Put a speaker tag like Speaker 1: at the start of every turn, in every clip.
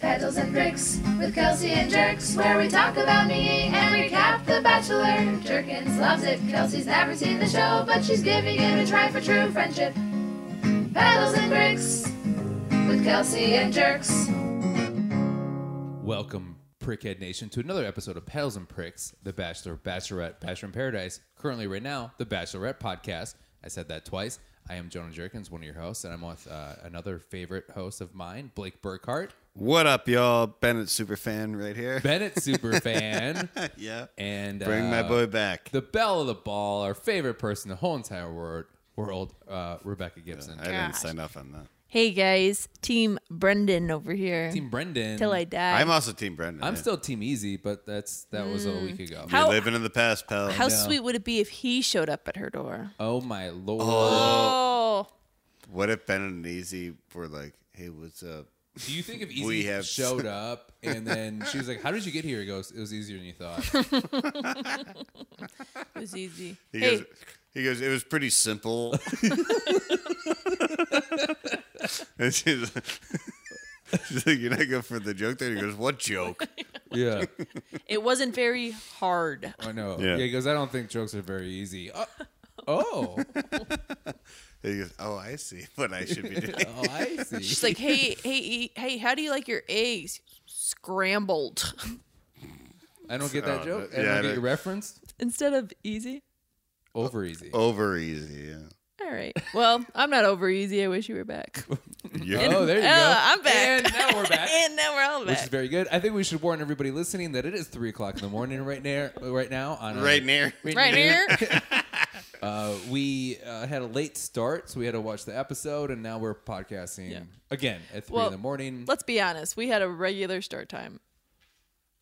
Speaker 1: pretzels and bricks with Kelsey and Jerks, where we talk about me and recap The Bachelor. Jerkins loves it. Kelsey's never seen the show, but she's giving it a try for true friendship. Pedals and bricks with Kelsey and Jerks.
Speaker 2: Welcome, Prickhead Nation, to another episode of Pedals and Pricks, The Bachelor, Bachelorette, Bachelor in Paradise. Currently, right now, The Bachelorette podcast. I said that twice. I am Jonah Jerkins, one of your hosts, and I'm with uh, another favorite host of mine, Blake Burkhart,
Speaker 3: What up, y'all? Bennett Superfan right here.
Speaker 2: Bennett Superfan,
Speaker 3: yeah.
Speaker 2: and
Speaker 3: Bring
Speaker 2: uh,
Speaker 3: my boy back.
Speaker 2: the belle of the ball, our favorite person in the whole entire world, world uh, Rebecca Gibson.
Speaker 3: I didn't sign off on that.
Speaker 4: Hey guys, Team Brendan over here.
Speaker 2: Team Brendan.
Speaker 4: Till I die.
Speaker 3: I'm also Team Brendan.
Speaker 2: I'm
Speaker 3: yeah.
Speaker 2: still Team Easy, but that's that was a week ago.
Speaker 4: Mm. How-
Speaker 3: You're living in the past, pal.
Speaker 4: How sweet would it be if he showed up at her door?
Speaker 2: Oh my lord!
Speaker 4: Oh,
Speaker 3: what if Bennett and Easy were like, "Hey, what's up?"
Speaker 2: Do you think if Easy
Speaker 3: We have-
Speaker 2: showed up and then she was like, "How did you get here?" He goes, "It was easier than you thought."
Speaker 4: Oh, it was easy.
Speaker 3: He
Speaker 4: hey,
Speaker 3: goes, "He goes, it was pretty simple." and she's like, she's like, "You're not going for the joke there." He goes, "What joke?"
Speaker 2: yeah,
Speaker 4: it wasn't very hard.
Speaker 2: I know. Yeah.
Speaker 3: Yeah.
Speaker 2: he goes, "I don't think jokes are very easy." Uh, oh,
Speaker 3: And he goes, "Oh, I see what I should be doing."
Speaker 2: oh, I see.
Speaker 4: She's like, hey, hey, e- hey, how do you like your eggs? Scrambled
Speaker 2: "I don't get that
Speaker 3: Oh,
Speaker 2: joke. I
Speaker 3: yeah,
Speaker 2: don't
Speaker 3: I
Speaker 2: get
Speaker 3: don't-
Speaker 2: your reference."
Speaker 4: instead of easy.
Speaker 2: Over easy.
Speaker 3: Over easy. Yeah.
Speaker 4: All right. Well, I'm not over easy. I wish you were back.
Speaker 3: You're-
Speaker 2: Oh, there you go.
Speaker 4: Uh, I'm back.
Speaker 2: And now we're back.
Speaker 4: and now we're all
Speaker 2: Which is
Speaker 4: back.
Speaker 2: very good. I think we should warn everybody listening that it is three o'clock in the morning right now. Right now, on a-
Speaker 3: right near.
Speaker 4: Right here.
Speaker 2: Uh, we uh, had a late start, so we had to watch the episode, and now we're podcasting
Speaker 4: Yeah.
Speaker 2: again at three
Speaker 4: Well,
Speaker 2: in the morning.
Speaker 4: Let's be honest. We had a regular start time.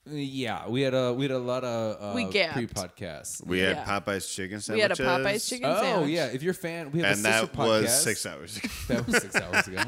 Speaker 2: Yeah, we had a we had a lot of uh,
Speaker 4: We gapped.
Speaker 2: pre-podcasts.
Speaker 3: We had
Speaker 4: Yeah.
Speaker 3: Popeye's chicken
Speaker 4: We had a
Speaker 3: sandwiches.
Speaker 4: Popeye's chicken
Speaker 2: oh
Speaker 4: sandwich.
Speaker 2: yeah, if you're a fan, we have a
Speaker 3: and
Speaker 2: sister
Speaker 3: that was
Speaker 2: podcast.
Speaker 3: six hours ago.
Speaker 2: That was six hours ago.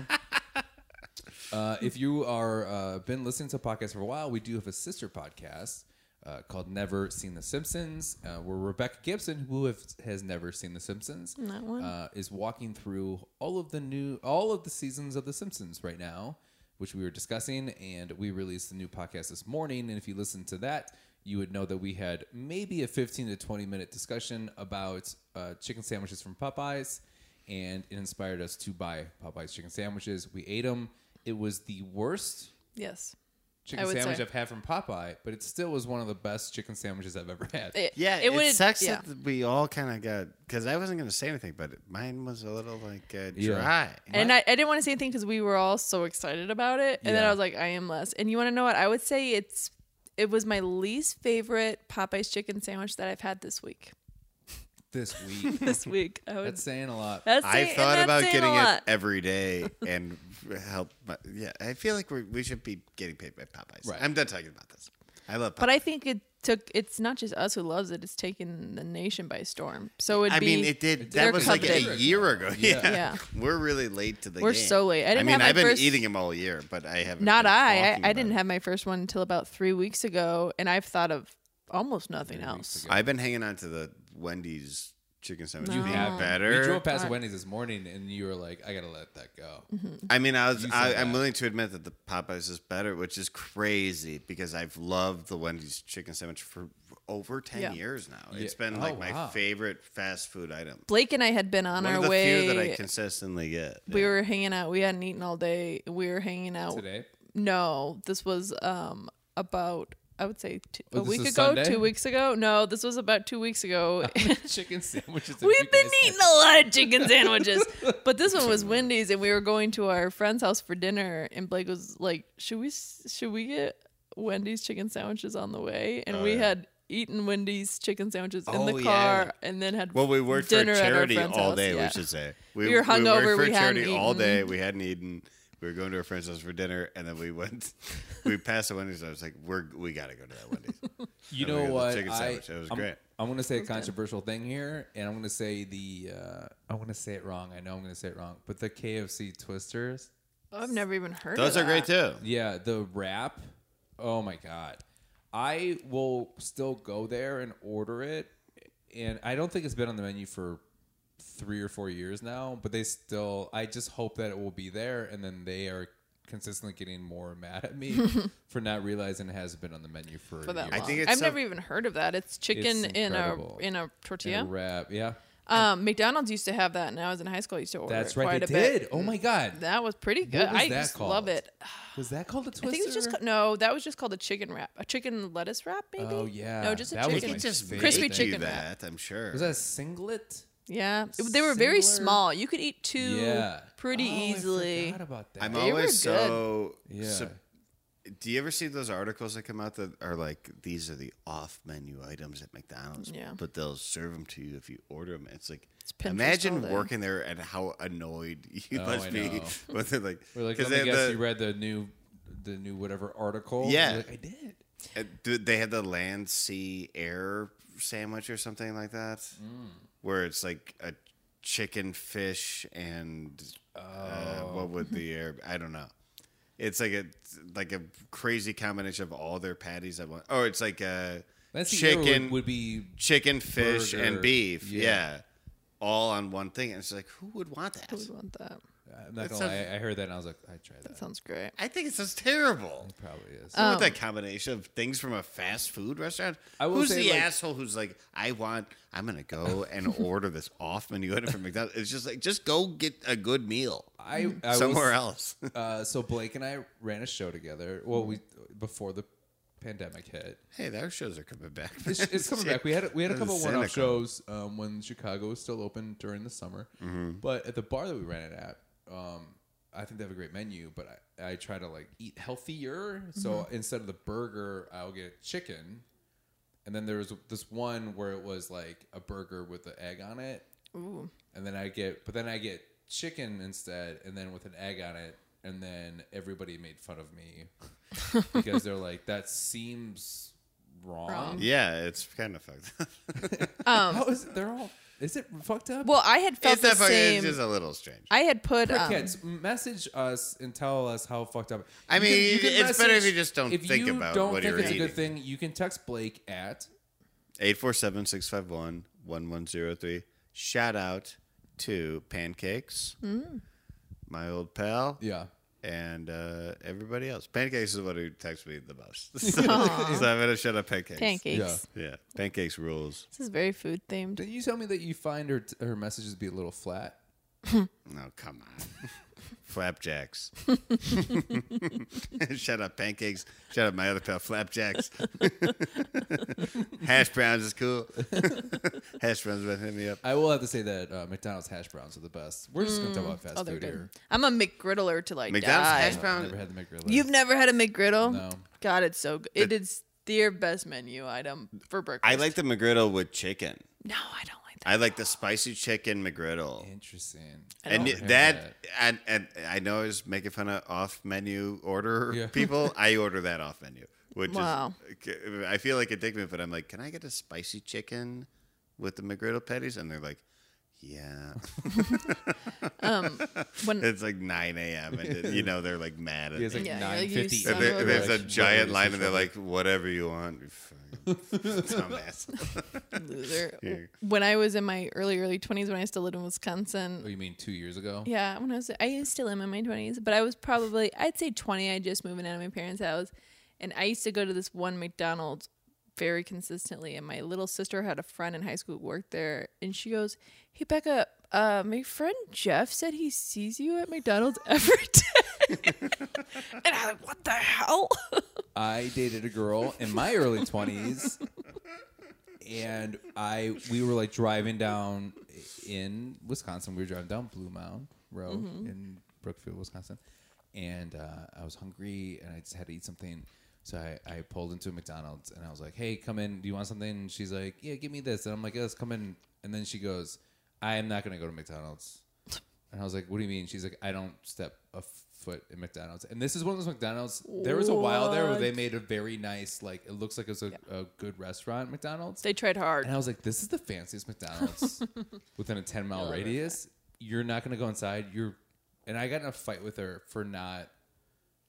Speaker 2: Uh, if you are uh, been listening to podcasts for a while, we do have a sister podcast uh, called Never Seen the Simpsons, uh, where Rebecca Gibson, who have, has never seen the Simpsons,
Speaker 4: That one.
Speaker 2: Uh, is walking through all of the new all of the seasons of the Simpsons right now, which we were discussing, and we released a new podcast this morning. And if you listen to that. You would know that we had maybe a 15 to 20 minute discussion about uh, chicken sandwiches from Popeyes and it inspired us to buy Popeye's chicken sandwiches. We ate them. It was the worst
Speaker 4: Yes. I
Speaker 2: chicken
Speaker 4: would
Speaker 2: sandwich
Speaker 4: say.
Speaker 2: I've had from Popeye, but it still was one of the best chicken sandwiches I've ever had.
Speaker 4: It,
Speaker 3: Yeah, it,
Speaker 4: would.
Speaker 3: sucks
Speaker 4: yeah.
Speaker 3: that we all kind of got because I wasn't going to say anything, but mine was a little like uh,
Speaker 2: Yeah.
Speaker 3: dry.
Speaker 4: And I, I didn't want to say anything because we were all so excited about it. And then
Speaker 2: Yeah.
Speaker 4: I was like, I am less. And you want to know what? I would say it's it was my least favorite Popeye's chicken sandwich that I've had this week.
Speaker 2: this week,
Speaker 4: This week. I would
Speaker 2: that's saying a lot.
Speaker 4: that's
Speaker 3: I
Speaker 4: saying-
Speaker 3: thought
Speaker 4: that's
Speaker 3: about
Speaker 4: saying a
Speaker 3: getting it
Speaker 4: lot.
Speaker 3: every day and help. My, yeah, I feel like we're, we should be getting paid by Popeyes.
Speaker 2: Right.
Speaker 3: I'm done talking about this. I love Popeyes.
Speaker 4: But I think it took it's not just us who loves it, it's taken the nation by storm. So it'd
Speaker 3: I
Speaker 4: be
Speaker 3: mean, it did.
Speaker 4: they're
Speaker 3: that was like a
Speaker 4: coveted.
Speaker 3: year ago. Yeah.
Speaker 4: Yeah.
Speaker 3: we're really late to the
Speaker 4: We're
Speaker 3: game.
Speaker 4: so late. I didn't
Speaker 3: mean,
Speaker 4: have my
Speaker 3: I've been
Speaker 4: first-
Speaker 3: eating them all year, but I haven't.
Speaker 4: Not
Speaker 3: been
Speaker 4: I.
Speaker 3: talking
Speaker 4: I, I
Speaker 3: about
Speaker 4: didn't
Speaker 3: it.
Speaker 4: have my first one until about three weeks ago, and I've thought of almost nothing else.
Speaker 3: I've been hanging on to the Wendy's chicken sandwich.
Speaker 4: You
Speaker 3: being
Speaker 2: have
Speaker 3: better.
Speaker 2: We drove past
Speaker 4: Uh,
Speaker 2: Wendy's this morning, and you were like, "I gotta let that go."
Speaker 4: Mm-hmm.
Speaker 3: I mean, I was,
Speaker 2: You said
Speaker 3: I,
Speaker 2: that.
Speaker 3: I'm willing to admit that the Popeyes is better, which is crazy because I've loved the Wendy's chicken sandwich for over 10
Speaker 4: Yeah.
Speaker 3: years now.
Speaker 2: Yeah.
Speaker 3: It's been
Speaker 2: Oh,
Speaker 3: like my
Speaker 2: wow.
Speaker 3: favorite fast food item.
Speaker 4: Blake and I had been on
Speaker 3: One
Speaker 4: our
Speaker 3: of the
Speaker 4: way.
Speaker 3: few that I consistently get.
Speaker 4: we were hanging out. We hadn't eaten all day. We were hanging out
Speaker 2: Today,
Speaker 4: No, this was um about I would say two,
Speaker 2: Oh,
Speaker 4: a
Speaker 2: this
Speaker 4: week
Speaker 2: is
Speaker 4: ago,
Speaker 2: Sunday?
Speaker 4: two weeks ago. No, this was about two weeks ago.
Speaker 2: chicken sandwiches. and
Speaker 4: We've been
Speaker 2: weekdays.
Speaker 4: eating a lot of chicken sandwiches, but this one was Wendy's, and we were going to our friend's house for dinner, and Blake was like, "Should we? s- Should we get Wendy's chicken sandwiches on the way?" And we had eaten Wendy's chicken sandwiches in
Speaker 3: Oh, yeah.
Speaker 4: the car, and then had
Speaker 3: Well, we worked
Speaker 4: dinner
Speaker 3: for
Speaker 4: at our
Speaker 3: charity
Speaker 4: friend's
Speaker 3: all
Speaker 4: house,
Speaker 3: day,
Speaker 4: yeah.
Speaker 3: we should say.
Speaker 4: We were hungover,
Speaker 3: worked for
Speaker 4: we hadn't
Speaker 3: charity all
Speaker 4: eaten.
Speaker 3: day. We hadn't eaten. We were going to a friend's house for dinner, and then we went. We passed the Wendy's. I was like, "We're we gotta go to that Wendy's."
Speaker 2: You
Speaker 3: And we
Speaker 2: know
Speaker 3: got the
Speaker 2: what?
Speaker 3: chicken
Speaker 2: I,
Speaker 3: sandwich. It was
Speaker 2: I'm,
Speaker 3: great.
Speaker 2: I'm going to say a controversial thing here, and I'm going to say the. Uh, I'm going to say it wrong. I know I'm going to say it wrong, but the KFC Twisters.
Speaker 4: Oh, I've never even heard.
Speaker 3: Those
Speaker 4: of
Speaker 3: are great
Speaker 4: that.
Speaker 3: too.
Speaker 2: Yeah, the wrap. Oh my god, I will still go there and order it, and I don't think it's been on the menu for three or four years now. But they still, I just hope that it will be there, and then they are consistently getting more mad at me for not realizing it hasn't been on the menu for,
Speaker 4: for that
Speaker 2: years.
Speaker 4: long.
Speaker 3: I think it's
Speaker 4: I've
Speaker 3: some-
Speaker 4: never even heard of that. It's chicken
Speaker 2: It's
Speaker 4: in a
Speaker 2: incredible.
Speaker 4: in a
Speaker 2: In a
Speaker 4: tortilla.
Speaker 2: wrap, yeah.
Speaker 4: Um, McDonald's used to have that, and I was in high school. I used to order
Speaker 2: That's
Speaker 4: it
Speaker 2: right.
Speaker 4: quite
Speaker 2: They
Speaker 4: a bit. Mm.
Speaker 2: did. Oh my god.
Speaker 4: That was pretty good.
Speaker 2: was
Speaker 4: I
Speaker 2: that
Speaker 4: just love
Speaker 2: called?
Speaker 4: it.
Speaker 2: Was that called a twister?
Speaker 4: I think it's just ca- no. That was just called a chicken wrap, a chicken lettuce wrap, maybe.
Speaker 2: Oh yeah.
Speaker 4: No, just a
Speaker 2: that
Speaker 3: They
Speaker 2: was
Speaker 4: chicken.
Speaker 2: my
Speaker 3: could just
Speaker 2: favorite
Speaker 4: Crispy
Speaker 3: make
Speaker 2: thing.
Speaker 3: you
Speaker 4: chicken wrap.
Speaker 3: that. I'm sure.
Speaker 2: Was that a singlet?
Speaker 4: Yeah, It- they were very
Speaker 2: Similar-
Speaker 4: small. You could eat two
Speaker 2: Yeah.
Speaker 4: pretty
Speaker 2: Oh, I
Speaker 4: easily.
Speaker 2: forgot about that.
Speaker 3: I'm
Speaker 4: They were
Speaker 3: always so.
Speaker 2: good.
Speaker 3: so- do you ever see those articles that come out that are like these are the off menu items at McDonald's?
Speaker 4: Yeah.
Speaker 3: But they'll serve them to you if you order them. It's like
Speaker 4: It's Pinterest all
Speaker 3: imagine
Speaker 4: day.
Speaker 3: working there and how annoyed you
Speaker 2: Oh,
Speaker 3: must
Speaker 2: I
Speaker 3: be
Speaker 2: know.
Speaker 3: when they're like,
Speaker 2: We're like, let me
Speaker 3: 'cause they have
Speaker 2: guess
Speaker 3: the-
Speaker 2: you read the new, the new whatever article.
Speaker 3: Yeah.
Speaker 2: You're like, I did.
Speaker 3: Uh, do they had the land, sea, air sandwich or something like that,
Speaker 2: Mm.
Speaker 3: where it's like a chicken, fish, and uh, what would the
Speaker 2: Oh.
Speaker 3: air? I don't know. It's like a like a crazy combination of all their patties at once. Oh, it's like a
Speaker 2: That's
Speaker 3: chicken,
Speaker 2: E would, would be
Speaker 3: chicken, fish,
Speaker 2: burger.
Speaker 3: and beef.
Speaker 2: Yeah.
Speaker 3: Yeah. all on one thing. And it's like, who would want that?
Speaker 4: I would want that.
Speaker 2: I'm not gonna
Speaker 3: That sounds-
Speaker 2: lie. I heard that and I was like, I tried that.
Speaker 4: That sounds great.
Speaker 3: I think it sounds terrible.
Speaker 2: It probably is.
Speaker 3: I don't
Speaker 4: Oh.
Speaker 3: want that combination of things from a fast food restaurant.
Speaker 2: I will
Speaker 3: who's
Speaker 2: say,
Speaker 3: the
Speaker 2: like-
Speaker 3: asshole who's like, I want, I'm gonna go and order this off menu item from McDonald's. It's just like, just go get a good meal
Speaker 2: I, I
Speaker 3: somewhere
Speaker 2: was,
Speaker 3: else.
Speaker 2: Uh, so Blake and I ran a show together. Well, we before the pandemic hit.
Speaker 3: hey, their shows are coming back.
Speaker 2: It's, it's coming back. We had we had a
Speaker 3: This is
Speaker 2: couple one-off
Speaker 3: cynical.
Speaker 2: shows um, when Chicago was still open during the summer. But at the bar that we ran it at, um, I think they have a great menu. But I, I try to like eat healthier. So instead of the burger, I'll get chicken. And then there was this one where it was like a burger with the egg on it,
Speaker 4: Ooh,
Speaker 2: and then I get but then I get chicken instead and then with an egg on it and then everybody made fun of me because they're like that seems wrong.
Speaker 4: Wrong.
Speaker 3: Yeah, it's kind of fucked up.
Speaker 2: How is it, they're all is it fucked up?
Speaker 4: Um, well, I had felt
Speaker 3: it's,
Speaker 4: the
Speaker 3: not fucked, it's
Speaker 4: same.
Speaker 3: just a little strange.
Speaker 4: I had put um,
Speaker 2: Kids, message us and tell us how fucked up.
Speaker 3: I
Speaker 2: You
Speaker 3: mean, it's better if you just don't
Speaker 2: if
Speaker 3: think
Speaker 2: you
Speaker 3: about
Speaker 2: don't
Speaker 3: what
Speaker 2: think
Speaker 3: you're
Speaker 2: it's a good
Speaker 3: eating.
Speaker 2: thing. You can text Blake at
Speaker 3: 847 651 1103. Shout out to Pancakes,
Speaker 4: Hmm.
Speaker 3: my old pal.
Speaker 2: yeah.
Speaker 3: and uh, everybody else. Pancakes is what who texts me the most. so, I'm gonna shut up pancakes.
Speaker 4: pancakes.
Speaker 2: Yeah.
Speaker 3: Yeah, pancakes rules.
Speaker 4: This is very food themed.
Speaker 2: Didn't you tell me that you find her her messages be a little flat?
Speaker 3: No, come on. Flapjacks. shut up pancakes. Shut up my other pal flapjacks. Hash browns is cool. Hash browns about to hit me up.
Speaker 2: I will have to say that uh, McDonald's hash browns are the best. We're just gonna talk about fast
Speaker 4: Oh, they're
Speaker 2: food
Speaker 4: good.
Speaker 2: here.
Speaker 4: I'm a McGriddler to like
Speaker 3: McDonald's
Speaker 4: die.
Speaker 3: hash
Speaker 2: I've
Speaker 3: brown.
Speaker 2: never had the McGriddler.
Speaker 4: You've never had a McGriddle?
Speaker 2: No.
Speaker 4: God, it's so good. It is their best menu item for breakfast.
Speaker 3: I like the McGriddle with chicken.
Speaker 4: No, I don't like that.
Speaker 3: I like the spicy chicken McGriddle.
Speaker 2: Interesting.
Speaker 4: I
Speaker 3: and
Speaker 4: don't
Speaker 2: hear
Speaker 3: that,
Speaker 2: that.
Speaker 3: And, and I know I was making fun of off menu order
Speaker 2: Yeah.
Speaker 3: people. I order that off menu, which
Speaker 4: Wow.
Speaker 3: is I feel like a dick move, but I'm like, can I get a spicy chicken with the McGriddle patties? And they're like, yeah.
Speaker 4: Um, When
Speaker 3: it's like 9 a.m. and you know they're like mad at
Speaker 2: He has
Speaker 3: me.
Speaker 2: like
Speaker 4: Yeah, you're like,
Speaker 2: nine
Speaker 4: you
Speaker 2: fifty.
Speaker 4: son
Speaker 3: And there-
Speaker 4: of
Speaker 3: there's a
Speaker 4: Direction.
Speaker 3: giant line, and they're like, "Whatever you want, you fucking dumbass."
Speaker 4: loser.
Speaker 3: Yeah.
Speaker 4: When I was in my early early twenties, when I still lived in Wisconsin.
Speaker 2: "Oh, you mean two years ago?"
Speaker 4: Yeah, when I was I still am in my twenties, but I was probably I'd say twenty. I just moving out of my parents' house, and I used to go to this one McDonald's very consistently. And my little sister had a friend in high school who worked there, and she goes, "Hey Becca, uh, my friend Jeff said he sees you at McDonald's every day." and I'm like, "What the hell?"
Speaker 2: I dated a girl in my early twenties, and I we were like driving down in Wisconsin. We were driving down Blue Mound Road in Brookfield, Wisconsin, and uh, I was hungry and I just had to eat something. So I, I pulled into a McDonald's and I was like, "Hey, come in. Do you want something?" And she's like, "Yeah, give me this." And I'm like, "Yeah, "Let's come in." And then she goes, "I am not going to go to McDonald's." And I was like, "What do you mean?" She's like, "I don't step a foot in McDonald's." And this is one of those McDonald's. There was a while there where they made a very nice, like it looks like it was a, a good restaurant, McDonald's.
Speaker 4: they tried hard.
Speaker 2: And I was like, "This is the fanciest McDonald's within a ten mile radius. You're not gonna go inside. You're," and I got in a fight with her for not.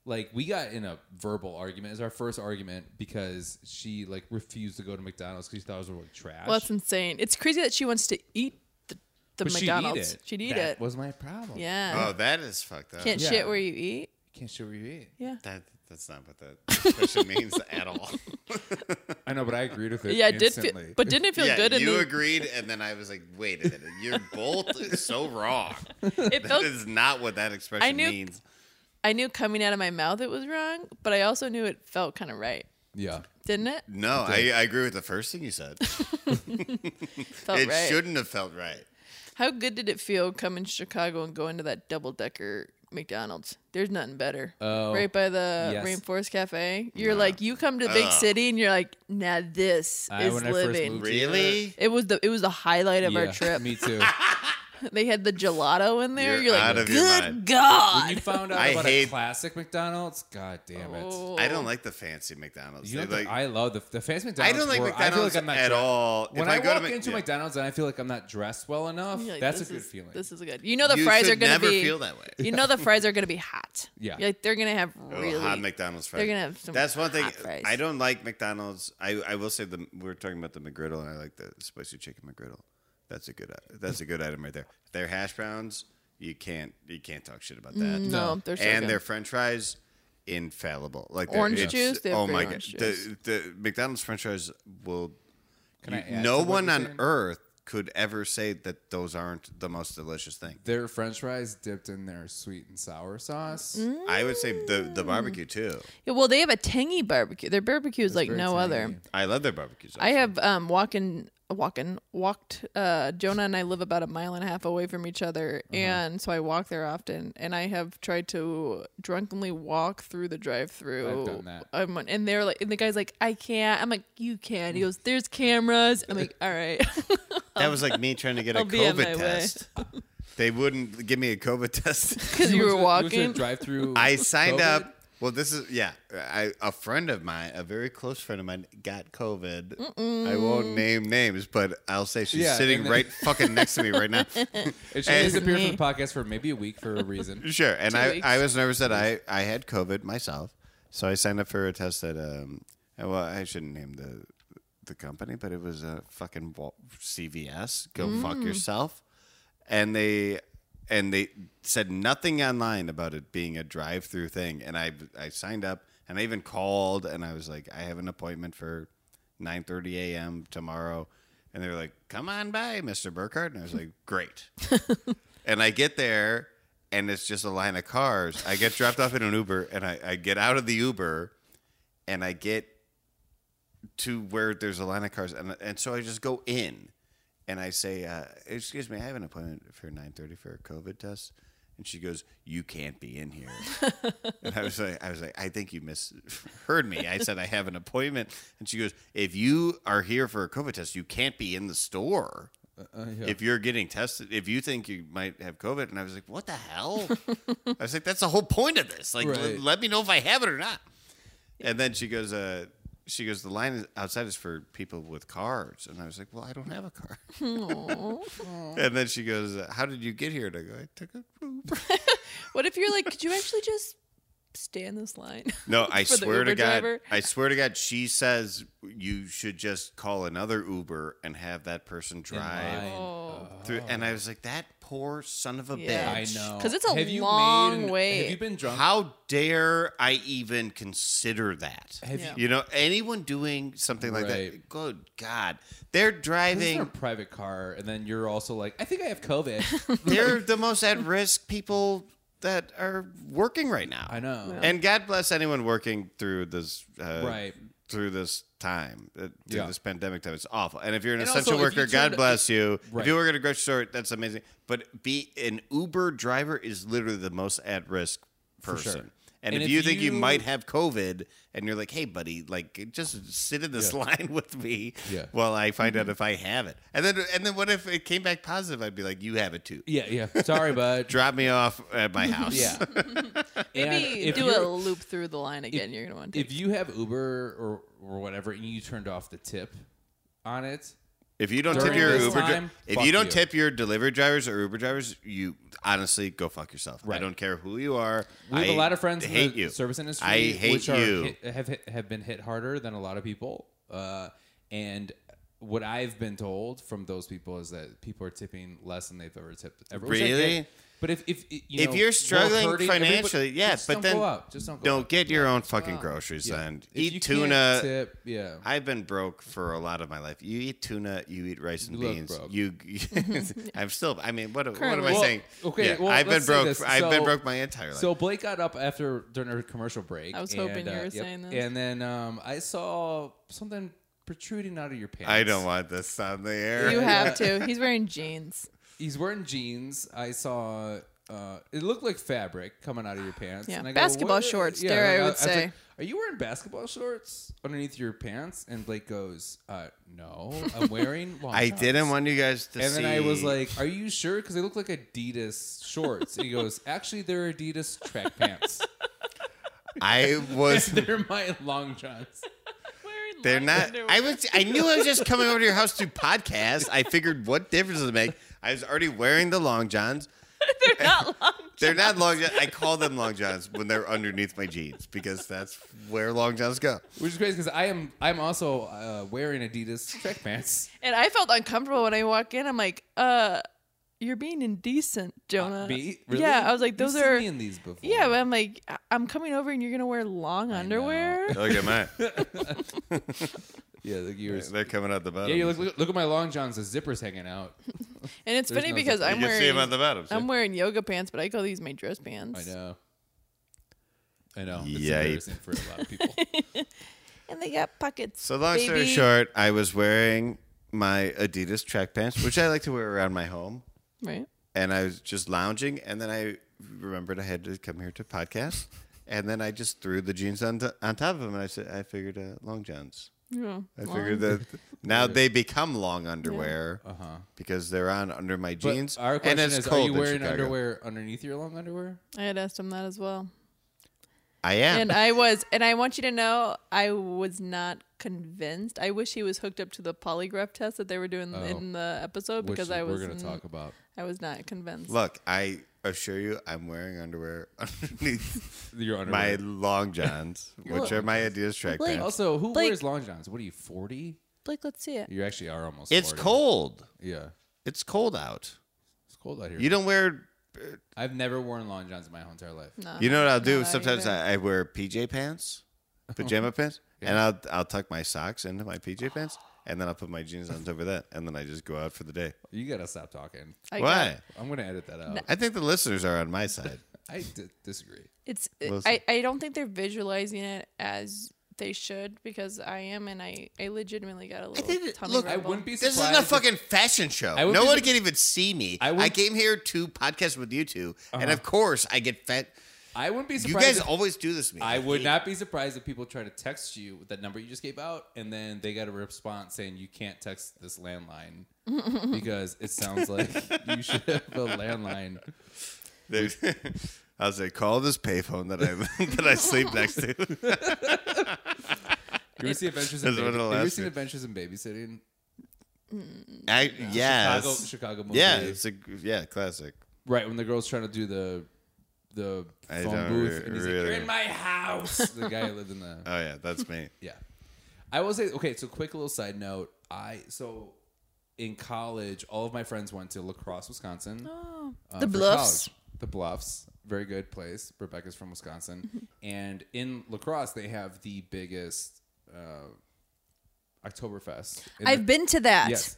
Speaker 2: Like we got in a verbal argument. It was our first argument because she like refused to go to McDonald's because she thought it was like trash.
Speaker 4: Well, that's insane. It's crazy that she wants to eat the, the
Speaker 2: But she'd eat
Speaker 4: McDonald's.
Speaker 2: it.
Speaker 4: She'd eat
Speaker 2: That
Speaker 4: it.
Speaker 2: Was my problem.
Speaker 4: yeah.
Speaker 3: Oh, that is fucked up.
Speaker 4: Can't
Speaker 2: Yeah.
Speaker 4: shit where you eat.
Speaker 2: Can't show where you eat.
Speaker 4: Yeah.
Speaker 3: That that's not what that expression means at all.
Speaker 2: I know, but I agreed with it.
Speaker 4: Yeah, it did
Speaker 2: instantly.
Speaker 4: feel, but didn't it feel
Speaker 3: yeah,
Speaker 4: good? In
Speaker 3: you
Speaker 4: the,
Speaker 3: agreed, and then I was like, "Wait a minute, you're both so wrong.
Speaker 4: it
Speaker 3: That
Speaker 4: felt
Speaker 3: is not what that expression
Speaker 4: I knew-
Speaker 3: means."
Speaker 4: I knew coming out of my mouth it was wrong, but I also knew it felt kind of right,
Speaker 2: yeah,
Speaker 4: didn't it?
Speaker 3: No, I, I agree with the first thing you said.
Speaker 4: Felt
Speaker 3: it
Speaker 4: right.
Speaker 3: shouldn't have felt right.
Speaker 4: How good did it feel coming to Chicago and going to that double decker McDonald's? There's nothing better.
Speaker 2: Oh,
Speaker 4: right by the
Speaker 2: yes.
Speaker 4: Rainforest Cafe. You're like, you come to the big
Speaker 3: Ugh.
Speaker 4: city and you're like, nah, this
Speaker 2: I-
Speaker 4: is
Speaker 2: when I first
Speaker 4: living.
Speaker 2: moved-
Speaker 3: Really?
Speaker 4: It was the it was the highlight of
Speaker 2: Yeah,
Speaker 4: our trip.
Speaker 2: Me too.
Speaker 4: They had the gelato in there.
Speaker 3: You're
Speaker 4: You're, like,
Speaker 3: out of your
Speaker 4: good
Speaker 3: mind."
Speaker 2: when you
Speaker 4: God.
Speaker 2: found out
Speaker 3: I
Speaker 2: about a
Speaker 3: hate-
Speaker 2: classic McDonald's, god damn it.
Speaker 4: Oh.
Speaker 3: I don't like the fancy McDonald's.
Speaker 2: You
Speaker 3: They,
Speaker 2: know,
Speaker 3: like,
Speaker 2: the- I love the, the fancy McDonald's.
Speaker 3: I don't like
Speaker 2: where I feel
Speaker 3: McDonald's
Speaker 2: like I'm not
Speaker 3: at
Speaker 2: dre-
Speaker 3: all. If
Speaker 2: When
Speaker 3: I
Speaker 2: I,
Speaker 3: go to
Speaker 2: walk
Speaker 3: Mc-
Speaker 2: into
Speaker 3: yeah.
Speaker 2: McDonald's and I feel like I'm not dressed well enough,
Speaker 4: You're like,
Speaker 2: that's a
Speaker 4: this
Speaker 2: good
Speaker 4: is-
Speaker 2: feeling.
Speaker 4: This is good. You know the
Speaker 3: you
Speaker 4: fries
Speaker 3: should
Speaker 4: are gonna
Speaker 3: never
Speaker 4: be.
Speaker 3: feel that way.
Speaker 4: You know the fries are gonna be hot.
Speaker 2: Yeah.
Speaker 4: You're like they're gonna have
Speaker 3: Oh,
Speaker 4: really
Speaker 3: hot McDonald's fries.
Speaker 4: They're gonna have some.
Speaker 3: That's one thing.
Speaker 4: hot fries.
Speaker 3: I don't like McDonald's. I, I will say the we were talking about the McGriddle, and I like the spicy chicken McGriddle. That's a good. That's a good item right there. Their hash browns, you can't you can't talk shit about that.
Speaker 4: Mm, No, they're so
Speaker 3: and
Speaker 4: good.
Speaker 3: their French fries, infallible. Like they're-
Speaker 4: Orange
Speaker 3: it's-
Speaker 4: juice? They have
Speaker 3: oh
Speaker 4: great
Speaker 3: my god,
Speaker 4: orange
Speaker 3: the, the McDonald's French fries will.
Speaker 2: Can I
Speaker 3: you-
Speaker 2: add
Speaker 3: no
Speaker 2: to what
Speaker 3: one
Speaker 2: you're
Speaker 3: on
Speaker 2: saying?
Speaker 3: earth could ever say that those aren't the most delicious thing.
Speaker 2: Their French fries dipped in their sweet and sour sauce.
Speaker 4: Mm.
Speaker 3: I would say the the barbecue too.
Speaker 4: Yeah, well, they have a tangy barbecue. Their barbecue is like
Speaker 2: very
Speaker 4: no
Speaker 2: tangy.
Speaker 4: other.
Speaker 3: I love their barbecue. Sauce.
Speaker 4: I have um walking walking walked uh Jonah and I live about a mile and a half away from each other
Speaker 2: Uh-huh.
Speaker 4: and so I walk there often and I have tried to drunkenly walk through the drive through
Speaker 2: I've done that.
Speaker 4: and they're like and the guy's like I can't I'm like you can he goes there's cameras I'm like all right
Speaker 3: That was like me trying to get a
Speaker 4: Um, I'll be on my
Speaker 3: COVID
Speaker 4: way.
Speaker 3: test. They wouldn't give me a COVID test.
Speaker 4: cuz you were
Speaker 2: You
Speaker 4: walking
Speaker 2: drive through.
Speaker 3: I signed up. Well, this is yeah. I, a friend of mine, a very close friend of mine, got COVID. I won't name names, but I'll say she's
Speaker 2: Yeah,
Speaker 3: sitting
Speaker 2: and then-
Speaker 3: right fucking next to me right now.
Speaker 2: It should
Speaker 3: And-
Speaker 2: disappear from the podcast for maybe a week for a reason.
Speaker 3: Sure. And
Speaker 4: Two
Speaker 3: I,
Speaker 4: weeks.
Speaker 3: I was nervous that I, I had COVID myself, so I signed up for a test that um. Well, I shouldn't name the the company, but it was a fucking Wal- CVS. Go
Speaker 4: Mm.
Speaker 3: fuck yourself. And they and they said nothing online about it being a drive through thing. And I I signed up and I even called and I was like, I have an appointment for nine thirty a.m. tomorrow. And they were like, Come on by, Mr. Burkhardt. And I was like, Great. and I get there and it's just a line of cars. I get dropped off in an Uber and I, I get out of the Uber and I get to where there's a line of cars, and and so I just go in, and I say, uh, "Excuse me, I have an appointment for nine thirty for a COVID test," and she goes, "You can't be in here." and I was like, "I was like, I think you misheard me. I said I have an appointment," and she goes, "If you are here for a COVID test, you can't be in the store."
Speaker 2: Uh, yeah.
Speaker 3: If you're getting tested, if you think you might have COVID, and I was like, "What the hell?" I was like, "That's the whole point of this. Like, l-
Speaker 2: Right.
Speaker 3: let me know if I have it or not." And then she goes, uh, she goes, the line is- outside is for people with cars. And I was like, well, I don't have a car.
Speaker 4: Aw.
Speaker 3: And then she goes, uh, how did you get here? And I go, I took a Uber.
Speaker 4: What if you're like could you actually just stay in this line?
Speaker 3: No, I
Speaker 4: For the
Speaker 3: swear to
Speaker 4: Uber
Speaker 3: God,
Speaker 4: driver?
Speaker 3: I swear to God, she says you should just call another Uber and have that person
Speaker 2: In line. Oh.
Speaker 3: drive
Speaker 4: Oh, Uh,
Speaker 3: through. And I was like, that poor son of a
Speaker 4: Yeah.
Speaker 2: I
Speaker 3: bitch.
Speaker 2: know.
Speaker 4: 'Cause it's a
Speaker 2: Have you
Speaker 4: long
Speaker 2: made an-
Speaker 4: wait.
Speaker 2: Have you been drunk?
Speaker 3: How dare I even consider that?
Speaker 2: have
Speaker 4: Yeah.
Speaker 2: you?
Speaker 3: You know, anyone doing something like
Speaker 2: Right.
Speaker 3: that, good God. They're
Speaker 2: This is
Speaker 3: driving.
Speaker 2: in a private car, and then you're also like, I think I have COVID.
Speaker 3: They're the most at risk people that are working right now.
Speaker 2: I know.
Speaker 4: Yeah.
Speaker 3: And God bless anyone working through this uh,
Speaker 2: Right.
Speaker 3: through this time, uh, through
Speaker 2: Yeah.
Speaker 3: this pandemic time. It's awful. And if you're an
Speaker 2: And
Speaker 3: essential
Speaker 2: also, if you
Speaker 3: worker, God
Speaker 2: turned-
Speaker 3: bless you.
Speaker 2: Right.
Speaker 3: If you work at a grocery store, that's amazing. But be an Uber driver is literally the most at risk
Speaker 2: sure.
Speaker 3: person. And,
Speaker 2: And
Speaker 3: if,
Speaker 2: if
Speaker 3: you think you
Speaker 2: you-
Speaker 3: might have COVID and you're like, hey, buddy, like just sit in this
Speaker 2: Yeah.
Speaker 3: line with me
Speaker 2: Yeah. Mm-hmm.
Speaker 3: while I find out if I have it. And then and then what if it came back positive? I'd be like, you have it too.
Speaker 2: Yeah, yeah. Sorry, bud.
Speaker 3: Drop me off at my house.
Speaker 2: Yeah. And
Speaker 4: Maybe
Speaker 2: if
Speaker 4: do a
Speaker 2: you're-
Speaker 4: loop through the line again. you're gonna want to.
Speaker 2: if you have Uber or or whatever, and you turned off the tip on it,
Speaker 3: If you don't
Speaker 2: During
Speaker 3: tip your
Speaker 2: this
Speaker 3: Uber, dri-
Speaker 2: time,
Speaker 3: if
Speaker 2: fuck
Speaker 3: you don't
Speaker 2: you.
Speaker 3: tip your delivery drivers or Uber drivers, you honestly go fuck yourself. I
Speaker 2: Right.
Speaker 3: don't care who you are.
Speaker 2: we have
Speaker 3: a
Speaker 2: a lot of friends in
Speaker 3: hate
Speaker 2: the
Speaker 3: you.
Speaker 2: service industry,
Speaker 3: I hate
Speaker 2: which are
Speaker 3: you.
Speaker 2: hit, have hit- have been hit harder than a lot of people. Uh, and what I've been told from those people is that people are tipping less than they've ever tipped. Ever, which I
Speaker 3: Really?
Speaker 2: get. But if if you
Speaker 3: If
Speaker 2: know,
Speaker 3: you're
Speaker 2: we're
Speaker 3: struggling
Speaker 2: hurting,
Speaker 3: financially,
Speaker 2: everybody-
Speaker 3: yeah,
Speaker 2: just
Speaker 3: but
Speaker 2: don't
Speaker 3: then
Speaker 2: go out. just don't go
Speaker 3: Don't
Speaker 2: out.
Speaker 3: get your own fucking groceries then.
Speaker 2: If you
Speaker 3: eat
Speaker 2: can't
Speaker 3: tuna.
Speaker 2: tip, yeah,
Speaker 3: I've been broke for a lot of my life. You eat tuna, you eat rice and
Speaker 2: You look
Speaker 3: beans.
Speaker 2: broke.
Speaker 3: You, I'm still. I mean, what, what am I
Speaker 4: Currently. Well,
Speaker 3: saying?
Speaker 2: okay,
Speaker 3: Yeah,
Speaker 2: well,
Speaker 3: I've been
Speaker 2: let's say
Speaker 3: broke.
Speaker 2: this.
Speaker 3: I've been
Speaker 2: So-
Speaker 3: broke my entire life.
Speaker 2: So Blake got up after during a commercial break.
Speaker 4: I was
Speaker 2: and,
Speaker 4: hoping you
Speaker 2: uh,
Speaker 4: were
Speaker 2: yep.
Speaker 4: saying this.
Speaker 2: And then um, I saw something protruding out of your pants.
Speaker 3: I don't want this on the air.
Speaker 4: You have to. He's wearing jeans.
Speaker 2: He's wearing jeans. I saw. Uh, it looked like fabric coming out of your pants.
Speaker 4: Yeah,
Speaker 2: and I
Speaker 4: basketball
Speaker 2: "What?"
Speaker 4: shorts, dare I would
Speaker 2: was like,
Speaker 4: say.
Speaker 2: Are you wearing basketball shorts underneath your pants? And Blake goes, uh, "No, I'm wearing." Long
Speaker 3: I
Speaker 2: tops."
Speaker 3: didn't want you guys to
Speaker 2: And
Speaker 3: see.
Speaker 2: then I was like, "Are you sure?" Because they look like Adidas shorts. And he goes, "Actually, they're Adidas track pants.
Speaker 3: I was.
Speaker 2: they're my long johns."
Speaker 4: Wearing
Speaker 3: They're
Speaker 4: long
Speaker 3: not.
Speaker 4: underwear.
Speaker 3: I was. I knew I was just coming over to your house to podcast. I figured, what difference does it make? I was already wearing the long johns.
Speaker 4: They're not long.
Speaker 3: They're not long. John- I call them long johns when they're underneath my jeans because that's where long johns go.
Speaker 2: Which is crazy because I am I'm also uh, wearing Adidas track pants.
Speaker 4: And I felt uncomfortable when I walk in. I'm like, uh, you're being indecent, Jonah.
Speaker 2: Be- really?
Speaker 4: Uh, Yeah, I was like, those
Speaker 2: You've seen
Speaker 4: are.
Speaker 2: me in these before.
Speaker 4: yeah, but I'm like, I- I'm coming over and you're gonna wear long underwear.
Speaker 3: Look at mine.
Speaker 2: yeah, like yours.
Speaker 3: They're coming out the bottom.
Speaker 2: Yeah, you look, look look at my long johns. The zipper's hanging out.
Speaker 4: And it's
Speaker 2: There's
Speaker 4: funny
Speaker 2: no
Speaker 4: because
Speaker 2: zipper.
Speaker 4: I'm
Speaker 3: You can see
Speaker 4: wearing
Speaker 3: them on the bottom. see?
Speaker 4: I'm wearing yoga pants, but I call these my dress pants.
Speaker 2: I know. I know. It's
Speaker 3: Yipe.
Speaker 2: embarrassing for a lot of people.
Speaker 4: And they got pockets.
Speaker 3: so long story
Speaker 4: baby.
Speaker 3: short, I was wearing my Adidas track pants, which I like to wear around my home,
Speaker 4: Right.
Speaker 3: and I was just lounging, and then I remembered I had to come here to podcast, and then I just threw the jeans on, to on top of them, and I said I figured uh, long johns.
Speaker 4: Yeah.
Speaker 3: I
Speaker 4: long.
Speaker 3: figured that now they become long underwear
Speaker 2: Uh-huh.
Speaker 3: because they're on under my
Speaker 2: But
Speaker 3: jeans.
Speaker 2: our question
Speaker 3: and it's
Speaker 2: is: Are
Speaker 3: cold
Speaker 2: you
Speaker 3: in
Speaker 2: wearing
Speaker 3: Chicago.
Speaker 2: underwear underneath your long underwear?
Speaker 4: I had asked him that as well.
Speaker 3: I am.
Speaker 4: And I was, and I want you to know, I was not convinced. I wish he was hooked up to the polygraph test that they were doing
Speaker 2: Oh.
Speaker 4: in the episode
Speaker 2: Which
Speaker 4: because I was
Speaker 2: we're going
Speaker 4: n-
Speaker 2: to talk about.
Speaker 4: I was not convinced.
Speaker 3: Look, I assure you, I'm wearing underwear underneath
Speaker 2: Your
Speaker 3: my
Speaker 2: underwear.
Speaker 3: long johns, which are my Adidas track
Speaker 4: Blake-
Speaker 3: pants.
Speaker 2: also, who
Speaker 4: Blake-
Speaker 2: wears long johns? What are you forty?
Speaker 4: Blake, let's see it.
Speaker 2: You actually are almost.
Speaker 3: It's
Speaker 2: 40.
Speaker 3: cold.
Speaker 2: Yeah,
Speaker 3: It's cold out.
Speaker 2: it's cold out here.
Speaker 3: You don't wear.
Speaker 2: I've never worn long johns in my whole entire life.
Speaker 4: No,
Speaker 3: You know what
Speaker 2: Uh-huh.
Speaker 3: I'll do?
Speaker 4: not
Speaker 3: Sometimes
Speaker 4: either.
Speaker 3: I, I wear PJ pants, pajama pants, and I'll I'll tuck my socks into my PJ pants, and then I'll put my jeans on top of that, and then I just go out for the day.
Speaker 2: You gotta stop talking.
Speaker 4: I got-
Speaker 3: Why?
Speaker 2: I'm gonna edit that out.
Speaker 3: I think the listeners are on my side.
Speaker 2: I d- disagree.
Speaker 4: It's
Speaker 3: Listen.
Speaker 4: I, I don't think they're visualizing it as they should because I am and I, I legitimately got a little
Speaker 3: think it-
Speaker 4: tummy
Speaker 3: look,
Speaker 2: I
Speaker 3: I
Speaker 4: rumble.
Speaker 2: wouldn't be
Speaker 3: This
Speaker 2: surprised.
Speaker 3: isn't a
Speaker 2: if-
Speaker 3: fucking fashion show.
Speaker 2: I would
Speaker 3: No
Speaker 2: be-
Speaker 3: one can even see me.
Speaker 2: I
Speaker 3: I,
Speaker 2: would-
Speaker 3: came here to podcast with you 2 and of course I get fat.
Speaker 2: I wouldn't be
Speaker 3: You
Speaker 2: surprised.
Speaker 3: guys
Speaker 2: if-
Speaker 3: always do this to me.
Speaker 2: I would
Speaker 3: hate-
Speaker 2: not be surprised if people try to text you with that number you just gave out, and then they got a response saying you can't text this landline because it sounds like you should have a landline.
Speaker 3: There's- I was like, call this payphone that I that I sleep next to.
Speaker 2: You ever see Adventures in
Speaker 3: That's one of
Speaker 2: Baby- Have you
Speaker 3: the
Speaker 2: ever
Speaker 3: last
Speaker 2: seen
Speaker 3: two.
Speaker 2: Adventures in Babysitting?
Speaker 3: I, yeah,
Speaker 2: Chicago,
Speaker 3: it's-
Speaker 2: Chicago movie.
Speaker 3: yeah, it's a yeah classic.
Speaker 2: Right when the girl's trying to do the the
Speaker 3: I
Speaker 2: phone
Speaker 3: don't
Speaker 2: booth,
Speaker 3: re-
Speaker 2: and he's like,
Speaker 3: really-
Speaker 2: "You're in my house." The guy who lived in the
Speaker 3: Oh yeah, that's me.
Speaker 2: Yeah. I will say okay, so quick little side note. I so in college, all of my friends went to La Crosse, Wisconsin. uh,
Speaker 4: the
Speaker 2: for
Speaker 4: Bluffs.
Speaker 2: college. The Bluffs. Very good place. Rebecca's from Wisconsin. and in La Crosse, they have the biggest uh, Oktoberfest. in the-
Speaker 4: I've been to that.
Speaker 2: yes,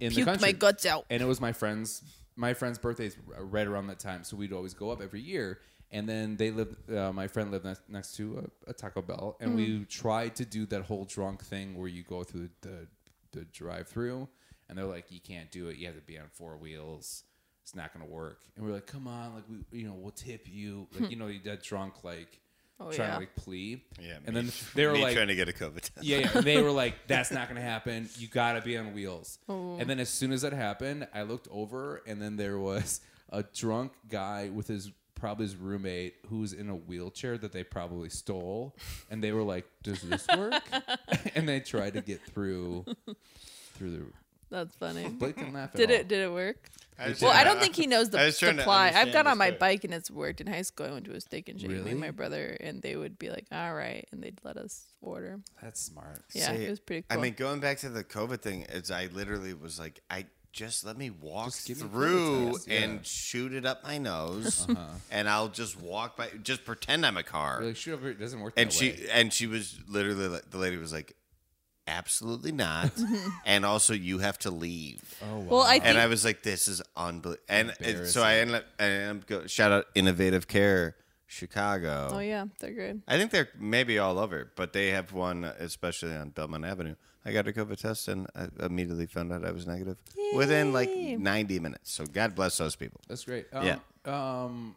Speaker 2: in the
Speaker 4: Puked my
Speaker 2: country.
Speaker 4: guts out.
Speaker 2: And it was my friend's my friend's birthday's r- right around that time, so we'd always go up every year. And then they lived. Uh, my friend lived next, next to a, a Taco Bell, and
Speaker 4: Mm-hmm.
Speaker 2: we tried to do that whole drunk thing where you go through the the drive-through, and they're like, "You can't do it. You have to be on four wheels. It's not going to work." And we're like, "Come on, like we, you know, we'll tip you. Like you know, that drunk like
Speaker 4: Hmm. Oh,
Speaker 2: trying
Speaker 4: yeah.
Speaker 2: to like plea."
Speaker 3: Yeah,
Speaker 2: and
Speaker 3: me-
Speaker 2: then they were
Speaker 3: me
Speaker 2: like,
Speaker 3: trying to get a COVID test.
Speaker 2: yeah, yeah. And they were like, "That's not gonna happen. You gotta be on wheels." And then as soon as that happened, I looked over, and then there was a drunk guy with his probably his roommate who was in a wheelchair that they probably stole, and they were like, "Does this work?" and they tried to get through through the.
Speaker 4: That's funny.
Speaker 2: Blake oh. didn't laugh at
Speaker 4: Did
Speaker 2: all.
Speaker 4: it did it work?
Speaker 3: I was
Speaker 4: Well,
Speaker 3: trying
Speaker 4: I don't
Speaker 3: to-
Speaker 4: think he knows the
Speaker 3: I was trying to
Speaker 4: supply. I've
Speaker 3: understand
Speaker 4: gone on
Speaker 3: the
Speaker 4: my
Speaker 3: story.
Speaker 4: bike and it's worked. In high school, I went to a steak and shake with me
Speaker 2: Really?
Speaker 4: and my brother, and they would be like, "All right," and they'd let us order.
Speaker 2: That's smart.
Speaker 4: Yeah,
Speaker 3: See,
Speaker 4: it was pretty
Speaker 3: I
Speaker 4: cool.
Speaker 3: mean, going back to the COVID thing, is I literally was like, I just let me walk
Speaker 2: Just give me
Speaker 3: through
Speaker 2: prototypes,
Speaker 3: and
Speaker 2: yeah. Uh-huh.
Speaker 3: shoot it up my nose, and I'll just walk by. Just pretend I'm a car.
Speaker 2: You're like, shoot over, it doesn't work.
Speaker 3: and
Speaker 2: that
Speaker 3: she
Speaker 2: way.
Speaker 3: and she was literally like, the lady was like, absolutely not. and also, you have to leave.
Speaker 2: Oh, wow.
Speaker 4: Well, I think
Speaker 3: And I was like, this is unbelievable. And, and so
Speaker 2: Embarrassing.
Speaker 3: I ended up, I ended up go, shout out Innovative Care Chicago.
Speaker 4: Oh yeah, they're good.
Speaker 3: I think they're maybe all over, but they have one, especially on Belmont Avenue. I got a COVID test and I immediately found out I was negative within like 90 minutes. So God bless those people.
Speaker 2: that's great. Um, Um,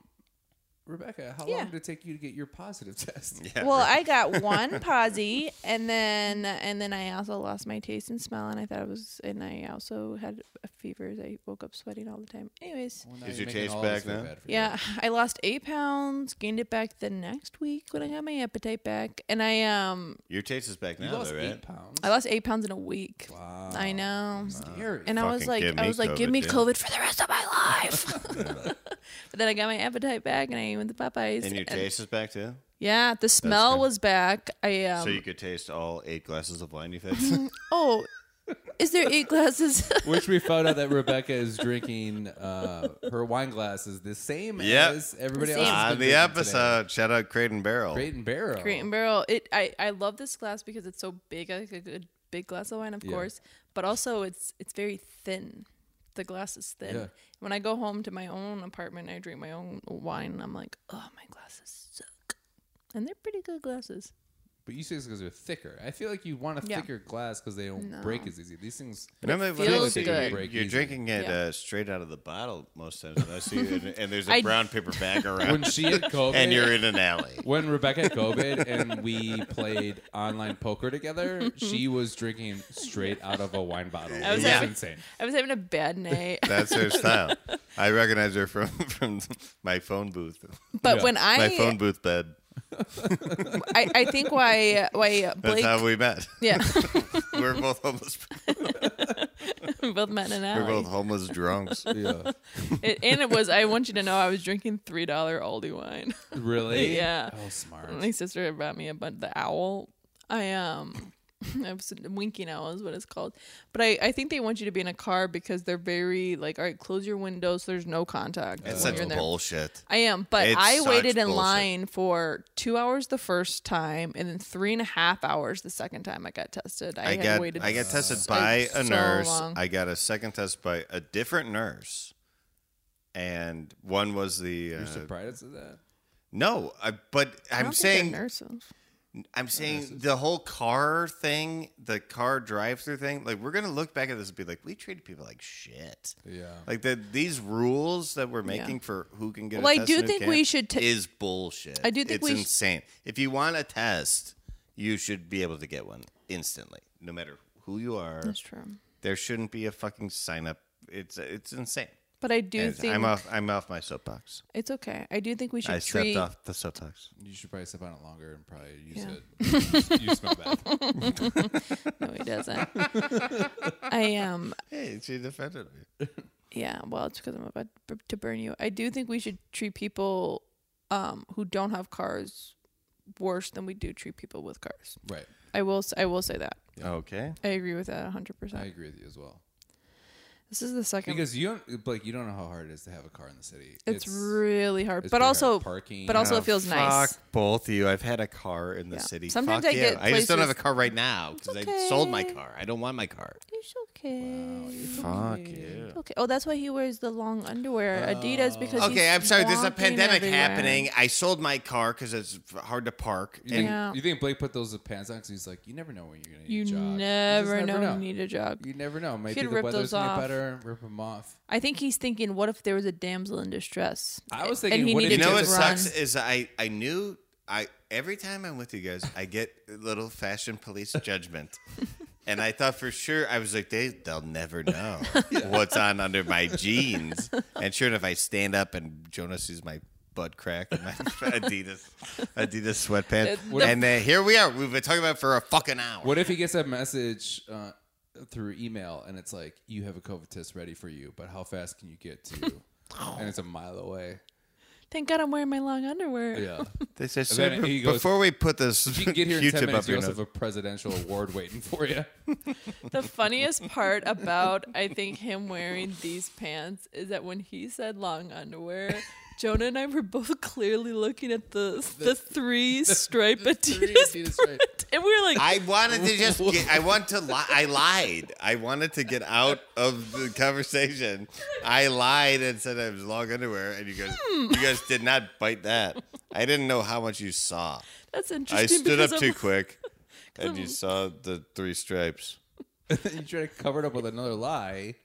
Speaker 2: Rebecca, how
Speaker 4: Yeah.
Speaker 2: long did it take you to get your positive test?
Speaker 3: Yeah.
Speaker 4: Well, I got one posy, and then and then I also lost my taste and smell, and I thought it was, and I also had a fever. I woke up sweating all the time. Anyways,
Speaker 2: Well, now
Speaker 3: Is
Speaker 2: you're
Speaker 3: your
Speaker 2: making
Speaker 3: taste
Speaker 2: all of us
Speaker 3: back
Speaker 2: feel
Speaker 3: now?
Speaker 2: bad for you.
Speaker 4: yeah, I lost eight pounds, gained it back the next week when I got my appetite back, and I um
Speaker 3: Your taste is back
Speaker 2: You
Speaker 3: now,
Speaker 2: lost
Speaker 3: though, right?
Speaker 2: eight pounds.
Speaker 4: I lost eight pounds in a week.
Speaker 2: Wow.
Speaker 4: I know.
Speaker 2: Scary.
Speaker 4: And I was
Speaker 3: Fucking
Speaker 4: like,
Speaker 3: give
Speaker 4: I
Speaker 3: me
Speaker 4: was like, give
Speaker 3: COVID,
Speaker 4: me
Speaker 3: yeah.
Speaker 4: COVID for the rest of my life. but then I got my appetite back, and I went to Popeyes.
Speaker 3: And your taste is back too?
Speaker 4: Yeah, the smell
Speaker 3: good.
Speaker 4: was back. I um.
Speaker 3: so you could taste all eight glasses of wine you've had?
Speaker 4: oh, is there eight glasses?
Speaker 2: Which we found out that Rebecca is drinking uh, her wine glasses the same
Speaker 3: Yep.
Speaker 2: as everybody
Speaker 4: The
Speaker 2: else.
Speaker 4: same.
Speaker 2: has
Speaker 3: on
Speaker 2: been
Speaker 3: the
Speaker 2: drinking today.
Speaker 3: episode, shout out Crate and Barrel.
Speaker 2: Crate and Barrel.
Speaker 4: Crate and Barrel. It. I. I love this glass because it's so big. I like a good big glass of wine, of
Speaker 2: Yeah.
Speaker 4: course. But also, it's it's very thin. The glass is thin.
Speaker 2: Yeah.
Speaker 4: When I go home to my own apartment, I drink my own wine, and I'm like, oh, my glasses suck. And they're pretty good glasses.
Speaker 2: But you say this because they're thicker. I feel like you want a
Speaker 4: Yeah.
Speaker 2: thicker glass because they don't
Speaker 4: No.
Speaker 2: break as easy. These things.
Speaker 3: Remember
Speaker 4: it feels
Speaker 3: when
Speaker 4: good.
Speaker 3: You're,
Speaker 2: Break
Speaker 3: you're
Speaker 2: easy.
Speaker 3: drinking it
Speaker 4: Yeah.
Speaker 3: uh, straight out of the bottle most times. I see you, and, and there's a
Speaker 4: I-
Speaker 3: brown paper bag
Speaker 2: When
Speaker 3: around,
Speaker 2: she had COVID,
Speaker 3: and you're in an alley.
Speaker 2: when Rebecca had COVID and we played online poker together, she was drinking straight out of a wine bottle.
Speaker 4: I was
Speaker 2: it was
Speaker 3: having-
Speaker 2: insane.
Speaker 4: I was having a bad night.
Speaker 3: That's her style. I recognize her from from my phone booth,
Speaker 4: But
Speaker 2: Yeah.
Speaker 4: when I,
Speaker 3: my phone booth bed.
Speaker 4: I, I think why why
Speaker 3: That's
Speaker 4: Blake,
Speaker 3: how we met.
Speaker 4: yeah,
Speaker 3: We We're both homeless.
Speaker 4: we both met in an
Speaker 3: We We're
Speaker 4: alley.
Speaker 3: both homeless drunks.
Speaker 2: Yeah.
Speaker 4: It- and it was. I want you to know, I was drinking three dollar Aldi wine.
Speaker 2: Really?
Speaker 4: Yeah.
Speaker 2: Oh, smart.
Speaker 4: My sister had brought me a bun the owl. I um, I was winking owl is what it's called. But I I think they want you to be in a car because they're very like, all right, close your windows. So there's no contact.
Speaker 3: That's
Speaker 4: when
Speaker 3: such
Speaker 4: you're in there.
Speaker 3: bullshit.
Speaker 4: I am, but
Speaker 3: It's
Speaker 4: I
Speaker 3: such
Speaker 4: waited in
Speaker 3: bullshit.
Speaker 4: line for two hours the first time, and then three and a half hours the second time I got tested. I,
Speaker 3: I
Speaker 4: had
Speaker 3: got
Speaker 4: waited.
Speaker 3: I got tested
Speaker 4: so-
Speaker 3: by a
Speaker 4: so
Speaker 3: nurse.
Speaker 4: long.
Speaker 3: I got a second test by a different nurse, and one was the uh,
Speaker 2: You're surprised at that?
Speaker 3: no. I, but
Speaker 4: I
Speaker 3: I'm
Speaker 4: don't think they're
Speaker 3: saying
Speaker 4: nurses.
Speaker 3: I'm saying the whole car thing, the car drive-through thing. Like we're gonna look back at this and be like, we treated people like shit.
Speaker 2: Yeah.
Speaker 3: Like the, these rules that we're making for who can get.
Speaker 4: Well,
Speaker 3: a
Speaker 4: I
Speaker 3: test
Speaker 4: do
Speaker 3: and who
Speaker 4: think
Speaker 3: can't
Speaker 4: we should ta-
Speaker 3: is bullshit.
Speaker 4: I do think
Speaker 3: it's
Speaker 4: we sh-
Speaker 3: insane. if you want a test, you should be able to get one instantly, no matter who you are.
Speaker 4: That's true.
Speaker 3: There shouldn't be a fucking sign up. It's it's insane.
Speaker 4: But I do
Speaker 3: And
Speaker 4: think
Speaker 3: I'm off. I'm off my soapbox.
Speaker 4: it's okay. I do think we should
Speaker 3: I
Speaker 4: treat.
Speaker 3: stepped off the soapbox.
Speaker 2: You should probably step on it longer and probably use
Speaker 4: Yeah.
Speaker 2: it. you smell bad.
Speaker 4: No, he doesn't. I am.
Speaker 3: Hey, she defended me.
Speaker 4: Yeah. Well, it's because I'm about b- to burn you. I do think we should treat people um, who don't have cars worse than we do treat people with cars.
Speaker 2: Right.
Speaker 4: I will. s- I will say that.
Speaker 3: Okay.
Speaker 4: I agree with that 100.
Speaker 2: I
Speaker 4: percent
Speaker 2: agree with you as well.
Speaker 4: This is the second.
Speaker 2: Because you don't, like, you don't know how hard it is to have a car in the city.
Speaker 4: it's, really hard,
Speaker 2: it's
Speaker 4: but
Speaker 2: very hard.
Speaker 4: also
Speaker 2: Parking.
Speaker 4: But also,
Speaker 3: Oh,
Speaker 4: it feels
Speaker 3: fuck
Speaker 4: nice.
Speaker 3: both of you. I've had a car in the
Speaker 4: Yeah.
Speaker 3: city.
Speaker 4: Sometimes
Speaker 3: Fuck
Speaker 4: I
Speaker 3: you.
Speaker 4: get
Speaker 3: I just don't have a
Speaker 4: places-
Speaker 3: car right now because I sold my
Speaker 4: okay.
Speaker 3: car. I don't want my car.
Speaker 4: It's okay.
Speaker 3: Fuck you.
Speaker 4: Okay. Oh, that's why he wears the long underwear, Adidas, because he's
Speaker 3: Okay, I'm sorry. There's a
Speaker 4: walking
Speaker 3: pandemic
Speaker 4: everywhere.
Speaker 3: happening. I sold my car because it's f- hard to park.
Speaker 2: You think,
Speaker 3: And
Speaker 4: Yeah.
Speaker 2: you think Blake put those pants on because he's like, you never know when you're going to
Speaker 4: You
Speaker 2: jog.
Speaker 4: never,
Speaker 2: you just
Speaker 4: know, you need a jog.
Speaker 2: You never know. Maybe the
Speaker 4: could rip
Speaker 2: weather's
Speaker 4: those
Speaker 2: gonna
Speaker 4: off.
Speaker 2: be better. Rip them off.
Speaker 4: I think he's thinking, what if there was a damsel in distress?
Speaker 2: I was
Speaker 4: And
Speaker 2: thinking,
Speaker 4: he
Speaker 2: what if-
Speaker 4: needed
Speaker 3: you know
Speaker 4: to
Speaker 3: what
Speaker 4: run.
Speaker 3: sucks is I I knew I every time I'm with you guys I get a little fashion police judgment. And I thought for sure I was like they they'll never know what's on under my jeans. And sure enough, I stand up and Jonas sees my butt crack and my Adidas Adidas sweatpants.
Speaker 4: The-
Speaker 3: and then here we are. We've been talking about it for a fucking hour.
Speaker 2: What if he gets a message uh, through email and it's like, you have a COVID test ready for you, but how fast can you get to? and it's a mile away.
Speaker 4: Thank God I'm wearing my long underwear.
Speaker 2: Yeah.
Speaker 3: They said,
Speaker 2: And then
Speaker 3: "Sir,
Speaker 2: he
Speaker 3: be-
Speaker 2: goes,
Speaker 3: before we put this
Speaker 2: If you can get here in 10
Speaker 3: Q-tip
Speaker 2: minutes,
Speaker 3: up
Speaker 2: you
Speaker 3: your
Speaker 2: also
Speaker 3: nose,
Speaker 2: have a presidential award waiting for you.
Speaker 4: The funniest part about I think him wearing these pants is that when he said long underwear, Jonah and I were both clearly looking at the the, three stripe
Speaker 2: three
Speaker 4: Adidas,
Speaker 2: Adidas
Speaker 4: print, and we were like,
Speaker 3: I wanted to just. Get, I want to. Li- I lied. I wanted to get out of the conversation. I lied and said I was long underwear, and you guys, you guys did not bite that. I didn't know how much you saw.
Speaker 4: "That's interesting."
Speaker 3: I stood
Speaker 4: because
Speaker 3: up
Speaker 4: I'm
Speaker 3: too
Speaker 4: like-
Speaker 3: quick, and
Speaker 4: I'm-
Speaker 3: you saw the three stripes.
Speaker 2: you try to cover it up with another lie.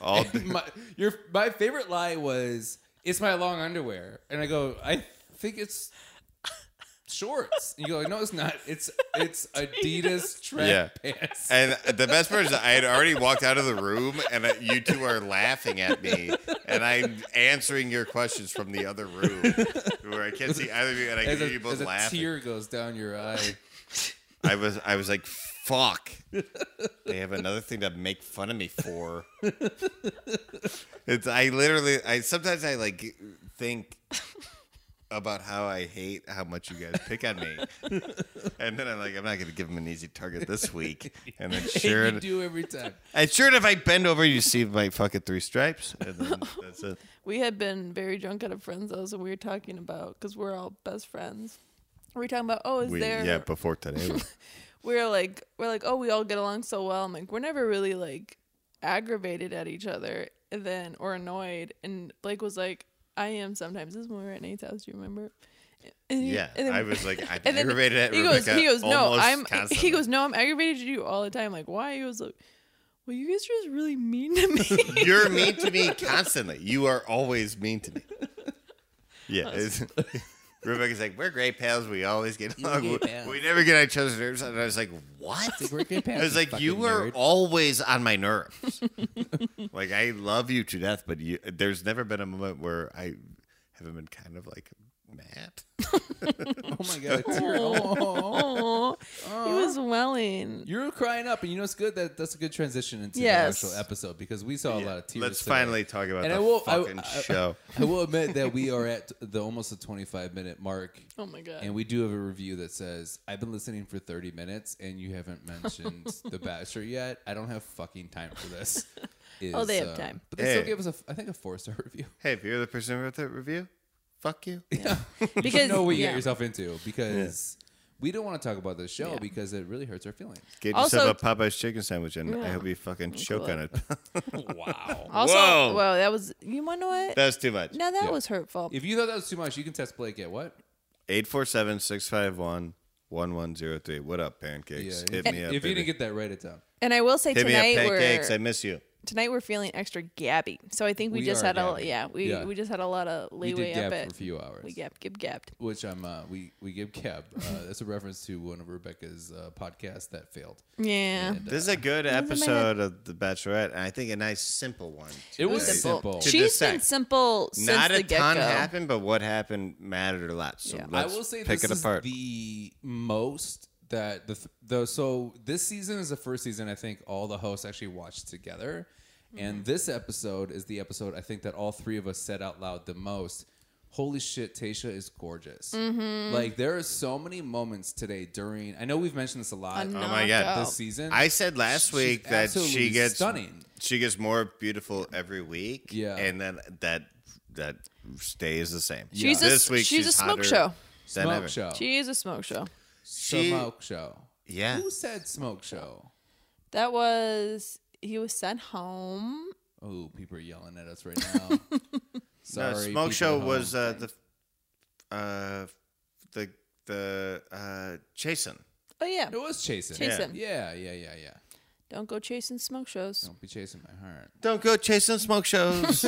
Speaker 3: All
Speaker 2: my your my favorite lie was it's my long underwear, and I go I think it's shorts. And you go like, no, it's not. It's it's Adidas track pants.
Speaker 3: And the best part is I had already walked out of the room, and I, you two are laughing at me, and I'm answering your questions from the other room, where I can't see either of you, and I can
Speaker 2: As
Speaker 3: hear
Speaker 2: a,
Speaker 3: you
Speaker 2: as
Speaker 3: both
Speaker 2: a
Speaker 3: laughing.
Speaker 2: tear goes down your eye,
Speaker 3: I was, I was like, "Fuck!" They have another thing to make fun of me for. It's I literally, I sometimes I like think about how I hate how much you guys pick on me, and then I'm like, I'm not gonna give them an easy target this week, and then sure.
Speaker 2: you do every time.
Speaker 3: And sure enough, I bend over, you see my fucking three stripes, and then that's it.
Speaker 4: we had been very drunk at a friend's house, and we were talking about because we're all best friends. We were talking about, oh, is
Speaker 3: We,
Speaker 4: there?
Speaker 3: yeah, before today.
Speaker 4: we are like, we're like, oh, we all get along so well. I'm like, we're never really like aggravated at each other, and then or annoyed. And Blake was like, I am sometimes. This is when we were at Nate's house. Do you remember? And he-
Speaker 3: yeah,
Speaker 4: and then-
Speaker 3: I was like, I'm
Speaker 4: and then
Speaker 3: aggravated at
Speaker 4: he
Speaker 3: Rebecca.
Speaker 4: goes, he goes, no,
Speaker 3: almost
Speaker 4: I'm.
Speaker 3: Constantly.
Speaker 4: He goes, no, I'm aggravated at you all the time. Like, why? He was like, well, you guys are just really mean to me.
Speaker 3: You're mean to me constantly. You are always mean to me. Yeah. it's- Rebecca's like, we're great pals. We always get along.
Speaker 2: great
Speaker 3: We-
Speaker 2: pals."
Speaker 3: We never get on each other's nerves. And I was like, what? I was like, you were always on my nerves. like, I love you to death, but you, there's never been a moment where I haven't been kind of like mad.
Speaker 2: Oh my god, a tear. Oh,
Speaker 4: Oh, he was welling.
Speaker 2: you're crying up, and you know it's good that that's a good transition into
Speaker 4: Yes.
Speaker 2: the actual episode because we saw a lot of tears.
Speaker 3: Let's
Speaker 2: today.
Speaker 3: finally talk about
Speaker 2: And
Speaker 3: the
Speaker 2: I will- I-
Speaker 3: fucking
Speaker 2: I-
Speaker 3: show.
Speaker 2: I will admit that we are at the almost the 25 minute mark.
Speaker 4: Oh my god.
Speaker 2: And we do have a review that says, I've been listening for 30 minutes and you haven't mentioned The Bachelor yet. I don't have fucking time for this. Is, uh,
Speaker 4: Oh, they have time.
Speaker 2: But they still
Speaker 3: Hey.
Speaker 2: gave us, a, I think, a four star review.
Speaker 3: hey, if you're the person who wrote that review, fuck you.
Speaker 2: You should
Speaker 4: because
Speaker 2: know what you
Speaker 4: yeah.
Speaker 2: get yourself into because we don't want to talk about this show
Speaker 4: Yeah.
Speaker 2: because it really hurts our feelings.
Speaker 3: Get
Speaker 4: Also-
Speaker 3: yourself a Popeye's chicken sandwich, and I
Speaker 4: Yeah.
Speaker 3: hope you fucking choke
Speaker 4: cool.
Speaker 3: on it.
Speaker 4: Also,
Speaker 3: Whoa.
Speaker 4: whoa. that was you want to know what?
Speaker 3: That's too much.
Speaker 4: now that
Speaker 2: Yeah.
Speaker 4: was hurtful.
Speaker 2: If you thought that was too much, you can test Blake at what?
Speaker 3: 847 651 1103. What up, pancakes?
Speaker 2: Yeah,
Speaker 3: Hit me up.
Speaker 2: if you
Speaker 3: baby.
Speaker 2: didn't get that right, it's up.
Speaker 4: and I will say
Speaker 3: Hit me up,
Speaker 4: tonight
Speaker 3: pancakes. I
Speaker 4: we're
Speaker 3: miss you.
Speaker 4: tonight we're feeling extra gabby. So I think we,
Speaker 2: We
Speaker 4: just
Speaker 2: are
Speaker 4: had
Speaker 2: gabby.
Speaker 4: a yeah we
Speaker 2: Yeah.
Speaker 4: we just had a lot of
Speaker 2: We did
Speaker 4: leeway
Speaker 2: gab
Speaker 4: up
Speaker 2: for
Speaker 4: at
Speaker 2: a few hours.
Speaker 4: we gab gib gabbed.
Speaker 2: which I'm uh, we we give Keb. Uh, that's a reference to one of Rebecca's uh, podcasts that failed.
Speaker 4: Yeah,
Speaker 2: And, uh,
Speaker 3: This is a good
Speaker 4: in my head.
Speaker 3: episode of The Bachelorette, and I think a nice, simple one.
Speaker 2: It was
Speaker 3: Nice.
Speaker 2: simple. To
Speaker 4: She's
Speaker 3: dissect.
Speaker 4: been simple since
Speaker 3: Not
Speaker 4: the
Speaker 3: a
Speaker 4: get
Speaker 3: ton
Speaker 4: go.
Speaker 3: happened, but what happened mattered a lot. So
Speaker 4: Yeah. I
Speaker 2: I
Speaker 3: let's
Speaker 2: will say
Speaker 3: pick
Speaker 2: this
Speaker 3: it
Speaker 2: is
Speaker 3: apart.
Speaker 2: the most that the th- the so this season is the first season I think all the hosts actually watched together, and this episode is the episode I think that all three of us said out loud the most. Holy shit, Tasha is gorgeous. Like there are so many moments today during. I know we've mentioned this a lot.
Speaker 4: A
Speaker 3: oh my god,
Speaker 4: knockout.
Speaker 2: This season,
Speaker 3: I said last
Speaker 2: She's
Speaker 3: week that
Speaker 2: absolutely
Speaker 3: she gets
Speaker 2: stunning.
Speaker 3: She gets more beautiful every week.
Speaker 2: Yeah.
Speaker 3: and then that that stays the same.
Speaker 4: She's a-
Speaker 3: this week
Speaker 4: she's a smoke
Speaker 3: hotter
Speaker 4: show.
Speaker 3: than
Speaker 2: smoke
Speaker 3: ever.
Speaker 2: show,
Speaker 4: She is a smoke show.
Speaker 3: She-
Speaker 2: smoke show.
Speaker 3: Yeah.
Speaker 2: Who said smoke show?
Speaker 4: That was he was sent home.
Speaker 2: Oh, people are yelling at us right now. Sorry,
Speaker 3: no,
Speaker 2: people
Speaker 3: smoke show
Speaker 2: at
Speaker 3: was
Speaker 2: home.
Speaker 3: uh, the uh, the the uh, Jason.
Speaker 4: Oh yeah,
Speaker 2: it was chasing.
Speaker 4: Chasing.
Speaker 2: Yeah, yeah, yeah, yeah.
Speaker 4: don't go chasing smoke shows.
Speaker 2: Don't be chasing my heart.
Speaker 3: Don't go chasing smoke shows.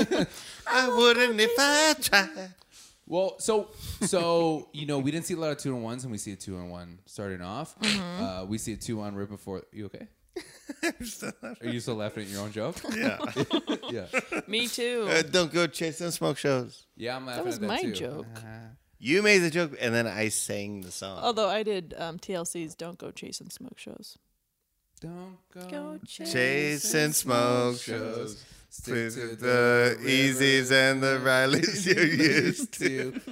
Speaker 3: I wouldn't if I tried.
Speaker 2: Well, so so you know we didn't see a lot of two on ones, and we see a two on one starting off.
Speaker 4: Mm-hmm.
Speaker 2: Uh, we see a two on right before. You okay? Are you still laughing at your own joke?
Speaker 3: Yeah.
Speaker 2: yeah,
Speaker 4: Me too.
Speaker 3: Uh, don't go chasing smoke shows.
Speaker 2: yeah. I'm laughing.
Speaker 4: was
Speaker 2: at that
Speaker 4: my
Speaker 2: too.
Speaker 4: joke.
Speaker 3: You made the joke, and then I sang the song.
Speaker 4: Although I did um, TLC's "Don't Go Chasing Smoke Shows."
Speaker 2: Don't go,
Speaker 4: Go
Speaker 2: chasing
Speaker 3: Chasing smoke shows.
Speaker 2: Stick
Speaker 3: Please,
Speaker 2: to
Speaker 3: the
Speaker 2: river
Speaker 3: Easies and the Rileys you used to.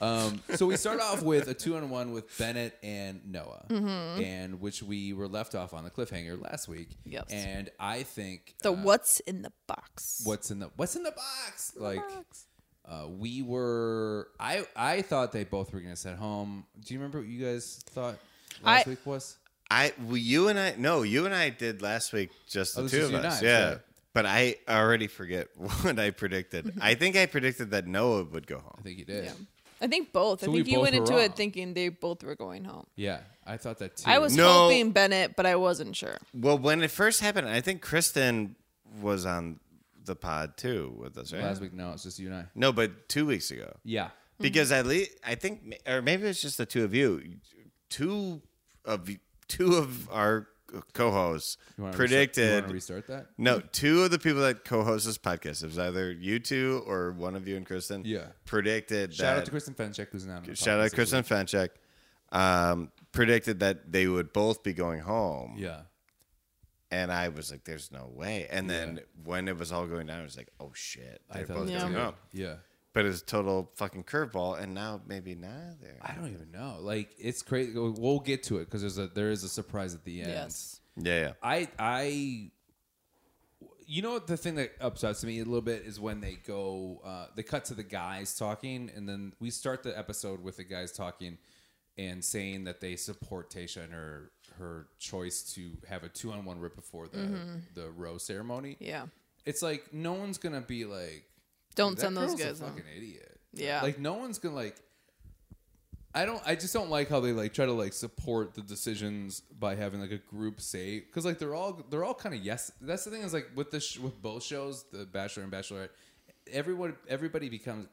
Speaker 2: um, so we start off with a two on one with Bennett and Noah,
Speaker 4: Mm-hmm.
Speaker 2: and which we were left off on the cliffhanger last week.
Speaker 4: Yes.
Speaker 2: And I think
Speaker 4: The
Speaker 2: uh,
Speaker 4: what's in the box?
Speaker 2: what's in the what's in the box? Like
Speaker 4: box.
Speaker 2: uh, we were, I I thought they both were gonna set home. Do you remember what you guys thought last
Speaker 4: I-
Speaker 2: week was?
Speaker 3: I, well, you and I, no, you and I did last week, just the
Speaker 2: Oh,
Speaker 3: two
Speaker 2: this is
Speaker 3: of
Speaker 2: you and
Speaker 3: us,
Speaker 2: I,
Speaker 3: yeah.
Speaker 2: right.
Speaker 3: But I already forget what I predicted. I think I predicted that Noah would go
Speaker 2: I
Speaker 3: home.
Speaker 2: think you did.
Speaker 4: Yeah.
Speaker 2: Yeah.
Speaker 4: I think both.
Speaker 2: So
Speaker 4: I
Speaker 2: we
Speaker 4: think you
Speaker 2: both
Speaker 4: went
Speaker 2: were
Speaker 4: into
Speaker 2: wrong.
Speaker 4: it thinking they both were going home.
Speaker 2: I thought that too.
Speaker 4: I was
Speaker 3: No.
Speaker 4: hoping Bennett, but I wasn't sure.
Speaker 3: Well, when it first happened, I think Kristen was on the pod too with us, right?
Speaker 2: last week. No, it's just you and I.
Speaker 3: No, but two weeks ago.
Speaker 2: Yeah.
Speaker 3: because at least I think, or maybe it's just the two of you, two of you- two of our co-hosts
Speaker 2: You wanna
Speaker 3: predicted.
Speaker 2: Restart, you wanna restart that?
Speaker 3: no, two of the people that co-host this podcast. It was either you two or one of you and Kristen.
Speaker 2: Yeah.
Speaker 3: predicted.
Speaker 2: Shout
Speaker 3: that,
Speaker 2: out to Kristen Fenchek, who's not on the
Speaker 3: Shout
Speaker 2: podcast
Speaker 3: out
Speaker 2: this
Speaker 3: to Kristen
Speaker 2: week.
Speaker 3: Fanchek. Um, predicted that they would both be going home.
Speaker 2: Yeah.
Speaker 3: And I was like, "There's no way." And then when it was all going down, I was like, "Oh shit,
Speaker 2: I
Speaker 3: they're
Speaker 2: thought it
Speaker 3: both
Speaker 2: was
Speaker 4: Yeah.
Speaker 3: going
Speaker 2: good.
Speaker 3: home."
Speaker 2: Yeah.
Speaker 3: But it's a total fucking curveball, and now maybe neither.
Speaker 2: I don't even know. Like it's crazy. We'll get to it because there's a there is a surprise at the end.
Speaker 4: Yes.
Speaker 3: Yeah, yeah.
Speaker 2: I I you know what the thing that upsets me a little bit is when they go uh, they cut to the guys talking and then we start the episode with the guys talking and saying that they support Tasha and her her choice to have a two on one rip before the the row ceremony.
Speaker 4: Mm-hmm. Yeah.
Speaker 2: It's like no one's gonna be like
Speaker 4: Don't
Speaker 2: That
Speaker 4: send those
Speaker 2: girl's
Speaker 4: guys
Speaker 2: a
Speaker 4: home.
Speaker 2: fucking idiot.
Speaker 4: Yeah.
Speaker 2: Like no one's gonna like. I don't. I just don't like how they like try to like support the decisions by having like a group say because like they're all they're all kind of yes. That's the thing is like with the sh- with both shows, the Bachelor and Bachelorette, everyone everybody becomes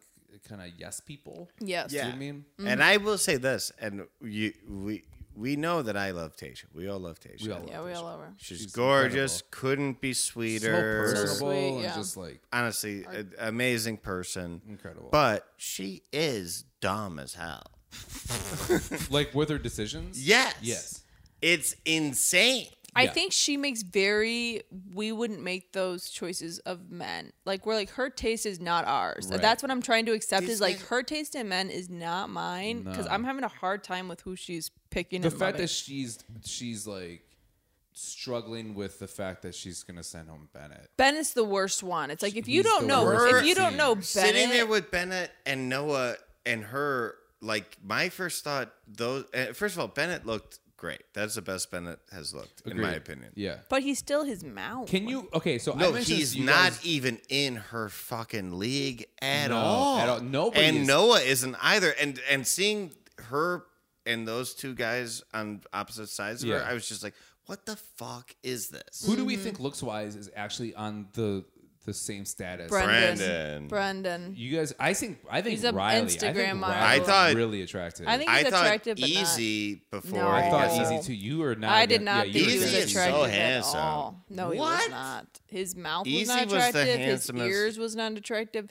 Speaker 2: kind of yes people.
Speaker 4: Yes.
Speaker 2: You know
Speaker 3: Yeah.
Speaker 2: what I mean?
Speaker 3: And I will say this, and you, we we know that I love Tasha. We all love Tasha.
Speaker 2: We all love
Speaker 4: Yeah, we all over.
Speaker 3: She's,
Speaker 2: She's
Speaker 3: gorgeous. Couldn't be sweeter.
Speaker 2: So
Speaker 4: So
Speaker 2: personable
Speaker 4: sweet,
Speaker 2: and
Speaker 4: yeah.
Speaker 2: just like
Speaker 3: Honestly, a- amazing person.
Speaker 2: Incredible.
Speaker 3: But she is dumb as hell.
Speaker 2: like with her decisions.
Speaker 3: Yes.
Speaker 2: Yes.
Speaker 3: It's insane.
Speaker 4: I
Speaker 2: Yeah.
Speaker 4: think she makes very we wouldn't make those choices of men. Like we're like her taste is not ours.
Speaker 2: Right.
Speaker 4: That's what I'm trying to accept
Speaker 3: These
Speaker 4: is like
Speaker 3: guys-
Speaker 4: her taste in men is not mine because
Speaker 2: No.
Speaker 4: I'm having a hard time with who she's picking.
Speaker 2: the
Speaker 4: and
Speaker 2: fact
Speaker 4: loving.
Speaker 2: that she's she's like struggling with the fact that she's gonna send home Bennett.
Speaker 4: Ben is the worst one. It's like if you
Speaker 2: He's
Speaker 4: don't
Speaker 2: the
Speaker 4: know
Speaker 2: worst.
Speaker 4: if you don't know Bennett,
Speaker 3: Sitting there with Bennett and Noah and her, like my first thought, those. Uh, first of all, Bennett looked great. That's the best Bennett has looked, in my
Speaker 2: Agreed.
Speaker 3: opinion.
Speaker 2: Yeah.
Speaker 4: but he's still his mouth.
Speaker 2: Can you? Okay, so I
Speaker 3: No,
Speaker 2: mentioned this
Speaker 3: he's
Speaker 2: to you
Speaker 3: not
Speaker 2: guys-
Speaker 3: even in her fucking league at
Speaker 2: No,
Speaker 3: all.
Speaker 2: at all. Nobody
Speaker 3: and
Speaker 2: is.
Speaker 3: Noah isn't either. And and seeing her and those two guys on opposite sides of her,
Speaker 2: Yeah.
Speaker 3: I was just like, what the fuck is this?
Speaker 2: who do we think looks wise is actually on the the same status?
Speaker 4: Brendan?
Speaker 3: Brandon.
Speaker 4: Brendan.
Speaker 2: You guys, I think I think
Speaker 4: He's a
Speaker 2: Riley. I think
Speaker 4: Instagram model.
Speaker 2: Riley's
Speaker 3: I thought-
Speaker 2: really attractive.
Speaker 4: I think
Speaker 3: I
Speaker 4: he's
Speaker 3: thought
Speaker 4: attractive, but not-
Speaker 3: easy before.
Speaker 4: No.
Speaker 2: I
Speaker 3: he
Speaker 2: thought
Speaker 3: got
Speaker 4: Oh.
Speaker 3: sent.
Speaker 2: easy to you or not.
Speaker 4: I did not
Speaker 2: Yeah,
Speaker 4: think
Speaker 2: you
Speaker 4: he
Speaker 2: were
Speaker 4: was
Speaker 3: Easy is
Speaker 2: attractive.
Speaker 3: so
Speaker 4: attractive at
Speaker 3: handsome.
Speaker 4: all. No, he was
Speaker 3: What?
Speaker 4: not. His mouth was
Speaker 3: Easy
Speaker 4: not
Speaker 3: was the
Speaker 4: attractive.
Speaker 3: handsomest-
Speaker 4: His ears was not attractive.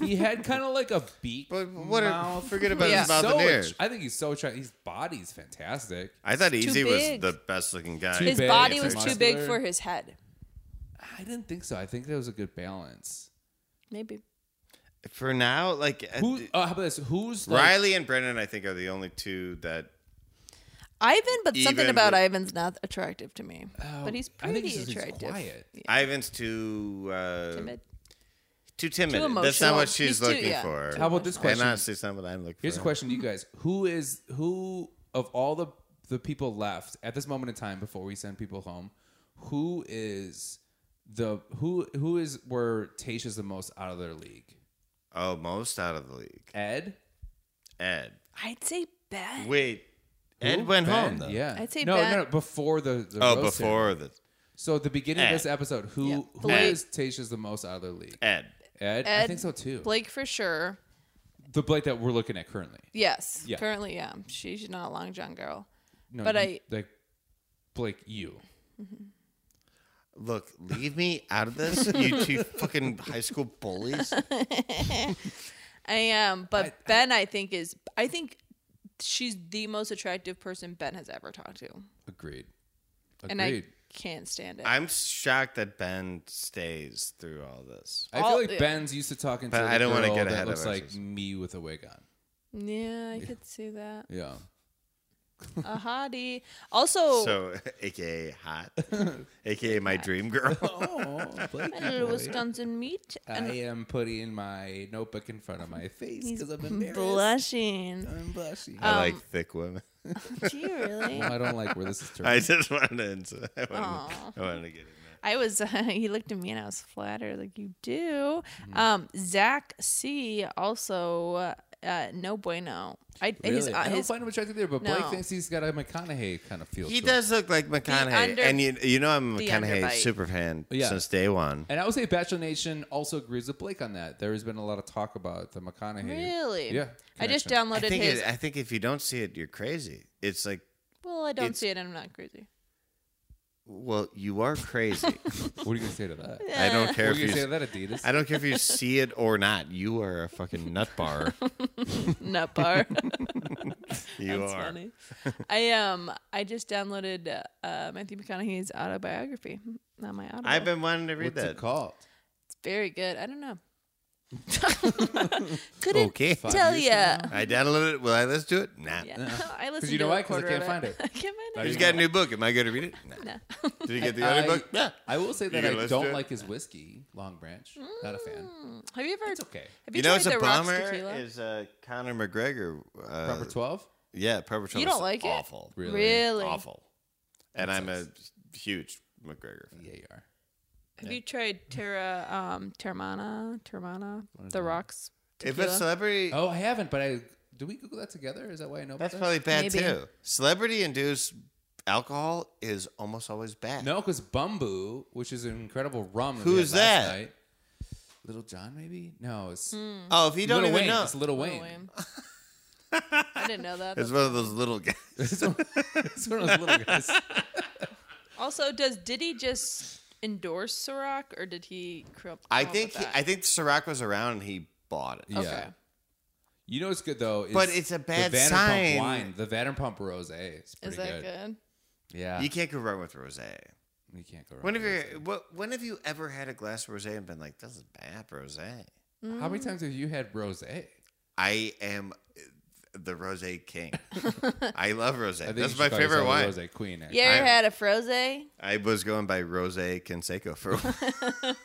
Speaker 2: He had kind of like a beak.
Speaker 3: But what? Are,
Speaker 2: mouth.
Speaker 3: forget about
Speaker 4: Yeah.
Speaker 3: about
Speaker 2: so
Speaker 3: the
Speaker 2: att-
Speaker 3: news.
Speaker 2: I think he's so attractive. His body's fantastic.
Speaker 3: I thought Easy was
Speaker 4: big.
Speaker 3: the best looking guy.
Speaker 2: Too
Speaker 4: His
Speaker 2: big,
Speaker 4: body
Speaker 2: too
Speaker 4: was too
Speaker 2: muscular.
Speaker 4: big for his head.
Speaker 2: I didn't think so. I think there was a good balance.
Speaker 4: Maybe.
Speaker 3: For now, like uh,
Speaker 2: Who? Uh, how about this? Who's like,
Speaker 3: Riley and Brendan, I think are the only two that
Speaker 4: Ivan, but
Speaker 3: Even
Speaker 4: something about
Speaker 3: with-
Speaker 4: Ivan's not attractive to me.
Speaker 2: Oh,
Speaker 4: but he's
Speaker 2: I
Speaker 4: pretty
Speaker 2: think it's just he's
Speaker 4: attractive.
Speaker 2: quiet.
Speaker 3: Ivan's too uh,
Speaker 4: Timid.
Speaker 3: too timid.
Speaker 4: Too
Speaker 3: That's not
Speaker 4: emotional.
Speaker 3: what she's
Speaker 4: He's too-
Speaker 3: looking
Speaker 4: yeah.
Speaker 3: for.
Speaker 2: How about this question?
Speaker 3: And honestly, it's not what I'm looking
Speaker 2: Here's a
Speaker 3: for.
Speaker 2: question to you guys: Who is who of all the the people left at this moment in time before we send people home? Who is the who who is where Tasha's the most out of their league?
Speaker 3: Oh, most out of the league.
Speaker 2: Ed.
Speaker 3: Ed.
Speaker 4: I'd say Ben.
Speaker 3: Wait. Ed
Speaker 2: Who?
Speaker 3: went
Speaker 2: Ben,
Speaker 3: home though.
Speaker 2: Yeah,
Speaker 4: I'd say
Speaker 2: no,
Speaker 4: Ben.
Speaker 2: no, no, before the, the
Speaker 3: Oh,
Speaker 2: roast ceremony.
Speaker 3: before the
Speaker 2: So at the beginning
Speaker 3: Ed.
Speaker 2: of this episode, who
Speaker 4: Yeah.
Speaker 2: who
Speaker 4: Blake.
Speaker 2: is Tasha's the most out of their league?
Speaker 3: Ed.
Speaker 2: Ed, I
Speaker 4: Ed.
Speaker 2: think so too.
Speaker 4: Blake for sure.
Speaker 2: The Blake that we're looking at currently.
Speaker 4: Yes.
Speaker 2: Yeah.
Speaker 4: Currently, yeah. She- She's not a long john girl.
Speaker 2: No,
Speaker 4: But
Speaker 2: you-
Speaker 4: I-
Speaker 2: like Blake you.
Speaker 3: Look, leave me out of this, you two fucking high school bullies.
Speaker 4: I am, but
Speaker 2: I-
Speaker 4: Ben, I think is I think she's the most attractive person Ben has ever talked to,
Speaker 2: Agreed. Agreed.
Speaker 4: and I can't stand it.
Speaker 3: I'm shocked that Ben stays through all this.
Speaker 2: I feel
Speaker 4: All-
Speaker 2: like
Speaker 4: yeah.
Speaker 2: Ben's used to talking to
Speaker 3: But
Speaker 2: the
Speaker 3: I don't
Speaker 2: girl
Speaker 3: wanna get
Speaker 2: that
Speaker 3: ahead of
Speaker 2: looks like
Speaker 3: ourselves.
Speaker 2: me with a wig on.
Speaker 4: yeah, I could see that.
Speaker 2: Yeah.
Speaker 4: A hottie. Also,
Speaker 3: So, aka hot, aka my dream girl.
Speaker 2: Oh,
Speaker 4: little Wisconsin meat
Speaker 2: I
Speaker 4: and
Speaker 2: am putting my notebook in front of my face because I'm embarrassed.
Speaker 4: blushing.
Speaker 2: I'm blushing.
Speaker 4: Uh,
Speaker 3: I
Speaker 4: Um,
Speaker 3: like thick women.
Speaker 4: Do you really?
Speaker 2: I don't like where this is turning.
Speaker 3: I just wanted to. ins- I
Speaker 4: Aw.
Speaker 3: wanted, I wanted to get in there.
Speaker 4: I was. he looked at me and I was flattered. Like you do. Um, Zach C. Also, uh, no bueno. I his,
Speaker 2: Really?
Speaker 4: uh,
Speaker 2: I don't
Speaker 4: his
Speaker 2: find him attractive there, but Blake
Speaker 4: No.
Speaker 2: thinks he's got a McConaughey kind of feel.
Speaker 3: He
Speaker 2: to him.
Speaker 3: does look like McConaughey,
Speaker 4: under-
Speaker 3: and you, you know I'm a
Speaker 4: the
Speaker 3: McConaughey
Speaker 4: underbite.
Speaker 3: super fan
Speaker 2: Yeah.
Speaker 3: since day one.
Speaker 2: And I would say Bachelor Nation also agrees with Blake on that. There has been a lot of talk about the McConaughey.
Speaker 4: really.
Speaker 2: Yeah.
Speaker 4: I just
Speaker 2: connection.
Speaker 3: I
Speaker 4: downloaded
Speaker 3: think,
Speaker 4: his.
Speaker 3: it, I think if you don't see it, you're crazy. It's like,
Speaker 4: well, I don't
Speaker 3: it's-
Speaker 4: see it, and I'm not crazy.
Speaker 3: well, you are crazy.
Speaker 2: What are you gonna say to that?
Speaker 3: I don't care
Speaker 2: What
Speaker 3: if
Speaker 2: are you
Speaker 3: you.
Speaker 2: gonna say to
Speaker 3: s-
Speaker 2: that, Adidas?
Speaker 3: I don't care if you see it or not. You are a fucking nut bar.
Speaker 4: Nut bar.
Speaker 3: You
Speaker 4: That's
Speaker 3: are.
Speaker 4: funny. I um I just downloaded uh, Matthew McConaughey's autobiography. Not my auto.
Speaker 3: I've been wanting to read
Speaker 2: What's it
Speaker 3: that.
Speaker 2: called?
Speaker 4: It's very good. I don't know. Couldn't
Speaker 3: Okay.
Speaker 2: Five
Speaker 4: tell
Speaker 2: years
Speaker 4: ya.
Speaker 2: from now?
Speaker 3: I downloaded it. Will I let's do it? Nah.
Speaker 4: Yeah. I listened
Speaker 2: you know
Speaker 4: to
Speaker 2: why?
Speaker 4: a
Speaker 2: 'Cause I
Speaker 4: quarter
Speaker 2: can't
Speaker 4: of it.
Speaker 2: find it.
Speaker 4: I can't find
Speaker 2: I
Speaker 4: it.
Speaker 3: He's got a new book. Am I going to read it? Nah.
Speaker 4: No.
Speaker 3: Did you get the
Speaker 2: I,
Speaker 3: other book? Nah.
Speaker 2: I will say that
Speaker 3: gonna
Speaker 2: I
Speaker 3: listen to
Speaker 2: don't
Speaker 3: it?
Speaker 2: like his whiskey, Long Branch. Not a fan.
Speaker 4: Have you ever?
Speaker 2: It's okay.
Speaker 4: Have you,
Speaker 3: You know,
Speaker 4: tried
Speaker 3: it's a
Speaker 4: the Rocks
Speaker 3: bummer.
Speaker 4: tequila?
Speaker 3: Is uh, Conor McGregor? Uh,
Speaker 2: Proper twelve.
Speaker 3: Yeah, Proper Trouble.
Speaker 4: don't
Speaker 3: is
Speaker 4: like it?
Speaker 3: awful.
Speaker 2: Really?
Speaker 4: really?
Speaker 3: Awful. And I'm a huge McGregor fan.
Speaker 2: Yeah, you are.
Speaker 4: Have you tried Terra um, Termana? Termana? The Rocks.
Speaker 3: If
Speaker 4: tequila?
Speaker 3: it's celebrity,
Speaker 2: Oh, I haven't. But I do we Google that together? Is that why I know?
Speaker 3: that's
Speaker 2: about
Speaker 3: probably bad
Speaker 4: Maybe.
Speaker 3: too. Celebrity-induced alcohol is almost always bad.
Speaker 2: that? no, because Bumbu, which is an incredible rum.
Speaker 3: Who
Speaker 2: we had
Speaker 3: is
Speaker 2: last
Speaker 3: that?
Speaker 2: Night, Little John, maybe? No, it's
Speaker 4: Mm.
Speaker 3: Oh, if you don't
Speaker 2: Little
Speaker 3: even
Speaker 2: Wayne.
Speaker 3: know,
Speaker 2: It's Hmm. Little
Speaker 4: Oh,
Speaker 2: Wayne.
Speaker 4: Wayne. I didn't know that.
Speaker 3: it's one of those little guys.
Speaker 2: it's one it's one of those little guys.
Speaker 4: Also, does Diddy just endorse Ciroc, or did he? Come up
Speaker 3: I
Speaker 4: come up
Speaker 3: think
Speaker 4: with
Speaker 3: he,
Speaker 4: that?
Speaker 3: I think Ciroc was around and he bought it.
Speaker 2: Yeah.
Speaker 4: Okay.
Speaker 2: You know what's good though, is
Speaker 3: But it's a bad
Speaker 2: the Vanderpump
Speaker 3: sign.
Speaker 2: Wine, the Vanderpump Rosé is pretty
Speaker 4: Is
Speaker 2: good.
Speaker 4: that good?
Speaker 2: Yeah,
Speaker 3: You
Speaker 2: you,
Speaker 3: can't go wrong with rosé.
Speaker 2: can't go wrong.
Speaker 3: When have
Speaker 2: with
Speaker 3: you what, when have you ever had a glass of rosé and been like, "This is bad rosé"?
Speaker 2: it. How many times have you had rosé?
Speaker 3: I am the rosé king. I love
Speaker 2: I
Speaker 3: rosé.
Speaker 2: think
Speaker 3: That's
Speaker 2: you should
Speaker 3: my
Speaker 2: call yourself
Speaker 3: favorite
Speaker 2: a
Speaker 3: wine.
Speaker 2: Rosé queen. Actually.
Speaker 4: You ever
Speaker 3: I-
Speaker 4: had a froze?
Speaker 3: I was going by Rosé Canseco for a while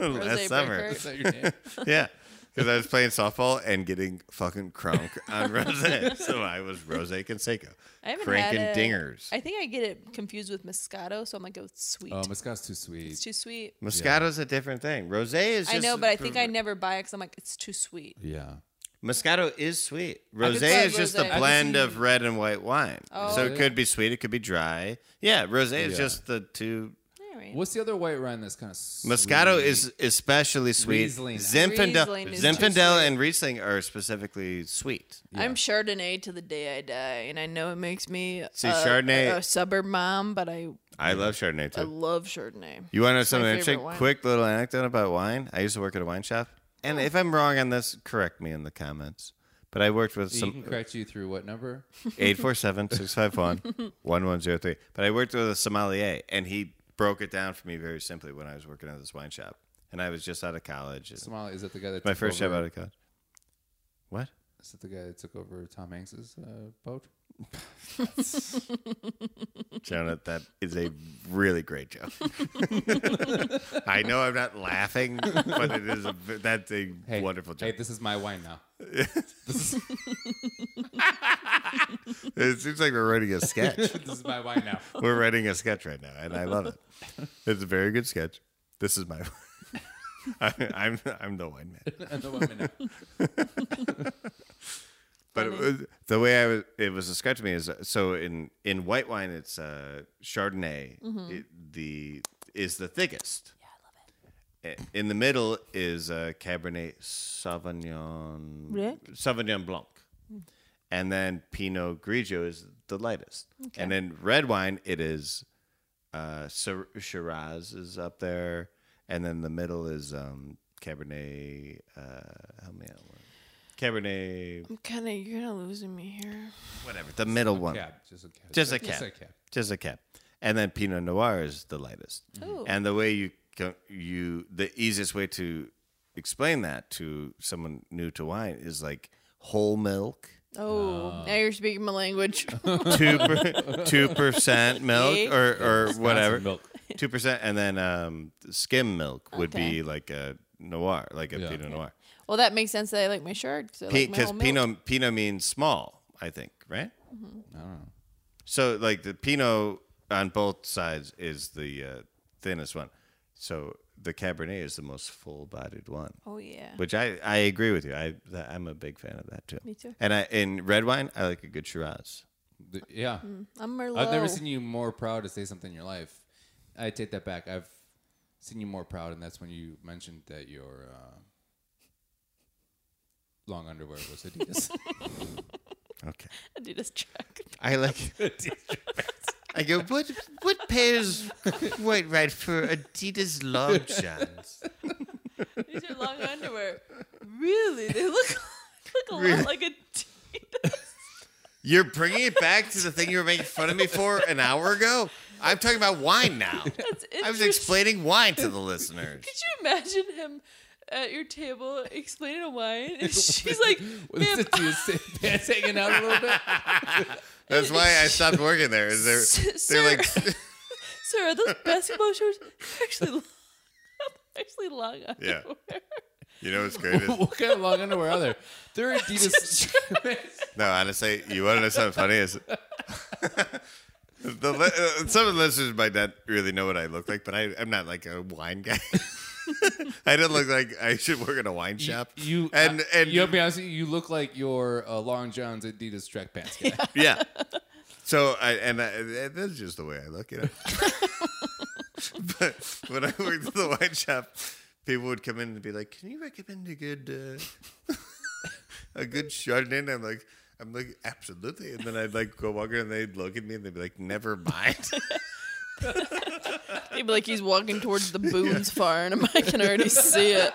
Speaker 3: last
Speaker 4: Rosé
Speaker 3: summer.
Speaker 4: Bricker.
Speaker 2: Is that your name?
Speaker 3: Yeah. Because I was playing softball and getting fucking crunk on Rosé. so I was Rosé Canseco.
Speaker 4: I haven't
Speaker 3: Cranking
Speaker 4: had it.
Speaker 3: dingers.
Speaker 4: I think I get it confused with Moscato, so I'm like, oh, it's sweet.
Speaker 2: oh, Moscow's too
Speaker 4: it's
Speaker 2: sweet.
Speaker 4: too sweet.
Speaker 3: Moscato's a different thing. Rosé is just.
Speaker 4: I know, but I think I never buy it because I'm like, it's too sweet.
Speaker 2: Yeah,
Speaker 3: Moscato is sweet.
Speaker 2: could
Speaker 3: Rosé
Speaker 2: try
Speaker 3: is just
Speaker 4: rosé. I
Speaker 3: the
Speaker 4: could
Speaker 3: blend
Speaker 2: see-
Speaker 3: of red and white wine.
Speaker 4: Oh.
Speaker 3: So it could be sweet, it could be dry. Yeah, rosé is
Speaker 2: Yeah.
Speaker 3: just the two.
Speaker 4: All right.
Speaker 2: What's the other white wine that's kind of
Speaker 3: Moscato is especially sweet.
Speaker 2: Riesling.
Speaker 3: Zinfandel,
Speaker 4: Riesling is too
Speaker 3: Zinfandel
Speaker 4: sweet.
Speaker 3: and Riesling are specifically sweet.
Speaker 4: I'm Chardonnay to the day I die, and I know it makes me
Speaker 3: See,
Speaker 4: a,
Speaker 3: Chardonnay-
Speaker 4: a suburb mom, but I
Speaker 3: I love Chardonnay
Speaker 4: I
Speaker 3: too.
Speaker 4: love Chardonnay.
Speaker 3: You want to know something
Speaker 4: my
Speaker 3: interesting?
Speaker 4: favorite wine.
Speaker 3: Quick little anecdote about wine. I used to work at a wine shop, and if I'm wrong on this, correct me in the comments. But I worked with
Speaker 2: You can
Speaker 3: some
Speaker 2: correct you through what number?
Speaker 3: 847-651-1103. But I worked with a sommelier, and he broke it down for me very simply when I was working at this wine shop, and I was just out of college. and-
Speaker 2: Somali is that the guy that
Speaker 3: my
Speaker 2: took
Speaker 3: first job
Speaker 2: over,
Speaker 3: out of college. What?
Speaker 2: Is that the guy that took over Tom Hanks's uh, boat?
Speaker 3: Jonah, that is a really great joke. I know I'm not laughing, but it is a, that's a
Speaker 2: Hey,
Speaker 3: wonderful
Speaker 2: Hey,
Speaker 3: joke.
Speaker 2: this is my wine now.
Speaker 3: It seems like we're writing a sketch.
Speaker 2: this is my wine now.
Speaker 3: we're writing a sketch right now, and I love it. It's a very good sketch. This is my. I, I'm I'm the wine man,
Speaker 2: I'm the woman now.
Speaker 3: but it was, the way I was, it was described to me is uh, so in in white wine it's uh, Chardonnay it, the is the thickest. Yeah, I love it. In the middle is uh, Cabernet Sauvignon
Speaker 4: Really?
Speaker 3: Sauvignon Blanc, and then Pinot Grigio is the lightest, and then red wine it is uh, Sir- Shiraz is up there, and then the middle is um, Cabernet. Uh, help me out. Lauren. Cabernet,
Speaker 4: I'm kind of you're kind of losing me here.
Speaker 3: whatever. The middle one,
Speaker 2: Cab, just a cab.
Speaker 3: just a cap,
Speaker 2: cab.
Speaker 3: just a cap, and then Pinot Noir is the lightest.
Speaker 4: Mm-hmm. Ooh.
Speaker 3: And the way you co- you the easiest way to explain that to someone new to wine is like whole milk,
Speaker 4: Oh, now you're speaking my language.
Speaker 3: two two percent milk or or whatever,
Speaker 2: Milk.
Speaker 3: two percent, and then um, skim milk would
Speaker 4: Okay.
Speaker 3: be like a noir, like a
Speaker 2: Yeah.
Speaker 3: Pinot Noir,
Speaker 4: well, that makes sense that I like my shirt because I like my
Speaker 3: because
Speaker 4: whole milk. Mm-hmm.
Speaker 3: Pinot Pinot means small, I think, right? So like the Pinot on both sides is the uh, thinnest one. So the Cabernet is the most full-bodied one,
Speaker 4: Oh yeah.
Speaker 3: which I, I agree with you. I that, I'm a big fan of that too.
Speaker 4: Me too.
Speaker 3: And I in red wine, I like a good Shiraz.
Speaker 2: The- yeah.
Speaker 4: I'm Merlot.
Speaker 2: I've never seen you more proud to say something in your life. I take that back. I've seen you more proud, and that's when you mentioned that your uh, long underwear was Adidas.
Speaker 3: Okay.
Speaker 4: Adidas check.
Speaker 3: I like. I go. What what pairs quite right for Adidas long johns?
Speaker 4: These are long underwear. Really, they look look a
Speaker 3: Really?
Speaker 4: lot like a. T-
Speaker 3: You're bringing it back to the thing you were making fun of me for an hour ago. I'm talking about wine now.
Speaker 4: That's
Speaker 3: I was
Speaker 4: interesting.
Speaker 3: explaining wine to the listeners.
Speaker 4: Could you imagine him at your table explaining a wine, and she's like,
Speaker 2: With
Speaker 4: "Ma'am,
Speaker 2: Adidas pants hanging out a little bit.
Speaker 3: That's why I stopped working there. Is
Speaker 4: S-
Speaker 3: there?
Speaker 4: sir.
Speaker 3: They're like,
Speaker 4: sir, are those basketball shorts actually long, actually long
Speaker 3: Yeah.
Speaker 4: underwear?"
Speaker 3: you know what's great? Is,
Speaker 2: what kind of long underwear are there? They're Adidas.
Speaker 3: no, honestly, you want to know something funny? Is the li- uh, some of the listeners might not really know what I look like, but I, I'm not like a wine guy. I don't look like I should work in a wine shop.
Speaker 2: You
Speaker 3: and
Speaker 2: uh,
Speaker 3: and
Speaker 2: you know, to be honest, with you, you look like your uh, long johns Adidas track pants guy.
Speaker 3: yeah. So I and I, and that's just the way I look, you know. but when I worked at the wine shop, people would come in and be like, "Can you recommend a good uh, a good Chardonnay?" And I'm like, "I'm like absolutely." And then I'd like go walk around, and they'd look at me, and they'd be like, "Never mind."
Speaker 4: They'd be like, "He's walking towards the Boone's farm, and I can already see it."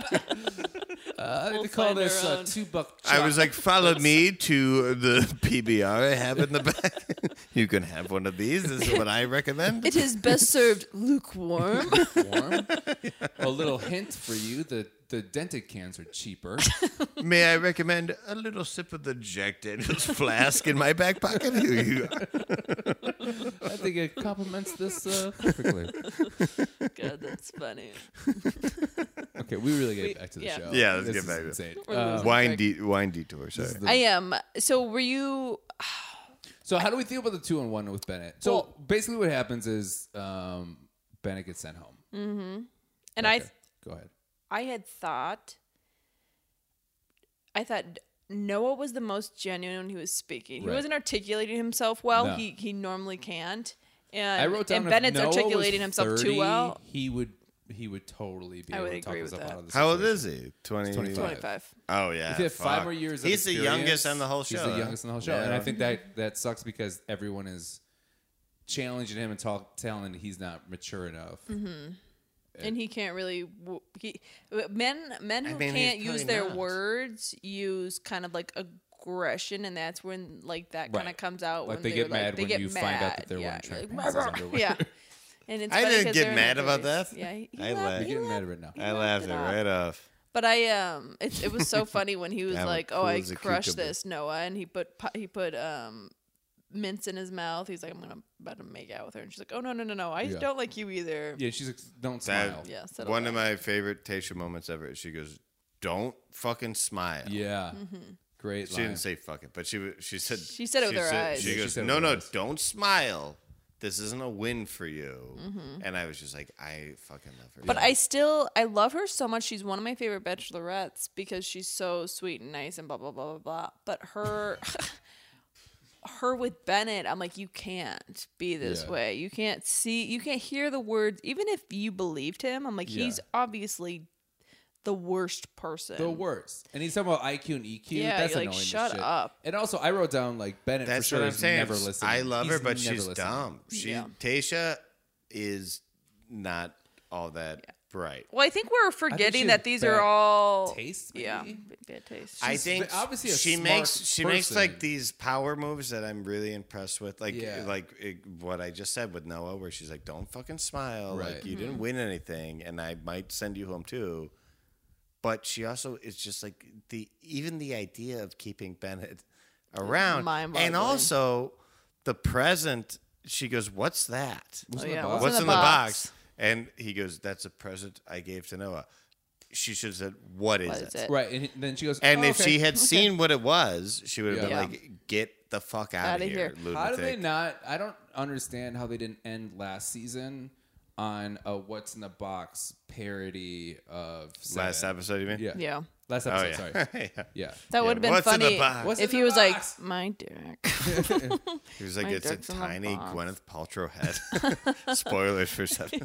Speaker 2: Uh,
Speaker 4: We'll
Speaker 2: they call
Speaker 4: find
Speaker 2: this
Speaker 4: our
Speaker 2: uh,
Speaker 4: own.
Speaker 2: two buck.
Speaker 3: I was like, "Follow me to the PBR I have in the back. you can have one of these. This is what I recommend."
Speaker 4: It is best served lukewarm.
Speaker 2: warm. A little hint for you: the the dented cans are cheaper.
Speaker 3: May I recommend a little sip of the Jack Daniels flask in my back pocket? Here you are.
Speaker 2: I think it complements this uh, perfectly.
Speaker 4: God, that's funny.
Speaker 2: Okay, we really get
Speaker 4: We-
Speaker 2: back to the
Speaker 4: yeah.
Speaker 2: show.
Speaker 3: Yeah, let's
Speaker 2: This
Speaker 3: get
Speaker 2: is
Speaker 3: back to it.
Speaker 2: insane.
Speaker 4: We're
Speaker 2: Uh,
Speaker 4: losing
Speaker 3: Wine,
Speaker 4: track.
Speaker 3: de- wine detour. Sorry.
Speaker 2: the-
Speaker 4: I am. So were you?
Speaker 2: so how do we feel about the two and one with Bennett? So
Speaker 4: Well-
Speaker 2: basically, what happens is um, Bennett gets sent home.
Speaker 4: And I.
Speaker 2: Okay, go ahead.
Speaker 4: I had thought I thought Noah was the most genuine when he was speaking.
Speaker 2: Right.
Speaker 4: He wasn't articulating himself well.
Speaker 2: No.
Speaker 4: He he normally can't. And,
Speaker 2: I wrote down.
Speaker 4: and
Speaker 2: if
Speaker 4: Bennett's
Speaker 2: Noah was
Speaker 4: articulating himself
Speaker 2: 30,
Speaker 4: too well.
Speaker 2: He would. He would totally be
Speaker 4: I
Speaker 2: able
Speaker 4: would
Speaker 2: to talk
Speaker 4: agree with
Speaker 2: himself
Speaker 4: that.
Speaker 2: out of this.
Speaker 3: How old
Speaker 2: situation.
Speaker 3: is he? 20,
Speaker 2: 25.
Speaker 4: Twenty five.
Speaker 3: Oh, yeah.
Speaker 2: If you have five
Speaker 3: fuck.
Speaker 2: more years.
Speaker 3: He's
Speaker 2: of
Speaker 3: the youngest
Speaker 2: experience,
Speaker 3: on the whole show.
Speaker 2: He's the youngest on the whole show, and I
Speaker 3: Yeah.
Speaker 2: think that that sucks because everyone is challenging him and talk, telling he's not mature enough.
Speaker 4: Mm-hmm. And he can't really. w- He, men men who
Speaker 3: I mean, he's
Speaker 4: can't use
Speaker 3: probably
Speaker 4: their
Speaker 3: not.
Speaker 4: words use kind of like aggression, and that's when like that kind
Speaker 2: Right.
Speaker 4: of comes out.
Speaker 2: Like
Speaker 4: when
Speaker 2: they
Speaker 4: they're,
Speaker 2: get mad
Speaker 4: they
Speaker 2: when
Speaker 4: get
Speaker 2: you find out
Speaker 4: mad.
Speaker 2: that they're
Speaker 4: yeah.
Speaker 2: wearing track
Speaker 4: You're like,
Speaker 2: pants as underwear.
Speaker 4: Yeah. And it's
Speaker 3: I
Speaker 4: funny
Speaker 3: didn't
Speaker 4: 'cause
Speaker 3: get
Speaker 4: they're in
Speaker 3: mad
Speaker 4: their
Speaker 3: about
Speaker 4: 30s.
Speaker 3: that.
Speaker 4: Yeah, he, he
Speaker 3: I
Speaker 4: laughed-
Speaker 3: laughed.
Speaker 4: he
Speaker 2: You're getting
Speaker 4: laughed
Speaker 2: mad right now.
Speaker 3: I laughed
Speaker 4: laughed it
Speaker 3: it
Speaker 4: off.
Speaker 3: right off.
Speaker 4: But I um, it, it was so funny when he was
Speaker 3: Yeah, I'm
Speaker 4: like,
Speaker 3: cool
Speaker 4: "Oh, I
Speaker 3: as a
Speaker 4: crushed
Speaker 3: cucumber."
Speaker 4: this Noah," and he put pu- he put um, mints in his mouth. He's like, "I'm gonna about to make out with her," and she's like, "Oh no, no, no, no, I
Speaker 2: Yeah.
Speaker 4: don't like you either." Yeah,
Speaker 2: Yeah, she's like, don't
Speaker 3: That-
Speaker 2: smile.
Speaker 4: yeah settle
Speaker 3: One of
Speaker 4: down.
Speaker 3: my favorite Tasha moments ever. is She goes, Don't fucking smile.
Speaker 2: Yeah,
Speaker 4: Mm-hmm.
Speaker 2: great.
Speaker 3: She
Speaker 2: line.
Speaker 3: didn't say fuck it, but she wa- she said
Speaker 4: She said it with her eyes.
Speaker 3: She
Speaker 2: Yeah, she
Speaker 3: goes,
Speaker 2: said it
Speaker 3: no,
Speaker 2: with her
Speaker 3: no,
Speaker 2: eyes.
Speaker 3: don't smile. This isn't a win for you. And I was just like, I fucking love her.
Speaker 4: Mm-hmm. But I still I love her so much. She's one of my favorite bachelorettes because she's so sweet and nice and blah blah blah blah blah. But her her with Bennett, I'm like, you can't be this
Speaker 2: Yeah.
Speaker 4: way. You can't see you can't hear the words. Even if you believed him, I'm like,
Speaker 2: Yeah.
Speaker 4: he's obviously the worst person.
Speaker 2: the worst. And he's talking about IQ and EQ.
Speaker 4: Yeah,
Speaker 2: that's
Speaker 4: you're
Speaker 2: annoying.
Speaker 4: like,
Speaker 2: as
Speaker 4: "Shut
Speaker 2: shit."
Speaker 4: up.
Speaker 2: And also, I wrote down like Bennett
Speaker 3: that's
Speaker 2: for sure
Speaker 3: what I'm
Speaker 2: is
Speaker 3: saying.
Speaker 2: never listening.
Speaker 3: I love
Speaker 2: He's
Speaker 3: her, but
Speaker 2: never
Speaker 3: she's
Speaker 2: listening.
Speaker 3: dumb. She
Speaker 4: Yeah.
Speaker 3: Tasha is not all that right.
Speaker 4: Well, I think we're forgetting
Speaker 2: she's
Speaker 4: that these
Speaker 2: bad
Speaker 4: are all
Speaker 2: Taste, maybe?
Speaker 4: Yeah, bad taste.
Speaker 3: I
Speaker 2: She's
Speaker 3: think
Speaker 2: ve- obviously a
Speaker 3: she
Speaker 2: smart
Speaker 3: makes she makes like
Speaker 2: person.
Speaker 3: these power moves that I'm really impressed with, like
Speaker 2: Yeah.
Speaker 3: like it, what I just said with Noah, where she's like, "Don't fucking smile,
Speaker 2: Right.
Speaker 3: like you
Speaker 4: Mm-hmm.
Speaker 3: didn't win anything, and I might send you home too." But she also is just like the even the idea of keeping Bennett around,
Speaker 4: mind-boggling.
Speaker 3: and also the present. She goes, "What's that?
Speaker 2: What's
Speaker 4: Oh,
Speaker 2: in the
Speaker 4: yeah,
Speaker 2: box?
Speaker 4: what's
Speaker 3: What's
Speaker 4: in
Speaker 3: in,
Speaker 4: the
Speaker 3: the
Speaker 4: box?
Speaker 3: box? And he goes, "That's a present I gave to Noah." She should have said,
Speaker 4: What is it?
Speaker 2: Right, and then she goes,
Speaker 3: and
Speaker 2: "Oh,
Speaker 3: if
Speaker 2: okay."
Speaker 3: she had seen what it was, she would have
Speaker 4: Yeah.
Speaker 3: been like, "Get the fuck out
Speaker 4: Outta
Speaker 3: of
Speaker 4: here.
Speaker 3: here, lunatic!"
Speaker 2: How do they not? I don't understand how they didn't end last season on a "What's in the Box" parody of
Speaker 3: Last
Speaker 2: Seven.
Speaker 3: episode, you mean?
Speaker 2: Yeah,
Speaker 4: Yeah,
Speaker 2: Last
Speaker 3: Oh
Speaker 2: episode.
Speaker 3: yeah.
Speaker 2: Sorry.
Speaker 3: yeah.
Speaker 2: Yeah.
Speaker 4: that
Speaker 3: Yeah,
Speaker 4: would have been
Speaker 3: what's in the
Speaker 4: funny
Speaker 3: box?
Speaker 2: What's
Speaker 4: if
Speaker 2: in
Speaker 4: he
Speaker 2: the
Speaker 4: was
Speaker 2: box?
Speaker 4: like, "My dick."
Speaker 3: He was like,
Speaker 4: My
Speaker 3: "It's a
Speaker 4: dick's in the
Speaker 3: tiny
Speaker 4: box."
Speaker 3: Gwyneth Paltrow head." Spoilers for seven.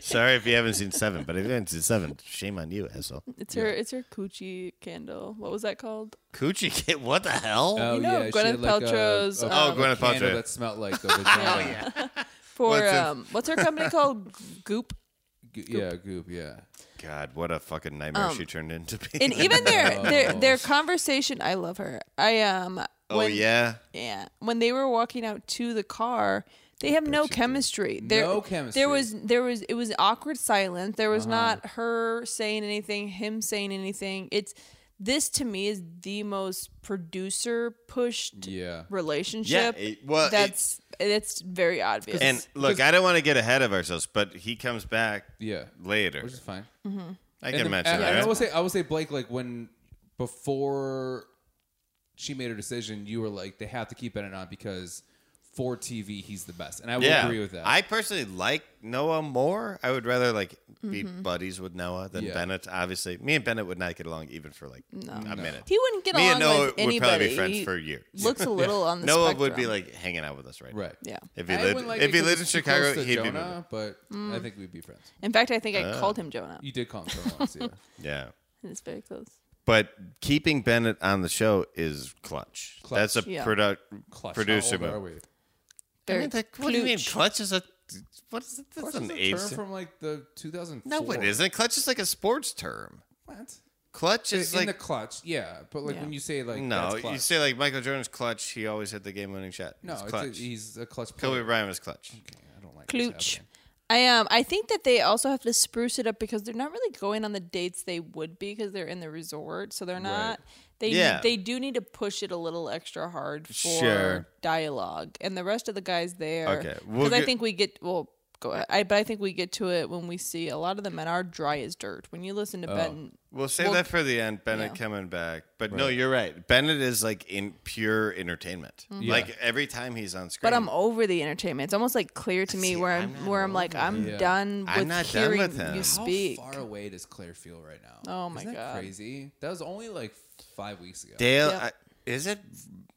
Speaker 3: Sorry if you haven't seen seven, but if you haven't seen seven, shame on you, asshole.
Speaker 4: It's her. It's her coochie candle. What was that called?
Speaker 3: Coochie kid, what the hell?
Speaker 2: Oh,
Speaker 4: know,
Speaker 2: yeah, she
Speaker 4: Gwyneth
Speaker 2: had, like, a-
Speaker 4: Paltrow's,
Speaker 2: a
Speaker 4: Oh,
Speaker 3: Gwyneth
Speaker 2: candle
Speaker 3: Paltrow.
Speaker 2: That smelled like a vagina.
Speaker 4: For
Speaker 3: What's in-
Speaker 4: um, what's her company called? Goop.
Speaker 2: Go- yeah, goop. Yeah.
Speaker 3: God, what a fucking nightmare
Speaker 2: Um,
Speaker 3: she turned into being.
Speaker 4: And even their their
Speaker 2: Oh.
Speaker 4: their conversation. I love her. I um.
Speaker 3: oh
Speaker 4: when-
Speaker 3: yeah,
Speaker 4: Yeah. When they were walking out to the car, they have no chemistry. There,
Speaker 2: No chemistry. Uh-huh.
Speaker 4: There was there was it was awkward silence. There was not her saying anything, him saying anything. It's this to me is the most producer pushed
Speaker 2: Yeah.
Speaker 4: relationship.
Speaker 3: Yeah, it- well, it-
Speaker 4: that's it's very obvious.
Speaker 3: and look, I don't want to get ahead of ourselves, but he comes back
Speaker 2: Yeah.
Speaker 3: later.
Speaker 2: Which is fine.
Speaker 3: I
Speaker 2: And
Speaker 3: can
Speaker 2: the-
Speaker 3: mention
Speaker 2: and-
Speaker 3: that.
Speaker 2: and I will say, I will say, Blake, like when before she made her decision, you were like, they have to keep Bennett on because for TV, he's the best, and I would agree with that.
Speaker 3: I personally like Noah more. I would rather like be buddies with Noah than
Speaker 2: Yeah.
Speaker 3: Bennett. Obviously, me and Bennett would not get along even for like a minute.
Speaker 4: he wouldn't get
Speaker 3: me
Speaker 4: along
Speaker 3: and Noah
Speaker 4: with
Speaker 3: would probably
Speaker 4: anybody.
Speaker 3: be friends
Speaker 4: He
Speaker 3: for years.
Speaker 4: Looks a little on the
Speaker 3: Noah
Speaker 4: spectrum.
Speaker 3: would be like hanging out with us right, now.
Speaker 2: right.
Speaker 4: yeah.
Speaker 3: If he
Speaker 2: I
Speaker 3: lived,
Speaker 2: wouldn't like
Speaker 3: if
Speaker 2: it
Speaker 3: he
Speaker 2: 'cause
Speaker 3: lived in
Speaker 2: it's too close
Speaker 3: Chicago,
Speaker 2: to
Speaker 3: he'd be
Speaker 2: Jonah,
Speaker 3: moving.
Speaker 2: but
Speaker 4: Mm.
Speaker 2: I think we'd be friends.
Speaker 4: In fact, I think I
Speaker 3: uh,
Speaker 4: called him Jonah.
Speaker 2: You did call him Jonah once, yeah.
Speaker 3: Yeah.
Speaker 4: It's very close.
Speaker 3: But keeping Bennett on the show is clutch.
Speaker 2: Clutch.
Speaker 3: That's a
Speaker 4: Yeah.
Speaker 3: produ-
Speaker 2: Clutch.
Speaker 3: producer
Speaker 2: How old are
Speaker 3: move.
Speaker 2: we?
Speaker 3: I
Speaker 4: Very
Speaker 3: mean, like, what do you mean?
Speaker 4: klutsch.
Speaker 3: Clutch is a what is it? That's
Speaker 2: Clutch is
Speaker 3: an
Speaker 2: a
Speaker 3: age.
Speaker 2: term from like the 2004.
Speaker 3: No, it isn't. Clutch is like a sports term.
Speaker 2: What?
Speaker 3: Clutch
Speaker 2: In
Speaker 3: is like
Speaker 2: the clutch, yeah. But like
Speaker 4: Yeah.
Speaker 2: when you say like
Speaker 3: No,
Speaker 2: that's clutch.
Speaker 3: you say like Michael Jordan's clutch. He always hit the game-winning shot.
Speaker 2: no,
Speaker 3: it's
Speaker 2: it's
Speaker 3: clutch.
Speaker 2: a, he's a clutch player.
Speaker 3: Kobe Bryant was clutch.
Speaker 2: Okay, I don't like what's
Speaker 4: Klooch.
Speaker 2: happening.
Speaker 4: I um I think that they also have to spruce it up because they're not really going on the dates they would be because they're in the resort, so they're not. They
Speaker 3: Yeah.
Speaker 4: need, they do need to push it a little extra hard for
Speaker 3: Sure.
Speaker 4: dialogue, and the rest of the guys there.
Speaker 3: Okay,
Speaker 4: because
Speaker 3: we'll
Speaker 4: I
Speaker 3: get-
Speaker 4: think we get well. Go ahead. I, but I think we get to it when we see a lot of the men are dry as dirt. When you listen
Speaker 3: Oh.
Speaker 4: to Ben,
Speaker 3: We'll save
Speaker 4: Well,
Speaker 3: that for the end. Bennett
Speaker 4: yeah.
Speaker 3: coming back, but no, you're right. Bennett is like in pure entertainment. Like every time he's on screen.
Speaker 4: Mm-hmm. but I'm over the entertainment. It's almost like clear to me
Speaker 3: See,
Speaker 4: where
Speaker 3: I'm
Speaker 4: I'm,
Speaker 3: not
Speaker 4: where I'm like I'm
Speaker 2: Yeah.
Speaker 4: done with
Speaker 3: I'm not done
Speaker 4: hearing
Speaker 3: with him.
Speaker 4: you
Speaker 3: How
Speaker 2: How
Speaker 4: speak.
Speaker 2: far away does Claire feel right now?
Speaker 4: Oh my
Speaker 2: Isn't that
Speaker 4: God.
Speaker 2: crazy. That was only like five weeks ago.
Speaker 3: Dale.
Speaker 4: Yep.
Speaker 3: I, is it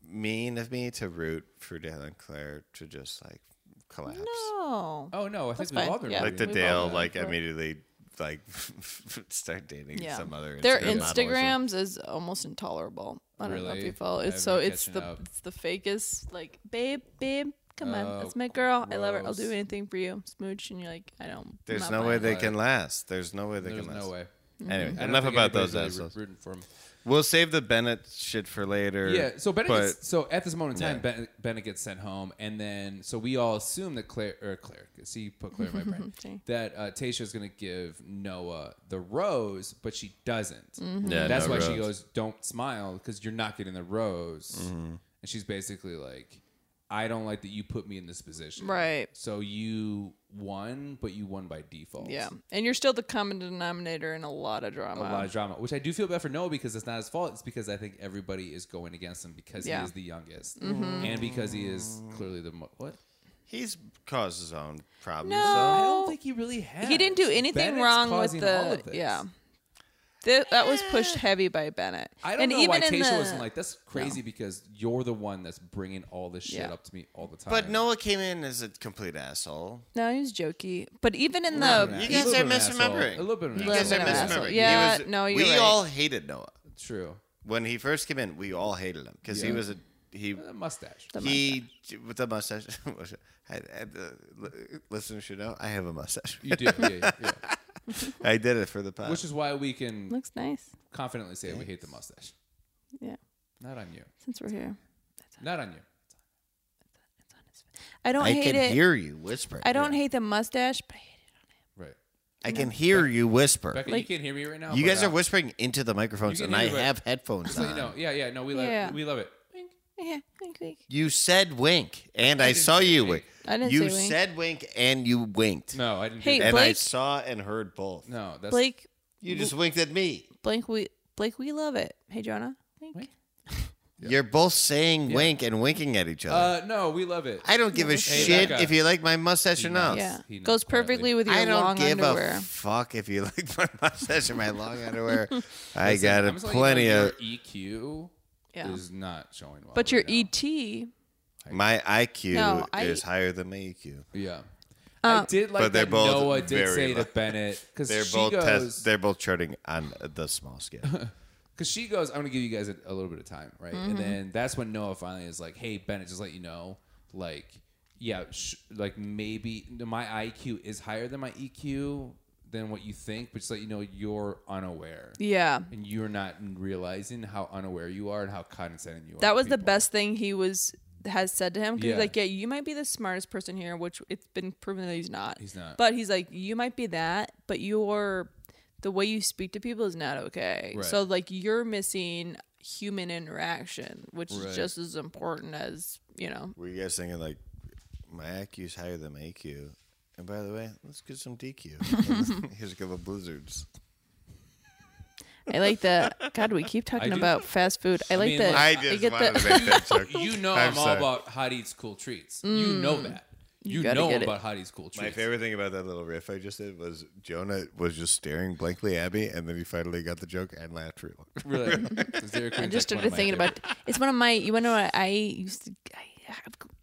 Speaker 3: mean of me to root for Dale and Claire to just like collapse?
Speaker 4: No.
Speaker 2: Oh no, I
Speaker 4: That's
Speaker 2: think we've all
Speaker 4: fine,
Speaker 2: been
Speaker 4: yeah.
Speaker 2: rooting
Speaker 3: Like the
Speaker 2: for
Speaker 4: We've all
Speaker 3: Dale,
Speaker 4: done
Speaker 2: them.
Speaker 3: like
Speaker 4: that.
Speaker 3: immediately, like start dating
Speaker 4: yeah.
Speaker 3: some other.
Speaker 4: their
Speaker 3: Instagram model or something.
Speaker 4: Instagrams is almost intolerable. I don't know if
Speaker 2: Really?
Speaker 4: you follow. It's
Speaker 2: I'm
Speaker 4: so
Speaker 2: not
Speaker 4: it's
Speaker 2: catching
Speaker 4: the
Speaker 2: up.
Speaker 4: it's the fakest like babe babe come
Speaker 2: Oh,
Speaker 4: on that's my girl I love her I'll
Speaker 2: gross.
Speaker 4: do anything for you smooch and you're like I don't
Speaker 3: There's
Speaker 4: not
Speaker 3: no way
Speaker 4: buying
Speaker 3: they
Speaker 4: it.
Speaker 3: can last. There's no way they
Speaker 2: There's
Speaker 3: can last.
Speaker 2: no way. Mm-hmm.
Speaker 3: Anyway,
Speaker 2: I don't
Speaker 3: enough
Speaker 2: think
Speaker 3: about
Speaker 2: anybody's
Speaker 3: those
Speaker 2: really
Speaker 3: assholes.
Speaker 2: Rooting for him.
Speaker 3: We'll save the Bennett shit for later.
Speaker 2: Yeah. So Bennett
Speaker 3: but
Speaker 2: gets, so at this moment in time,
Speaker 3: Yeah.
Speaker 2: Ben, Bennett gets sent home, and then so we all assume that Claire or Claire, see, put Claire in my brain,
Speaker 4: Okay.
Speaker 2: that uh, Tasha is going to give Noah the rose, but she doesn't.
Speaker 4: Mm-hmm.
Speaker 3: Yeah,
Speaker 2: That's
Speaker 3: no
Speaker 2: why she
Speaker 3: rose.
Speaker 2: goes, "Don't smile because you're not getting the rose,"
Speaker 3: Mm-hmm.
Speaker 2: and she's basically like. I don't like that you put me in this position.
Speaker 4: Right.
Speaker 2: So you won, but you won by default.
Speaker 4: yeah and you're still the common denominator in a lot of drama
Speaker 2: a lot of drama, which I do feel bad for Noah because it's not his fault. It's because I think everybody is going against him because
Speaker 4: Yeah.
Speaker 2: he is the youngest and because he is clearly the mo- what?
Speaker 3: he's caused his own problems.
Speaker 2: I
Speaker 4: No.
Speaker 2: don't think he really has.
Speaker 4: he didn't do anything
Speaker 2: Bennett's
Speaker 4: wrong with
Speaker 2: causing all
Speaker 4: the
Speaker 2: of this. Eh.
Speaker 4: yeah Th- that was pushed heavy by Bennett
Speaker 2: I don't
Speaker 4: and
Speaker 2: know
Speaker 4: even
Speaker 2: why
Speaker 4: in
Speaker 2: Tasha
Speaker 4: the,
Speaker 2: wasn't like that's crazy because you're the one that's bringing all this shit
Speaker 4: Yeah.
Speaker 2: up to me all the time.
Speaker 3: But Noah came in as a complete asshole.
Speaker 4: no he was jokey but even in
Speaker 2: A
Speaker 4: the
Speaker 2: little bit
Speaker 3: You
Speaker 2: of an
Speaker 3: guys are
Speaker 2: asshole.
Speaker 3: misremembering.
Speaker 2: A little bit of an
Speaker 4: You
Speaker 3: You guys are
Speaker 4: Little bit of an asshole.
Speaker 3: misremembering. He
Speaker 4: Yeah,
Speaker 3: was-
Speaker 4: no, you're
Speaker 3: we
Speaker 4: right.
Speaker 3: all hated Noah
Speaker 2: True.
Speaker 3: when he first came in. We all hated him because he
Speaker 2: Yeah.
Speaker 3: was a he.
Speaker 2: The mustache.
Speaker 3: He with the mustache. I, I, the listeners should know I have a mustache.
Speaker 2: you do. Yeah, yeah.
Speaker 3: I did it for the pod.
Speaker 2: Which is why we can
Speaker 4: Looks nice.
Speaker 2: confidently say we hate the mustache.
Speaker 4: Yeah.
Speaker 2: Not on you.
Speaker 4: Since we're here,
Speaker 2: Not on you.
Speaker 4: it's on his face. I don't
Speaker 3: I
Speaker 4: hate
Speaker 3: can
Speaker 4: it.
Speaker 3: hear you whisper.
Speaker 4: I don't hate the mustache, but I hate it.
Speaker 2: Right.
Speaker 3: I can hear you whisper.
Speaker 2: Becca,
Speaker 4: Like-
Speaker 2: you can't hear me right now.
Speaker 3: you
Speaker 2: but,
Speaker 3: guys
Speaker 2: uh,
Speaker 3: are whispering into the microphones,
Speaker 2: you can
Speaker 3: and I
Speaker 2: hear, but-
Speaker 3: have headphones
Speaker 2: so you
Speaker 3: on.
Speaker 2: know, yeah, yeah, no, we love,
Speaker 4: Yeah.
Speaker 2: we love it. Wink.
Speaker 4: Yeah, wink, wink.
Speaker 3: You said wink, and I,
Speaker 2: didn't
Speaker 3: saw
Speaker 2: say
Speaker 3: you
Speaker 2: wink.
Speaker 3: wink.
Speaker 4: I didn't
Speaker 3: you
Speaker 4: say wink.
Speaker 3: said wink, and you winked.
Speaker 2: No, I didn't.
Speaker 4: Hey,
Speaker 2: do that.
Speaker 3: and I
Speaker 4: Blake-
Speaker 3: saw and heard both.
Speaker 2: No, that's
Speaker 4: Blake,
Speaker 3: You just winked at me.
Speaker 4: Blake, we, Blake, we love it. Hey, Jonah. Wink.
Speaker 2: Wink.
Speaker 3: You're both saying wink and winking at each other.
Speaker 2: Uh, no, we love it.
Speaker 3: I don't give a
Speaker 2: Hey,
Speaker 3: shit
Speaker 2: Becca.
Speaker 3: if you like my mustache or not.
Speaker 4: Yeah,
Speaker 2: He knows
Speaker 4: goes
Speaker 2: quietly.
Speaker 4: perfectly with your
Speaker 3: I
Speaker 4: long
Speaker 3: don't give
Speaker 4: underwear.
Speaker 3: a fuck if you like my mustache or my long underwear. I
Speaker 2: Listen,
Speaker 3: got a
Speaker 2: I'm just letting you know
Speaker 3: plenty of
Speaker 2: your EQ
Speaker 4: yeah,
Speaker 2: is not showing well.
Speaker 4: but your
Speaker 3: E
Speaker 2: right now.
Speaker 4: ET,
Speaker 3: my IQ
Speaker 4: No, I-
Speaker 3: is higher than my E EQ.
Speaker 2: Yeah. I
Speaker 4: E Uh,
Speaker 2: did like
Speaker 3: But they're
Speaker 2: that
Speaker 3: both
Speaker 2: Noah did
Speaker 3: very
Speaker 2: say to
Speaker 3: low.
Speaker 2: Bennett because
Speaker 3: They're
Speaker 2: she
Speaker 3: both
Speaker 2: goes
Speaker 3: test, they're both charting on the small scale.
Speaker 2: because she goes, I'm gonna give you guys a, a little bit of time, right?
Speaker 4: Mm-hmm.
Speaker 2: And then that's when Noah finally is like, Hey, Bennett, just let you know, like, yeah, sh- like maybe my IQ is higher than my EQ than what you think, but just let you know you're unaware
Speaker 4: yeah,
Speaker 2: and you're not realizing how unaware you are and how condescending you are.
Speaker 4: that
Speaker 2: to
Speaker 4: was the
Speaker 2: people."
Speaker 4: best thing he was has said to him. 'cause he's
Speaker 2: Yeah.
Speaker 4: like, yeah, you might be the smartest person here, which it's been proven that he's not.
Speaker 2: He's not.
Speaker 4: But he's like, you might be that, but your the way you speak to people is not okay.
Speaker 2: Right.
Speaker 4: So like, you're missing human interaction, which
Speaker 2: Right.
Speaker 4: is just as important as you know.
Speaker 3: Were you guys thinking like my IQ is higher than my EQ? And by the way, let's get some DQ. Here's a couple of blizzards.
Speaker 4: I like that. God, we keep talking
Speaker 2: I do-
Speaker 4: about fast food. I like
Speaker 2: mean,
Speaker 4: that.
Speaker 2: like-
Speaker 3: I
Speaker 4: you
Speaker 3: just
Speaker 4: get
Speaker 3: wanted
Speaker 4: the-
Speaker 3: to make that joke.
Speaker 2: You know
Speaker 3: I'm
Speaker 2: I'm, all
Speaker 3: sorry.
Speaker 2: about hot eats cool treats. You know that. You,
Speaker 4: Mm. gotta
Speaker 2: know
Speaker 4: get it.
Speaker 2: about hot eats cool treats.
Speaker 3: My favorite thing about that little riff I just did was Jonah was just staring blankly at me, and then he finally got the joke and laughed real.
Speaker 2: Really? Dairy
Speaker 4: I
Speaker 2: Queen's
Speaker 4: just
Speaker 2: like one
Speaker 4: started
Speaker 2: of my
Speaker 4: thinking
Speaker 2: favorite-
Speaker 4: about. It's one of my. You know what I used to. I, I-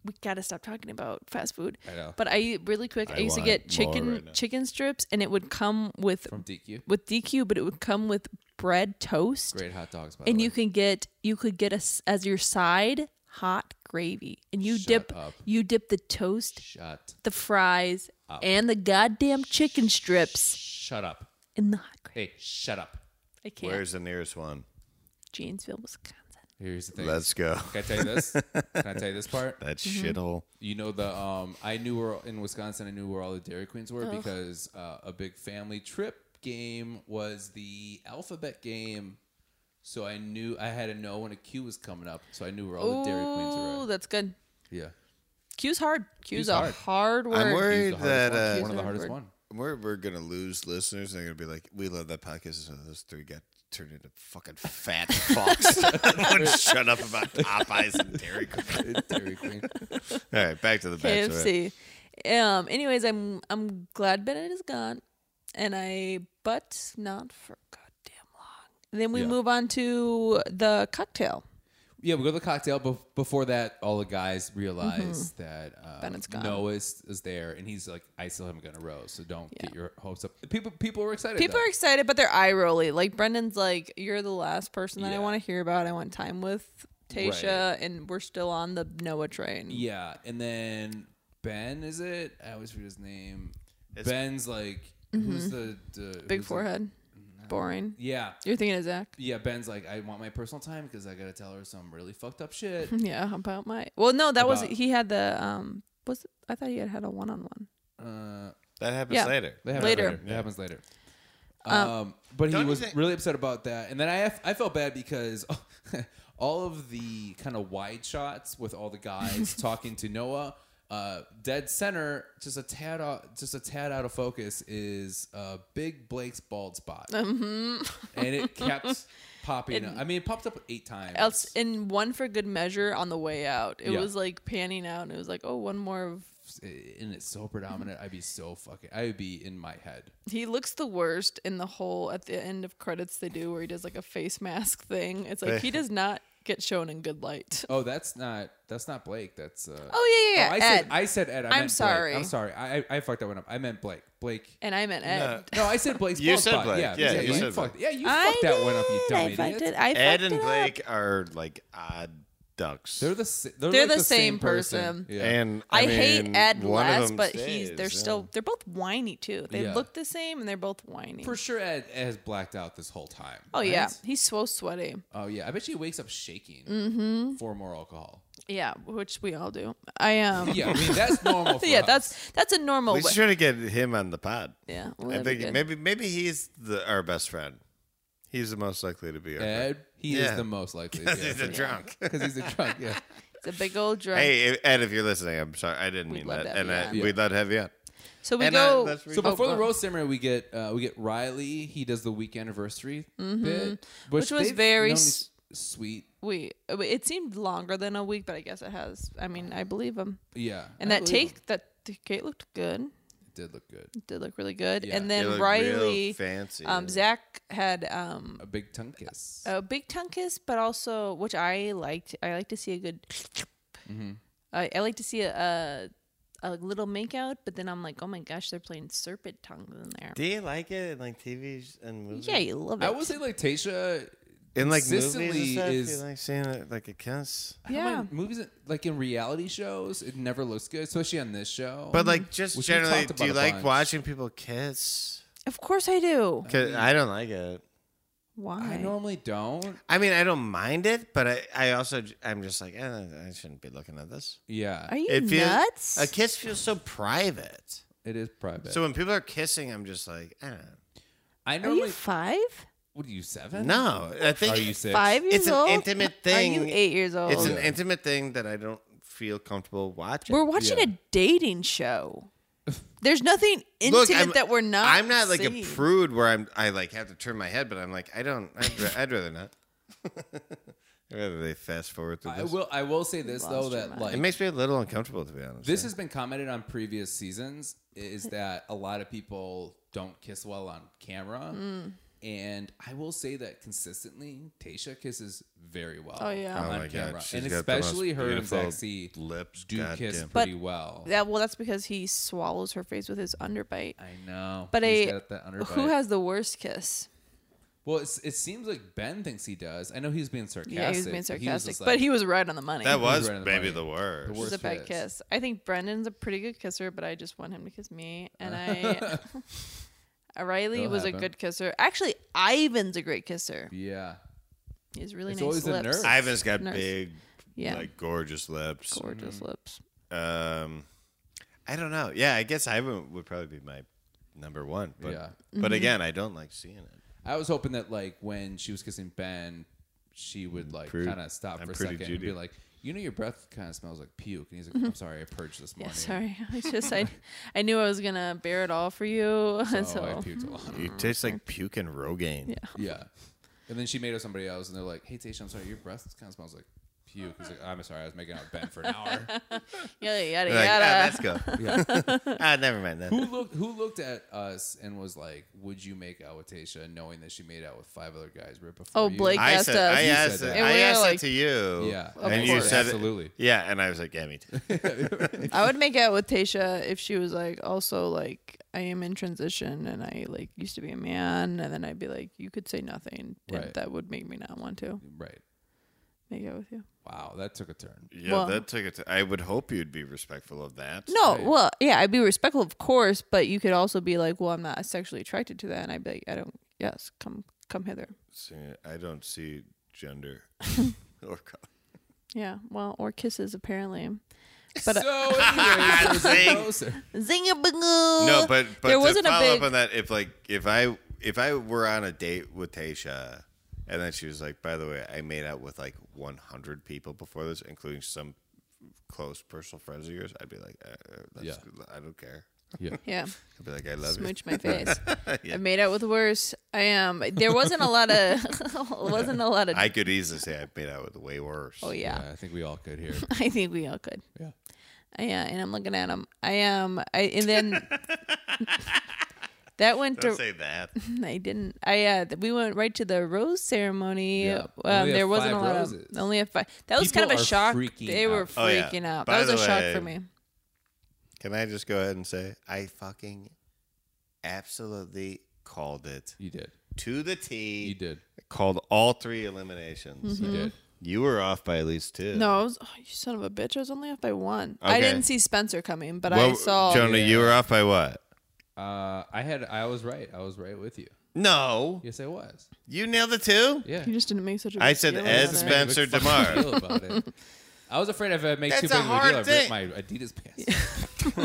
Speaker 4: we gotta stop talking about fast food.
Speaker 2: I know.
Speaker 4: But I really quick. I,
Speaker 3: I
Speaker 4: used to
Speaker 3: want
Speaker 4: get
Speaker 3: more
Speaker 4: chicken
Speaker 3: right now.
Speaker 4: chicken strips, and it would come with
Speaker 2: from DQ.
Speaker 4: with DQ, but it would come with bread toast,
Speaker 2: Great hot dogs, by
Speaker 4: and
Speaker 2: the
Speaker 4: you
Speaker 2: way.
Speaker 4: can get you could get a s as your side hot gravy, and you
Speaker 2: Shut
Speaker 4: dip
Speaker 2: up.
Speaker 4: you dip the toast,
Speaker 2: Shut.
Speaker 4: the fries, and the goddamn chicken strips
Speaker 2: Shut up.
Speaker 4: in the hot gravy.
Speaker 2: Hey, shut up.
Speaker 4: I can't.
Speaker 3: Where's the nearest one?
Speaker 4: Janesville, Wisconsin.
Speaker 2: Here's the thing.
Speaker 3: Let's go.
Speaker 2: Can I tell you this? Can I tell you this part?
Speaker 3: That shithole.
Speaker 2: You know the um, I knew where in Wisconsin. I knew where all the Dairy Queens were because uh, a big family trip game was the alphabet game. So I knew I had to know when a queue was coming up. So I knew where all the Dairy Queens were.
Speaker 4: Oh,
Speaker 2: at.
Speaker 4: that's good.
Speaker 2: Yeah,
Speaker 4: Q's hard. Q's,
Speaker 2: Q's
Speaker 4: a
Speaker 2: hard.
Speaker 4: hard, word.
Speaker 3: I'm
Speaker 2: It
Speaker 3: worried
Speaker 2: was the hardest one.
Speaker 3: that uh,
Speaker 2: one of the
Speaker 4: Here's
Speaker 2: hardest
Speaker 4: our
Speaker 2: one.
Speaker 3: we're we're gonna lose listeners. They're gonna be like, "We love that podcast." So those three got turned into fucking fat fucks. Wouldn't shut up about Popeyes and Dairy Queen.
Speaker 2: Dairy Queen.
Speaker 3: All right, back to the Bachelor.
Speaker 4: KFC. Um. Anyways, I'm I'm glad Bennett is gone, and I but not for goddamn long. then we
Speaker 2: Yeah.
Speaker 4: move on to the cocktail.
Speaker 2: Yeah, we go to the cocktail. But before that, all the guys realize that um,
Speaker 4: Mm-hmm. Bennett's gone.
Speaker 2: Noah is, is there, and he's like, "I still haven't gotten a rose, so don't get your hopes up." People, people were excited.
Speaker 4: People
Speaker 2: though.
Speaker 4: are excited, but they're eye rolly. Like Brendan's like, you're the last person that
Speaker 2: Yeah.
Speaker 4: I want to hear about. I want time with Tasha,
Speaker 2: Right.
Speaker 4: and we're still on the Noah train.
Speaker 2: yeah. And then Ben is it? I always forget his name.
Speaker 3: It's-
Speaker 2: Ben's like, who's the, the
Speaker 4: Mm-hmm. Big
Speaker 2: who's the-
Speaker 4: forehead. Boring.
Speaker 2: yeah,
Speaker 4: You're thinking of Zach.
Speaker 2: yeah. Ben's like, I want my personal time because I gotta tell her some really fucked up shit.
Speaker 4: Yeah, about my. Well, no, that was
Speaker 2: About-
Speaker 4: he had the um. Was I thought he had had a one on one.
Speaker 2: uh,
Speaker 3: That happens
Speaker 4: Yeah.
Speaker 3: later.
Speaker 2: That happens
Speaker 4: Later.
Speaker 2: later. That happens later. Um, but he
Speaker 3: Don't you
Speaker 2: was
Speaker 3: think-
Speaker 2: really upset about that, and then I I felt bad because all of the kind of wide shots with all the guys talking to Noah, uh, dead center, just a tad out, just a tad out of focus is uh, Big Blake's bald spot,
Speaker 4: Mm-hmm.
Speaker 2: and it kept popping up. I mean, it popped up eight times.
Speaker 4: Else in one for good measure on the way out. It
Speaker 2: Yeah.
Speaker 4: was like panning out, and it was like, oh, one more. of
Speaker 2: and it's so predominant. I'd be so fucking. I would be in my head.
Speaker 4: He looks the worst in the whole at the end of credits they do where he does like a face mask thing. It's like he does not get shown in good light.
Speaker 2: Eh. Oh, that's not that's not Blake. That's uh,
Speaker 4: Oh yeah, yeah, yeah.
Speaker 2: I
Speaker 4: Ed.
Speaker 2: said I said Ed. I
Speaker 4: I'm
Speaker 2: meant
Speaker 4: sorry.
Speaker 2: Blake. I'm sorry. I, I I fucked that one up. I meant Blake. Blake.
Speaker 4: and I meant Ed.
Speaker 2: No, I said Blake's
Speaker 3: You
Speaker 2: bald
Speaker 3: said
Speaker 2: spot.
Speaker 3: Blake.
Speaker 2: Yeah,
Speaker 3: Yeah,
Speaker 2: exactly.
Speaker 3: you said
Speaker 2: fucked,
Speaker 3: Blake.
Speaker 2: yeah, you
Speaker 4: I
Speaker 2: fucked that one up. You
Speaker 4: did.
Speaker 2: dumb
Speaker 4: I
Speaker 2: idiot.
Speaker 4: fucked it. I
Speaker 3: Ed
Speaker 4: fucked
Speaker 3: and
Speaker 4: it up.
Speaker 3: Blake are like odd ducks.
Speaker 2: They're the si- they're,
Speaker 4: They're
Speaker 2: like
Speaker 4: the
Speaker 2: the same
Speaker 4: same person.
Speaker 2: Yeah.
Speaker 3: and
Speaker 4: I,
Speaker 3: I, mean,
Speaker 4: hate Ed
Speaker 3: one of
Speaker 4: less,
Speaker 3: them
Speaker 4: but
Speaker 3: stays,
Speaker 4: he's they're
Speaker 3: yeah.
Speaker 4: still they're both whiny too. They
Speaker 2: Yeah.
Speaker 4: look the same and they're both whiny.
Speaker 2: for sure, Ed has blacked out this whole time.
Speaker 4: oh yeah,
Speaker 2: right?
Speaker 4: he's so sweaty.
Speaker 2: Oh yeah. I bet she wakes up shaking
Speaker 4: Mm-hmm.
Speaker 2: for more alcohol.
Speaker 4: Yeah, which we all do. I am. Um,
Speaker 2: Yeah, I mean that's normal. For
Speaker 4: yeah,
Speaker 2: us.
Speaker 4: that's that's a normal.
Speaker 3: We
Speaker 4: Way.
Speaker 3: should try to get him on the pod.
Speaker 4: Yeah, well,
Speaker 3: I
Speaker 4: that'd be
Speaker 3: think
Speaker 4: good.
Speaker 3: maybe maybe he's the our best friend. He's the most likely to be our friend.
Speaker 2: Ed. He
Speaker 3: Yeah.
Speaker 2: is the most likely.
Speaker 3: he's a drunk.
Speaker 2: Because he's a drunk. Yeah.
Speaker 4: it's a big old drunk.
Speaker 3: Hey Ed, if you're listening, I'm sorry, I didn't
Speaker 4: We'd
Speaker 3: mean that,
Speaker 4: love to have
Speaker 3: and
Speaker 4: you
Speaker 3: I,
Speaker 4: on.
Speaker 2: Yeah.
Speaker 3: we'd love to have you on.
Speaker 4: so we
Speaker 3: and, uh,
Speaker 4: go.
Speaker 3: that's re-
Speaker 2: So
Speaker 4: Oh,
Speaker 2: before the
Speaker 4: God.
Speaker 2: roast ceremony, we get uh, we get Riley. He does the week anniversary bit,
Speaker 4: Mm-hmm. Which was
Speaker 2: they've
Speaker 4: very
Speaker 2: known
Speaker 4: s-
Speaker 2: is sweet.
Speaker 4: we uh, it seemed longer than a week, but I guess it has. I mean, I believe him.
Speaker 2: Yeah,
Speaker 4: And
Speaker 2: I
Speaker 4: that
Speaker 2: believe
Speaker 4: take that the Kate looked good.
Speaker 2: him. did look good.
Speaker 4: It did look really good.
Speaker 2: Yeah.
Speaker 4: And
Speaker 3: They
Speaker 4: then
Speaker 3: look real
Speaker 4: Riley,
Speaker 3: fancy.
Speaker 4: um, Zach had um,
Speaker 2: A big tongue kiss.
Speaker 4: a big tongue kiss, but also which I liked. I like to see a good.
Speaker 3: Mm-hmm.
Speaker 4: I, I like to see a, a a little makeout, but then I'm like, oh my gosh, they're playing serpent tongues in there.
Speaker 3: Do you like it in like TVs and movies?
Speaker 4: Yeah, you love it.
Speaker 2: I would say like Tasha.
Speaker 3: in like movies
Speaker 2: consistently
Speaker 3: and stuff,
Speaker 2: is
Speaker 3: you like seeing it like a kiss.
Speaker 2: I don't
Speaker 4: Yeah.
Speaker 2: mind movies like in reality shows, it never looks good, especially on this show.
Speaker 3: But like just
Speaker 2: Which we
Speaker 3: generally,
Speaker 2: talked
Speaker 3: do you
Speaker 2: about a
Speaker 3: like
Speaker 2: bunch.
Speaker 3: watching people kiss?
Speaker 4: of course I do.
Speaker 3: 'Cause I don't like it.
Speaker 4: Why?
Speaker 2: I normally don't.
Speaker 3: I mean, I don't mind it, but I, I also j- I'm just like eh, I shouldn't be looking at this.
Speaker 2: Yeah,
Speaker 4: Are you
Speaker 3: It feels
Speaker 4: nuts?
Speaker 3: a kiss feels so private.
Speaker 2: it is private.
Speaker 3: So when people are kissing, I'm just like, eh.
Speaker 2: I
Speaker 4: Are you
Speaker 2: normally.
Speaker 4: five?
Speaker 2: What are you seven?
Speaker 3: no. I think
Speaker 2: Are you six?
Speaker 4: Five years
Speaker 3: It's an
Speaker 4: old?
Speaker 3: intimate
Speaker 4: Are you
Speaker 3: thing.
Speaker 4: eight years old?
Speaker 3: it's an intimate thing that I don't feel comfortable watching.
Speaker 4: we're watching
Speaker 2: Yeah.
Speaker 4: a dating show. There's nothing intimate
Speaker 3: Look, I'm-
Speaker 4: that we're not.
Speaker 3: I'm not like
Speaker 4: seeing.
Speaker 3: a prude where I'm. I like have to turn my head, but I'm like I don't. I'd, ra- I'd rather not. I'd rather they fast forward through
Speaker 2: I
Speaker 3: this.
Speaker 2: will. I will say this though
Speaker 4: lost your
Speaker 2: that
Speaker 4: mind.
Speaker 2: like
Speaker 3: It makes me a little uncomfortable to be honest.
Speaker 2: This has been commented on previous seasons is that a lot of people don't kiss well on camera.
Speaker 4: Mm.
Speaker 2: And I will say that consistently, Tasha kisses very well.
Speaker 4: Oh, yeah.
Speaker 2: on
Speaker 3: Oh, my God.
Speaker 2: camera,
Speaker 3: She's
Speaker 2: and
Speaker 3: got the
Speaker 2: especially
Speaker 3: most
Speaker 2: her and
Speaker 3: beautiful
Speaker 2: Zaxi
Speaker 3: lips,
Speaker 2: do
Speaker 3: God
Speaker 2: kiss
Speaker 3: damn.
Speaker 2: pretty well.
Speaker 4: Yeah, well, that's because he swallows her face with his underbite.
Speaker 2: I know,
Speaker 4: But
Speaker 2: He's
Speaker 4: a-
Speaker 2: got that underbite.
Speaker 4: Who has the worst kiss?
Speaker 2: Well, it's, it seems like Ben thinks he does. I know he's being sarcastic.
Speaker 4: Yeah, he was being
Speaker 2: but
Speaker 4: sarcastic,
Speaker 2: just
Speaker 4: but
Speaker 2: like-
Speaker 4: he was right on the money.
Speaker 3: that was
Speaker 2: was right on the
Speaker 3: maybe
Speaker 2: money.
Speaker 3: the
Speaker 2: The
Speaker 3: worst.
Speaker 4: It was a
Speaker 2: worst
Speaker 4: bad kiss. I think Brendan's a pretty good kisser, but I just want him to kiss me. And I, Riley
Speaker 2: It'll
Speaker 4: was
Speaker 2: happen.
Speaker 4: a good kisser. Actually, Ivan's a great kisser.
Speaker 2: Yeah,
Speaker 4: He's really
Speaker 2: It's
Speaker 4: nice
Speaker 2: always a
Speaker 4: lips.
Speaker 2: nerve.
Speaker 3: Ivan's got
Speaker 4: Nurse.
Speaker 3: big,
Speaker 4: Yeah,
Speaker 3: like gorgeous lips.
Speaker 4: gorgeous lips.
Speaker 3: Um, I don't know. Yeah, I guess Ivan would probably be my number one. But,
Speaker 2: Yeah.
Speaker 4: Mm-hmm.
Speaker 3: But again, I don't like seeing it.
Speaker 2: I was hoping that like when she was kissing Ben, she would like
Speaker 3: Prude.
Speaker 2: kind of stop
Speaker 3: I'm
Speaker 2: for a
Speaker 3: pretty
Speaker 2: second and be
Speaker 3: Judy.
Speaker 2: like, "You know, your breath kind of smells like puke." And he's like, "I'm sorry, I purged this
Speaker 4: Yeah,
Speaker 2: morning."
Speaker 4: sorry. I just I, I knew I was gonna bear it all for you.
Speaker 2: Oh,
Speaker 4: and
Speaker 2: I
Speaker 4: so
Speaker 2: puked a lot.
Speaker 3: You taste like puke and Rogaine.
Speaker 4: Mm-hmm. Yeah.
Speaker 2: yeah. And then she made up somebody else, and they're like, "Hey, Tayshia, I'm sorry, your breath kind of smells like puke." He's like, "I'm sorry, I was making out with Ben for an hour."
Speaker 4: yada yada
Speaker 3: Like, ah,
Speaker 4: yada.
Speaker 3: let's go.
Speaker 2: yeah.
Speaker 3: ah, never mind that.
Speaker 2: Who looked Who looked at us and was like, "Would you make out with Tayshia?" Knowing that she made out with five other guys right before.
Speaker 4: Oh,
Speaker 2: you?
Speaker 4: Blake
Speaker 3: I
Speaker 4: asked
Speaker 3: said,
Speaker 4: us.
Speaker 3: I
Speaker 4: You
Speaker 2: said
Speaker 3: asked,
Speaker 2: that.
Speaker 3: I
Speaker 4: And we were
Speaker 3: asked
Speaker 4: like,
Speaker 3: it to you.
Speaker 2: Yeah.
Speaker 4: Of
Speaker 3: and you
Speaker 4: course.
Speaker 3: said it-
Speaker 2: Absolutely.
Speaker 3: Yeah, and I was like, yeah, me too.
Speaker 4: I would make out with Tasha if she was like, also like, I am in transition and I like used to be a man, and then I'd be like, you could say nothing, and
Speaker 2: Right.
Speaker 4: that would make me not want to
Speaker 2: Right.
Speaker 4: make out with you.
Speaker 2: Wow, that took a turn.
Speaker 3: Yeah,
Speaker 4: Well-
Speaker 3: that took it. To, I would hope you'd be respectful of that.
Speaker 4: No,
Speaker 2: Right.
Speaker 4: well, yeah, I'd be respectful, of course, but you could also be like, well, I'm not sexually attracted to that, and I'd be like, I don't, yes, come, come hither.
Speaker 3: See, I don't see gender or color.
Speaker 4: Yeah, well, or kisses apparently. But uh,
Speaker 2: so, anyway, there's a
Speaker 3: Zing.
Speaker 2: closer.
Speaker 4: zinger bingoo.
Speaker 3: No, but but
Speaker 4: there
Speaker 3: to
Speaker 4: wasn't a
Speaker 3: follow
Speaker 4: big.
Speaker 3: up on that, if like if I if I were on a date with Tasha, and then she was like, by the way, I made out with like 100 people before this, including some close personal friends of yours, I'd be like, uh, uh, that's, I don't care.
Speaker 2: Yeah.
Speaker 4: yeah.
Speaker 3: I'd be like, I love you.
Speaker 4: smooch my face. I made out with worse. I am. There wasn't a lot of. wasn't a lot of.
Speaker 3: I could easily say I made out with way worse.
Speaker 4: oh yeah.
Speaker 2: I think we all could here.
Speaker 4: I think we all could.
Speaker 2: Yeah.
Speaker 4: I, uh, and I'm looking at him. I am. I and then that went
Speaker 3: Don't
Speaker 4: to.
Speaker 3: say that.
Speaker 4: I didn't. I uh, th- we went right to the rose ceremony.
Speaker 2: Yeah.
Speaker 4: Um,
Speaker 2: We only have
Speaker 4: there wasn't
Speaker 2: five
Speaker 4: a lot
Speaker 2: roses.
Speaker 4: of. Only a five. That was kind
Speaker 2: People
Speaker 4: of a
Speaker 2: are
Speaker 4: shock.
Speaker 2: freaking
Speaker 4: They were
Speaker 2: out.
Speaker 3: Oh, yeah.
Speaker 4: freaking out.
Speaker 3: By
Speaker 4: That was a
Speaker 3: the
Speaker 4: shock
Speaker 3: way-
Speaker 4: for me.
Speaker 3: Can I just go ahead and say I fucking absolutely called it
Speaker 2: You did.
Speaker 3: to the T.
Speaker 2: You did.
Speaker 3: Called all three eliminations.
Speaker 2: You did.
Speaker 3: You were off by at least two.
Speaker 4: Mm-hmm. No, I was, oh, you son of a bitch. I was only off by one. I
Speaker 3: Okay.
Speaker 4: didn't see Spencer coming, but I
Speaker 3: What-
Speaker 4: saw.
Speaker 3: Jonah, you were off by what?
Speaker 2: Uh, I had I was right. I was right with you.
Speaker 3: No,
Speaker 2: Yes, I was.
Speaker 3: you nailed it too.
Speaker 2: Yeah.
Speaker 4: You just didn't make such a.
Speaker 3: I
Speaker 4: big
Speaker 3: said
Speaker 4: deal
Speaker 3: Ed
Speaker 4: about it.
Speaker 3: Spen- Spencer
Speaker 2: Make a fucking
Speaker 3: DeMar.
Speaker 2: deal about it. I was afraid if I make
Speaker 3: That's
Speaker 2: too
Speaker 3: a
Speaker 2: big of a
Speaker 3: hard
Speaker 2: deal, I'd rip
Speaker 3: thing.
Speaker 2: my Adidas pants.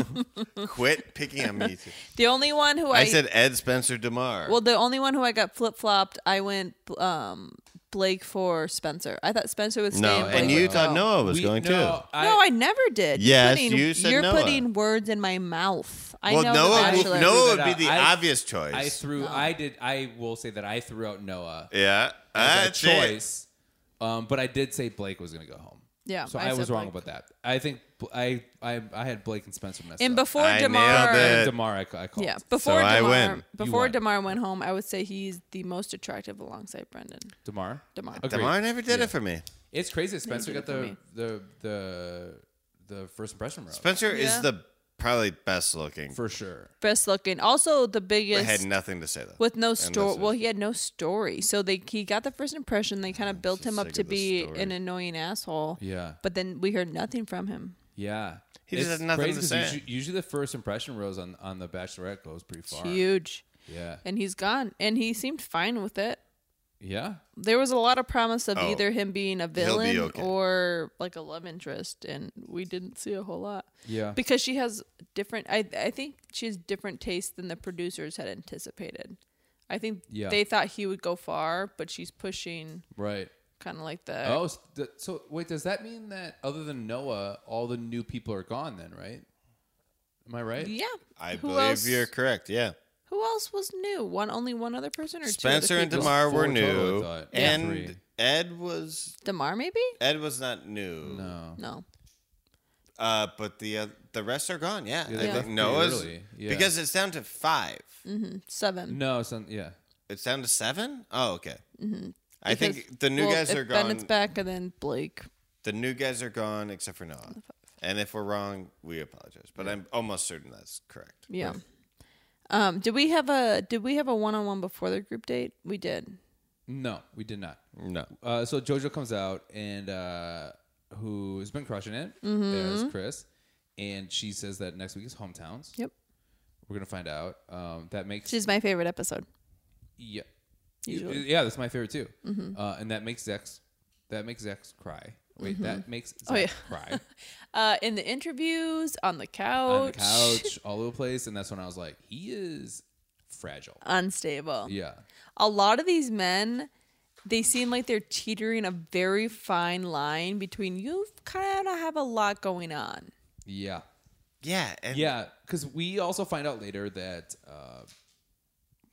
Speaker 3: Quit picking on me.
Speaker 4: The only one who I,
Speaker 3: I said Ed Spencer Demar.
Speaker 4: well, the only one who I got flip flopped. I went um Blake for Spencer. I thought Spencer would stay.
Speaker 3: no,
Speaker 4: Blake
Speaker 3: and
Speaker 4: would
Speaker 3: you
Speaker 4: go.
Speaker 3: thought Noah was
Speaker 2: We-
Speaker 3: going
Speaker 2: no,
Speaker 3: too.
Speaker 2: I,
Speaker 4: no, I never did. You're
Speaker 3: Yes,
Speaker 4: putting-
Speaker 3: you said
Speaker 4: You're
Speaker 3: Noah.
Speaker 4: putting words in my mouth. I
Speaker 3: well,
Speaker 4: know
Speaker 3: Noah,
Speaker 4: the
Speaker 3: would-
Speaker 4: Bachelor.
Speaker 2: no-
Speaker 3: Noah would be
Speaker 2: Figured
Speaker 3: the
Speaker 2: it out. I-
Speaker 3: obvious choice.
Speaker 2: I threw. I did. I will say that I threw out Noah
Speaker 3: yeah,
Speaker 2: as a
Speaker 3: that's it.
Speaker 2: choice, um, but I did say Blake was going to go home.
Speaker 4: Yeah,
Speaker 2: so
Speaker 4: I
Speaker 2: I,
Speaker 4: said
Speaker 2: was wrong
Speaker 4: Blake.
Speaker 2: about that. I think bl- I I, I had Blake and Spencer messed
Speaker 4: And
Speaker 2: up.
Speaker 4: before
Speaker 3: I
Speaker 4: Demar,
Speaker 3: nailed it.
Speaker 2: and Demar, I, ca- I called.
Speaker 4: yeah, before
Speaker 3: I
Speaker 4: Demar,
Speaker 3: win. You
Speaker 4: before
Speaker 2: won.
Speaker 4: Demar went home, I would say he's the most attractive alongside Brendan.
Speaker 2: Demar.
Speaker 4: Demar.
Speaker 2: Agreed.
Speaker 3: Demar never did it for me.
Speaker 2: It's crazy. that Spencer
Speaker 4: did
Speaker 2: got
Speaker 4: it for
Speaker 2: the,
Speaker 4: me.
Speaker 2: the the the first impression wrong
Speaker 3: Spencer
Speaker 4: Yeah.
Speaker 3: is the probably best looking.
Speaker 2: for sure.
Speaker 4: Best looking, also the
Speaker 3: I
Speaker 4: biggest.
Speaker 3: had nothing to say though.
Speaker 4: with no
Speaker 3: this
Speaker 4: story.
Speaker 3: is-
Speaker 4: Well, he had no story, so they he got the first impression. They kind of built him up
Speaker 3: sick
Speaker 4: to
Speaker 3: of this
Speaker 4: be
Speaker 3: story.
Speaker 4: an annoying asshole.
Speaker 2: Yeah.
Speaker 4: But then we heard nothing from him.
Speaker 2: Yeah.
Speaker 3: He just
Speaker 2: It's
Speaker 3: had nothing
Speaker 2: crazy
Speaker 3: to
Speaker 2: 'cause
Speaker 3: say.
Speaker 2: Usually, usually the first impression rose on, on the Bachelorette goes pretty
Speaker 4: It's
Speaker 2: far.
Speaker 4: huge,
Speaker 2: Yeah.
Speaker 4: and he's gone. And he seemed fine with it.
Speaker 2: Yeah.
Speaker 4: There was a lot of promise of
Speaker 3: Oh,
Speaker 4: either him being a
Speaker 3: be
Speaker 4: villain
Speaker 3: okay.
Speaker 4: or like a love interest, and we didn't see a whole lot
Speaker 2: Yeah.
Speaker 4: because she has different. I I think she has different tastes than the producers had anticipated. I think
Speaker 2: Yeah.
Speaker 4: they thought he would go far, but she's pushing
Speaker 2: right.
Speaker 4: kind of like the
Speaker 2: Oh, s- th- so wait, does that mean that other than Noah, all the new people are gone then, right? Am I right?
Speaker 4: Yeah.
Speaker 3: I
Speaker 4: Who
Speaker 3: believe
Speaker 4: else-
Speaker 3: you're correct. Yeah.
Speaker 4: Who else was new? One only one other person or
Speaker 3: Spencer
Speaker 4: two other
Speaker 3: and
Speaker 4: people?
Speaker 3: Demar
Speaker 2: Four
Speaker 3: were new,
Speaker 2: total, I thought. Yeah.
Speaker 3: and
Speaker 2: Three.
Speaker 3: Ed was
Speaker 4: Demar maybe?
Speaker 3: Ed was not new.
Speaker 2: No.
Speaker 4: No.
Speaker 3: Uh, but the uh, the rest are gone. Yeah,
Speaker 2: Yeah, they
Speaker 3: I
Speaker 2: left
Speaker 3: think
Speaker 2: pretty
Speaker 3: Noah's
Speaker 2: early. Yeah.
Speaker 3: because it's down to five.
Speaker 4: Seven.
Speaker 2: No, son, yeah.
Speaker 3: It's down to seven. Oh, okay. Mm-hmm. I
Speaker 4: Because-
Speaker 3: think the new
Speaker 4: well,
Speaker 3: guys
Speaker 4: if
Speaker 3: are gone.
Speaker 4: Bennett's back and then Blake.
Speaker 3: The new guys are gone except for Noah. And if we're wrong, we apologize. But I'm almost certain that's correct.
Speaker 4: Yeah. Um, did we have a did we have a one on one before the group date? We did.
Speaker 2: No, we did not.
Speaker 3: No.
Speaker 2: Uh, so JoJo comes out and uh, who's been crushing it
Speaker 4: Mm-hmm.
Speaker 2: is Chris, and she says that next week is hometowns.
Speaker 4: Yep.
Speaker 2: We're gonna find out. Um, that makes
Speaker 4: She's my favorite episode.
Speaker 2: yeah,
Speaker 4: Usually. Mm-hmm.
Speaker 2: yeah. That's my favorite too. Uh, and that makes Zex, that makes Zex cry. Wait, that makes Zex
Speaker 4: Oh, yeah.
Speaker 2: cry
Speaker 4: Uh, in the interviews, on the couch,
Speaker 2: on the couch, all over the place. And that's when I was like, he is fragile.
Speaker 4: unstable.
Speaker 2: Yeah,
Speaker 4: a lot of these men they seem like they're teetering a very fine line between you kind of have a lot going on
Speaker 2: yeah.
Speaker 3: Yeah. And
Speaker 2: Yeah, because we also find out later that uh,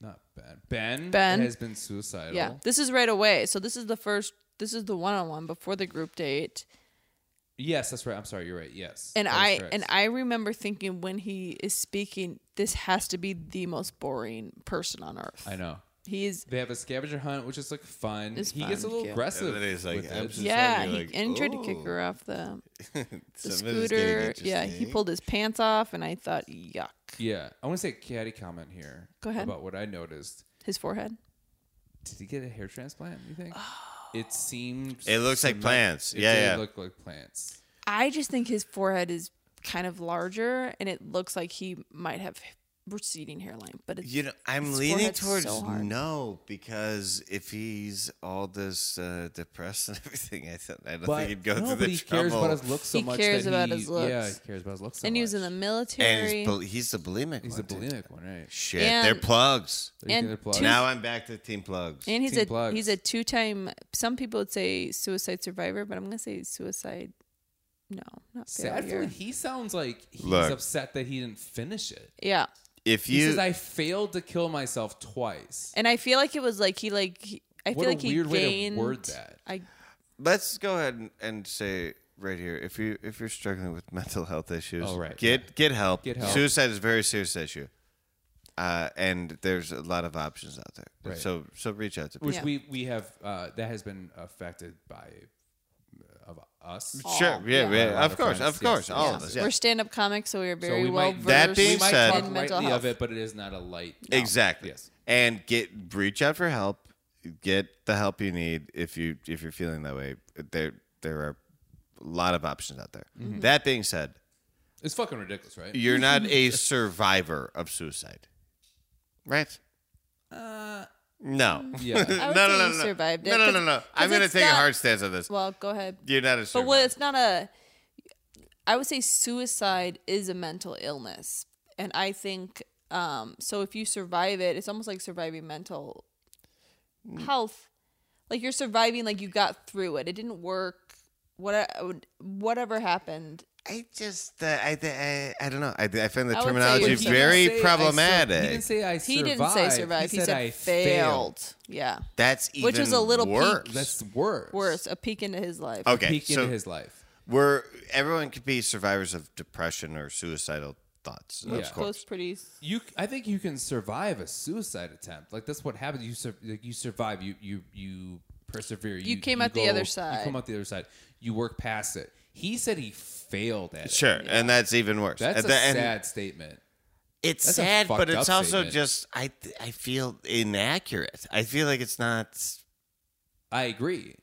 Speaker 2: not Ben. Ben.
Speaker 4: Ben.
Speaker 2: has been suicidal.
Speaker 4: yeah this is right away so this is the first this is the one-on-one before the group date
Speaker 2: Yes, that's right. I'm sorry. You're right. Yes.
Speaker 4: and
Speaker 2: that is
Speaker 4: i
Speaker 2: correct.
Speaker 4: and i remember thinking when he is speaking this has to be the most boring person on earth
Speaker 2: I know
Speaker 4: he is
Speaker 2: they have a scavenger hunt, which is like fun.
Speaker 4: It's
Speaker 2: he
Speaker 4: fun,
Speaker 2: gets a little
Speaker 4: cute.
Speaker 2: aggressive.
Speaker 3: And then he's like,
Speaker 2: with
Speaker 3: I'm
Speaker 2: it.
Speaker 3: just-
Speaker 4: yeah
Speaker 3: you're
Speaker 4: he,
Speaker 3: like,
Speaker 4: and he tried to kick
Speaker 3: "Ooh."
Speaker 4: her off the, the
Speaker 3: Some of this is getting
Speaker 4: scooter yeah he
Speaker 3: interesting.
Speaker 4: pulled his pants off and i thought yuck
Speaker 2: yeah. I want to say a catty comment here.
Speaker 4: Go ahead.
Speaker 2: about what I noticed.
Speaker 4: his forehead
Speaker 2: Did he get a hair transplant? You think?
Speaker 4: Oh.
Speaker 2: it seemed.
Speaker 3: It looks like
Speaker 2: cement-
Speaker 3: plants.
Speaker 2: It
Speaker 3: Yeah,
Speaker 2: did
Speaker 3: yeah.
Speaker 2: Look like plants.
Speaker 4: I just think his forehead is kind of larger and it looks like he might have receding hairline, but it's
Speaker 3: You know, I'm
Speaker 4: His
Speaker 3: leaning
Speaker 4: forehead's
Speaker 3: towards
Speaker 4: so hard.
Speaker 3: no because if he's all this uh, depressed and everything, I, th- I don't think he'd go
Speaker 2: no,
Speaker 3: through
Speaker 2: but
Speaker 3: the
Speaker 2: he cares
Speaker 3: trouble.
Speaker 2: about his looks so
Speaker 4: He
Speaker 2: much.
Speaker 4: cares
Speaker 2: that
Speaker 4: about
Speaker 2: he-
Speaker 4: his looks.
Speaker 2: Yeah, he cares about his looks. So
Speaker 4: and he was in
Speaker 2: much.
Speaker 4: the
Speaker 3: and
Speaker 4: military.
Speaker 3: he's, bul- he's the bulimic.
Speaker 2: He's a
Speaker 3: one, too.
Speaker 2: bulimic one, right?
Speaker 3: Shit,
Speaker 4: And-
Speaker 3: they're plugs.
Speaker 2: They're using
Speaker 4: And
Speaker 2: their plugs.
Speaker 4: two-
Speaker 3: Now I'm back to team plugs.
Speaker 4: and he's
Speaker 2: Team
Speaker 4: a
Speaker 2: plugs.
Speaker 4: he's a two time some people would say suicide survivor, but I'm gonna say suicide no, not
Speaker 2: Sadly,
Speaker 4: failure.
Speaker 2: he sounds like he's
Speaker 3: Look.
Speaker 2: upset that he didn't finish it.
Speaker 4: Yeah.
Speaker 3: if
Speaker 2: He
Speaker 3: you,
Speaker 2: says, "I failed to kill myself twice."
Speaker 4: And I feel like it was like he like he, I
Speaker 2: What
Speaker 4: feel
Speaker 2: a
Speaker 4: like he
Speaker 2: weird way to
Speaker 4: gained
Speaker 2: word that.
Speaker 4: I
Speaker 3: let's go ahead and, and say right here if you if you're struggling with mental health issues
Speaker 2: Oh, right,
Speaker 3: get get help
Speaker 2: Get help.
Speaker 3: suicide is a very serious issue uh, and there's a lot of options out there
Speaker 2: Right.
Speaker 3: so so reach out to people
Speaker 2: which
Speaker 4: Yeah.
Speaker 2: we we have uh, that has been affected by uh, of us.
Speaker 3: sure yeah,
Speaker 4: yeah.
Speaker 3: yeah,
Speaker 2: A lot
Speaker 3: of
Speaker 2: of
Speaker 3: course
Speaker 2: friends,
Speaker 3: of course
Speaker 2: yes,
Speaker 3: all
Speaker 2: yes.
Speaker 3: of us
Speaker 4: we're
Speaker 3: yeah.
Speaker 4: stand up comics, so we are very
Speaker 2: we
Speaker 4: well
Speaker 2: might-
Speaker 4: versed
Speaker 3: That being
Speaker 2: we might
Speaker 3: said-
Speaker 2: talk
Speaker 4: in mental
Speaker 2: lightly
Speaker 4: health.
Speaker 2: of it, but it is not a light.
Speaker 3: exactly
Speaker 2: Yes.
Speaker 3: and get reach out for help get the help you need if you if you're feeling that way there there are a lot of options out there.
Speaker 4: Mm-hmm.
Speaker 3: That being said,
Speaker 2: It's fucking ridiculous, right?
Speaker 3: you're not a survivor of suicide, right? Uh, no.
Speaker 2: Yeah.
Speaker 3: no,
Speaker 4: I
Speaker 3: no,
Speaker 4: would say
Speaker 3: no,
Speaker 4: you
Speaker 3: no.
Speaker 4: survived it,
Speaker 3: No, no, no,
Speaker 4: 'cause-
Speaker 3: no.
Speaker 4: 'cause
Speaker 3: I'm gonna
Speaker 4: it's
Speaker 3: take a
Speaker 4: not-
Speaker 3: hard stance on this.
Speaker 4: Well, go ahead.
Speaker 3: You're not a
Speaker 4: But
Speaker 3: survivor.
Speaker 4: well, it's not a. I would say suicide is a mental illness, and I think um, so. If you survive it, it's almost like surviving mental health. Like you're surviving, like you got through it. It didn't work. What uh, whatever happened.
Speaker 3: I just, uh, I, I, I don't know. I, I find the
Speaker 4: I would say
Speaker 3: terminology
Speaker 4: you're
Speaker 2: But he didn't
Speaker 3: very
Speaker 2: say I sur-
Speaker 3: problematic.
Speaker 2: he didn't say I
Speaker 4: He
Speaker 2: survived.
Speaker 4: didn't say survive. He, said,
Speaker 2: I
Speaker 4: failed. Yeah,
Speaker 3: That's even
Speaker 4: Which was a little peak.
Speaker 3: worse.
Speaker 2: That's worse.
Speaker 4: worse. A peek into his life.
Speaker 3: okay.
Speaker 2: Peek
Speaker 3: So
Speaker 2: into his life.
Speaker 3: we're everyone could be survivors of depression or suicidal thoughts.
Speaker 2: Yeah.
Speaker 3: Of
Speaker 2: Which
Speaker 3: course.
Speaker 4: Goes pretty.
Speaker 2: You, I think you can survive a suicide attempt. Like that's what happens. You, sur- like, you survive. You, you, you persevere. You,
Speaker 4: came out the other
Speaker 2: You
Speaker 4: side.
Speaker 2: come out the other side. You work past it. He said he failed at it.
Speaker 3: Sure, and that's even worse.
Speaker 2: That's
Speaker 3: At
Speaker 2: a
Speaker 3: the end-
Speaker 2: sad statement.
Speaker 3: It's
Speaker 2: That's a
Speaker 3: sad, but
Speaker 2: fucked
Speaker 3: it's
Speaker 2: up
Speaker 3: also
Speaker 2: statement.
Speaker 3: just I I feel inaccurate. I feel like it's not.
Speaker 2: I agree.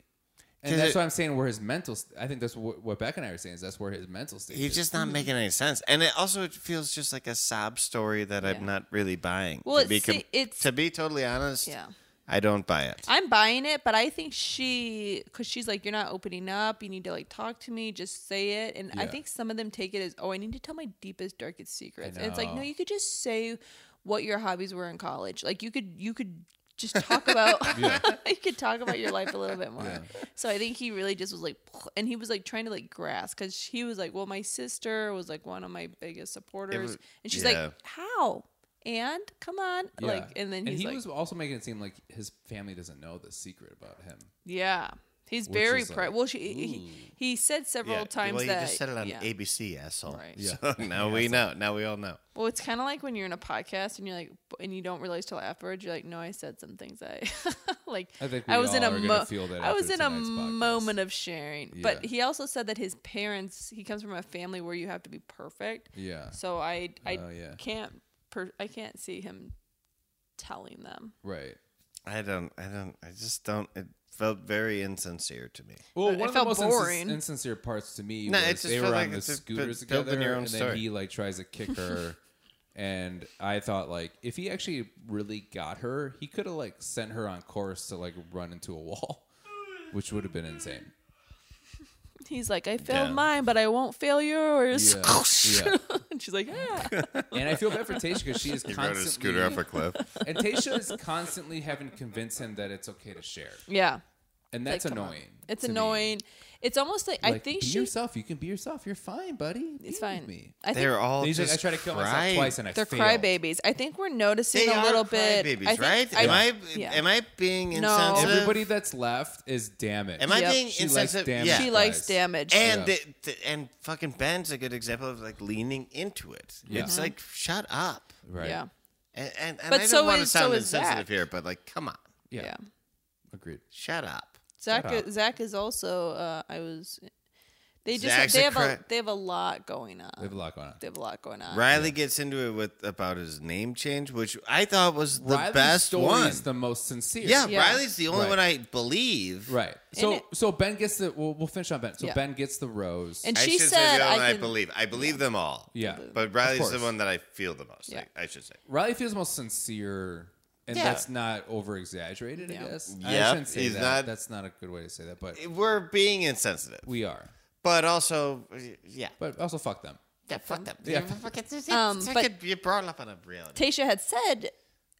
Speaker 2: And
Speaker 3: Does
Speaker 2: that's
Speaker 3: it-
Speaker 2: what I'm saying. Where his mental, st- I think that's what, what Beck and I were saying. Is that's where his mental state.
Speaker 3: He's
Speaker 2: is.
Speaker 3: just not making any sense, and it also it feels just like a sob story that
Speaker 4: Yeah.
Speaker 3: I'm not really buying.
Speaker 4: Well,
Speaker 3: to be,
Speaker 4: it's- it's-
Speaker 3: to be totally honest,
Speaker 4: Yeah.
Speaker 3: I don't buy it.
Speaker 4: I'm buying it, but I think she, because she's like, you're not opening up. You need to like talk to me. Just say it. And I
Speaker 2: Yeah.
Speaker 4: think some of them take it as, oh, I need to tell my deepest, darkest secrets. And it's like,
Speaker 2: know.
Speaker 4: no, you could just say what your hobbies were in college. Like you could, you could just talk about, you could talk about your life a little bit more. So I think he really just was like, and he was like trying to like grasp because he was like, well, my sister was like one of my biggest supporters,
Speaker 3: was-
Speaker 4: and she's
Speaker 3: yeah.
Speaker 4: like, how? And come on,
Speaker 2: Yeah.
Speaker 4: like, and then he's
Speaker 2: he
Speaker 4: like,
Speaker 2: was also making it seem like his family doesn't know the secret about him.
Speaker 4: Yeah. He's
Speaker 2: Which
Speaker 4: very
Speaker 2: is
Speaker 4: proud.
Speaker 2: like,
Speaker 4: well, she, he, he said several times
Speaker 3: well, you
Speaker 4: that.
Speaker 3: just said it on
Speaker 4: yeah.
Speaker 3: ABC, asshole.
Speaker 4: Right.
Speaker 2: Yeah.
Speaker 3: So now we know. Now we all know.
Speaker 4: Well, it's kind of like when you're in a podcast and you're like, and you don't realize till afterwards. You're like, no, I said some things I, like.
Speaker 2: I think
Speaker 4: I
Speaker 2: we
Speaker 4: was in
Speaker 2: all
Speaker 4: a
Speaker 2: are gonna
Speaker 4: mo-
Speaker 2: feel that
Speaker 4: I was
Speaker 2: after
Speaker 4: in a
Speaker 2: tonight's podcast.
Speaker 4: moment of sharing, but
Speaker 2: Yeah.
Speaker 4: he also said that his parents. He comes from a family where you have to be perfect.
Speaker 2: Yeah.
Speaker 4: So I, I
Speaker 2: Oh, yeah.
Speaker 4: can't, per- I can't see him telling them.
Speaker 2: Right.
Speaker 3: I don't. I don't. I just don't. It felt very insincere to me.
Speaker 2: Well,
Speaker 4: But
Speaker 2: one of
Speaker 4: it
Speaker 2: the
Speaker 4: felt
Speaker 2: most insin-
Speaker 4: boring.
Speaker 2: insincere parts to me
Speaker 3: No, it
Speaker 2: was
Speaker 3: just
Speaker 2: they were
Speaker 3: felt
Speaker 2: on
Speaker 3: like
Speaker 2: the
Speaker 3: it's just bu-
Speaker 2: scooters
Speaker 3: building
Speaker 2: together,
Speaker 3: your own
Speaker 2: and then
Speaker 3: story.
Speaker 2: he like tries to kick her, and I thought like if he actually really got her, he could have like sent her on course to like run into a wall, which would have been insane.
Speaker 4: He's like, I failed
Speaker 3: Yeah.
Speaker 4: mine, but I won't fail yours.
Speaker 2: Yeah. Yeah.
Speaker 4: and she's like, "Ah." yeah.
Speaker 2: And I feel bad for Tasha because she is constantly
Speaker 3: cliff.
Speaker 2: and Tasha is constantly having to convince him that it's okay to share,
Speaker 4: yeah.
Speaker 2: and that's
Speaker 4: Like, come on.
Speaker 2: annoying.
Speaker 4: It's
Speaker 2: to me.
Speaker 4: annoying. It's almost like, I
Speaker 2: Like,
Speaker 4: think
Speaker 2: be
Speaker 4: she.
Speaker 2: yourself. You can be yourself. You're fine, buddy. Be with
Speaker 4: It's fine.
Speaker 2: Me.
Speaker 4: I think
Speaker 3: They're all.
Speaker 2: And he's like,
Speaker 3: just
Speaker 2: I tried to kill myself
Speaker 3: crying.
Speaker 2: twice and I
Speaker 4: they're
Speaker 2: failed.
Speaker 4: crybabies. I think we're noticing
Speaker 3: They
Speaker 4: a
Speaker 3: are
Speaker 4: little bit.
Speaker 3: crybabies,
Speaker 4: I think-
Speaker 3: right?
Speaker 4: I-
Speaker 3: am I
Speaker 4: yeah.
Speaker 3: am I being
Speaker 4: No.
Speaker 3: insensitive?
Speaker 2: Everybody that's left is damaged.
Speaker 3: am I
Speaker 4: Yep.
Speaker 3: being
Speaker 2: She likes
Speaker 3: insensitive?
Speaker 2: damage.
Speaker 3: yeah.
Speaker 4: She likes
Speaker 2: Guys.
Speaker 4: damage.
Speaker 3: and
Speaker 2: Yeah.
Speaker 3: the- the- and fucking Ben's a good example of like leaning into it. It's like shut up.
Speaker 2: right.
Speaker 4: Yeah.
Speaker 3: And and, and
Speaker 4: But
Speaker 3: I don't
Speaker 4: so
Speaker 3: want to
Speaker 4: is- so
Speaker 3: sound
Speaker 4: is
Speaker 3: insensitive
Speaker 4: Zach.
Speaker 3: here, but like come on,
Speaker 2: Yeah.
Speaker 4: Yeah.
Speaker 2: Agreed.
Speaker 3: shut up.
Speaker 4: Zach,
Speaker 2: Shut up.
Speaker 4: Zach is also, uh, I was. They just
Speaker 3: Zach's
Speaker 4: they
Speaker 3: a
Speaker 4: have a,
Speaker 3: cry-
Speaker 4: they have a lot going on.
Speaker 2: We have a lot going on.
Speaker 4: They have a lot going on.
Speaker 3: Riley gets into it with about his name change, which I thought was the
Speaker 2: Riley's
Speaker 3: best
Speaker 2: story
Speaker 3: one.
Speaker 2: is the most sincere.
Speaker 3: yeah,
Speaker 4: Yeah.
Speaker 3: Riley's the only
Speaker 2: Right.
Speaker 3: one I believe.
Speaker 2: Right. So
Speaker 4: it-
Speaker 2: so Ben gets the. We'll, we'll finish on Ben. So
Speaker 4: Yeah.
Speaker 2: Ben gets the rose.
Speaker 4: And
Speaker 3: I
Speaker 4: she
Speaker 3: should
Speaker 4: said,
Speaker 3: say the only
Speaker 4: I,
Speaker 3: one
Speaker 4: can,
Speaker 3: I believe. I believe them all.
Speaker 2: yeah.
Speaker 3: But Riley's the
Speaker 2: course.
Speaker 3: one that I feel the most.
Speaker 4: Yeah.
Speaker 3: like, I should say.
Speaker 2: Riley feels most sincere, and
Speaker 3: Yeah.
Speaker 2: that's not over exaggerated. I
Speaker 4: Yeah.
Speaker 2: guess. I
Speaker 3: Yep,
Speaker 2: shouldn't say
Speaker 3: he's
Speaker 2: that.
Speaker 3: not-
Speaker 2: That's not a good way to say that. But
Speaker 3: We're being insensitive.
Speaker 2: we are.
Speaker 3: But also, yeah.
Speaker 2: But also fuck them.
Speaker 3: Yeah, fuck them.
Speaker 2: Yeah.
Speaker 4: Um,
Speaker 3: It's like
Speaker 4: but-
Speaker 3: a- you're brought up on a reality.
Speaker 4: Tasha had said,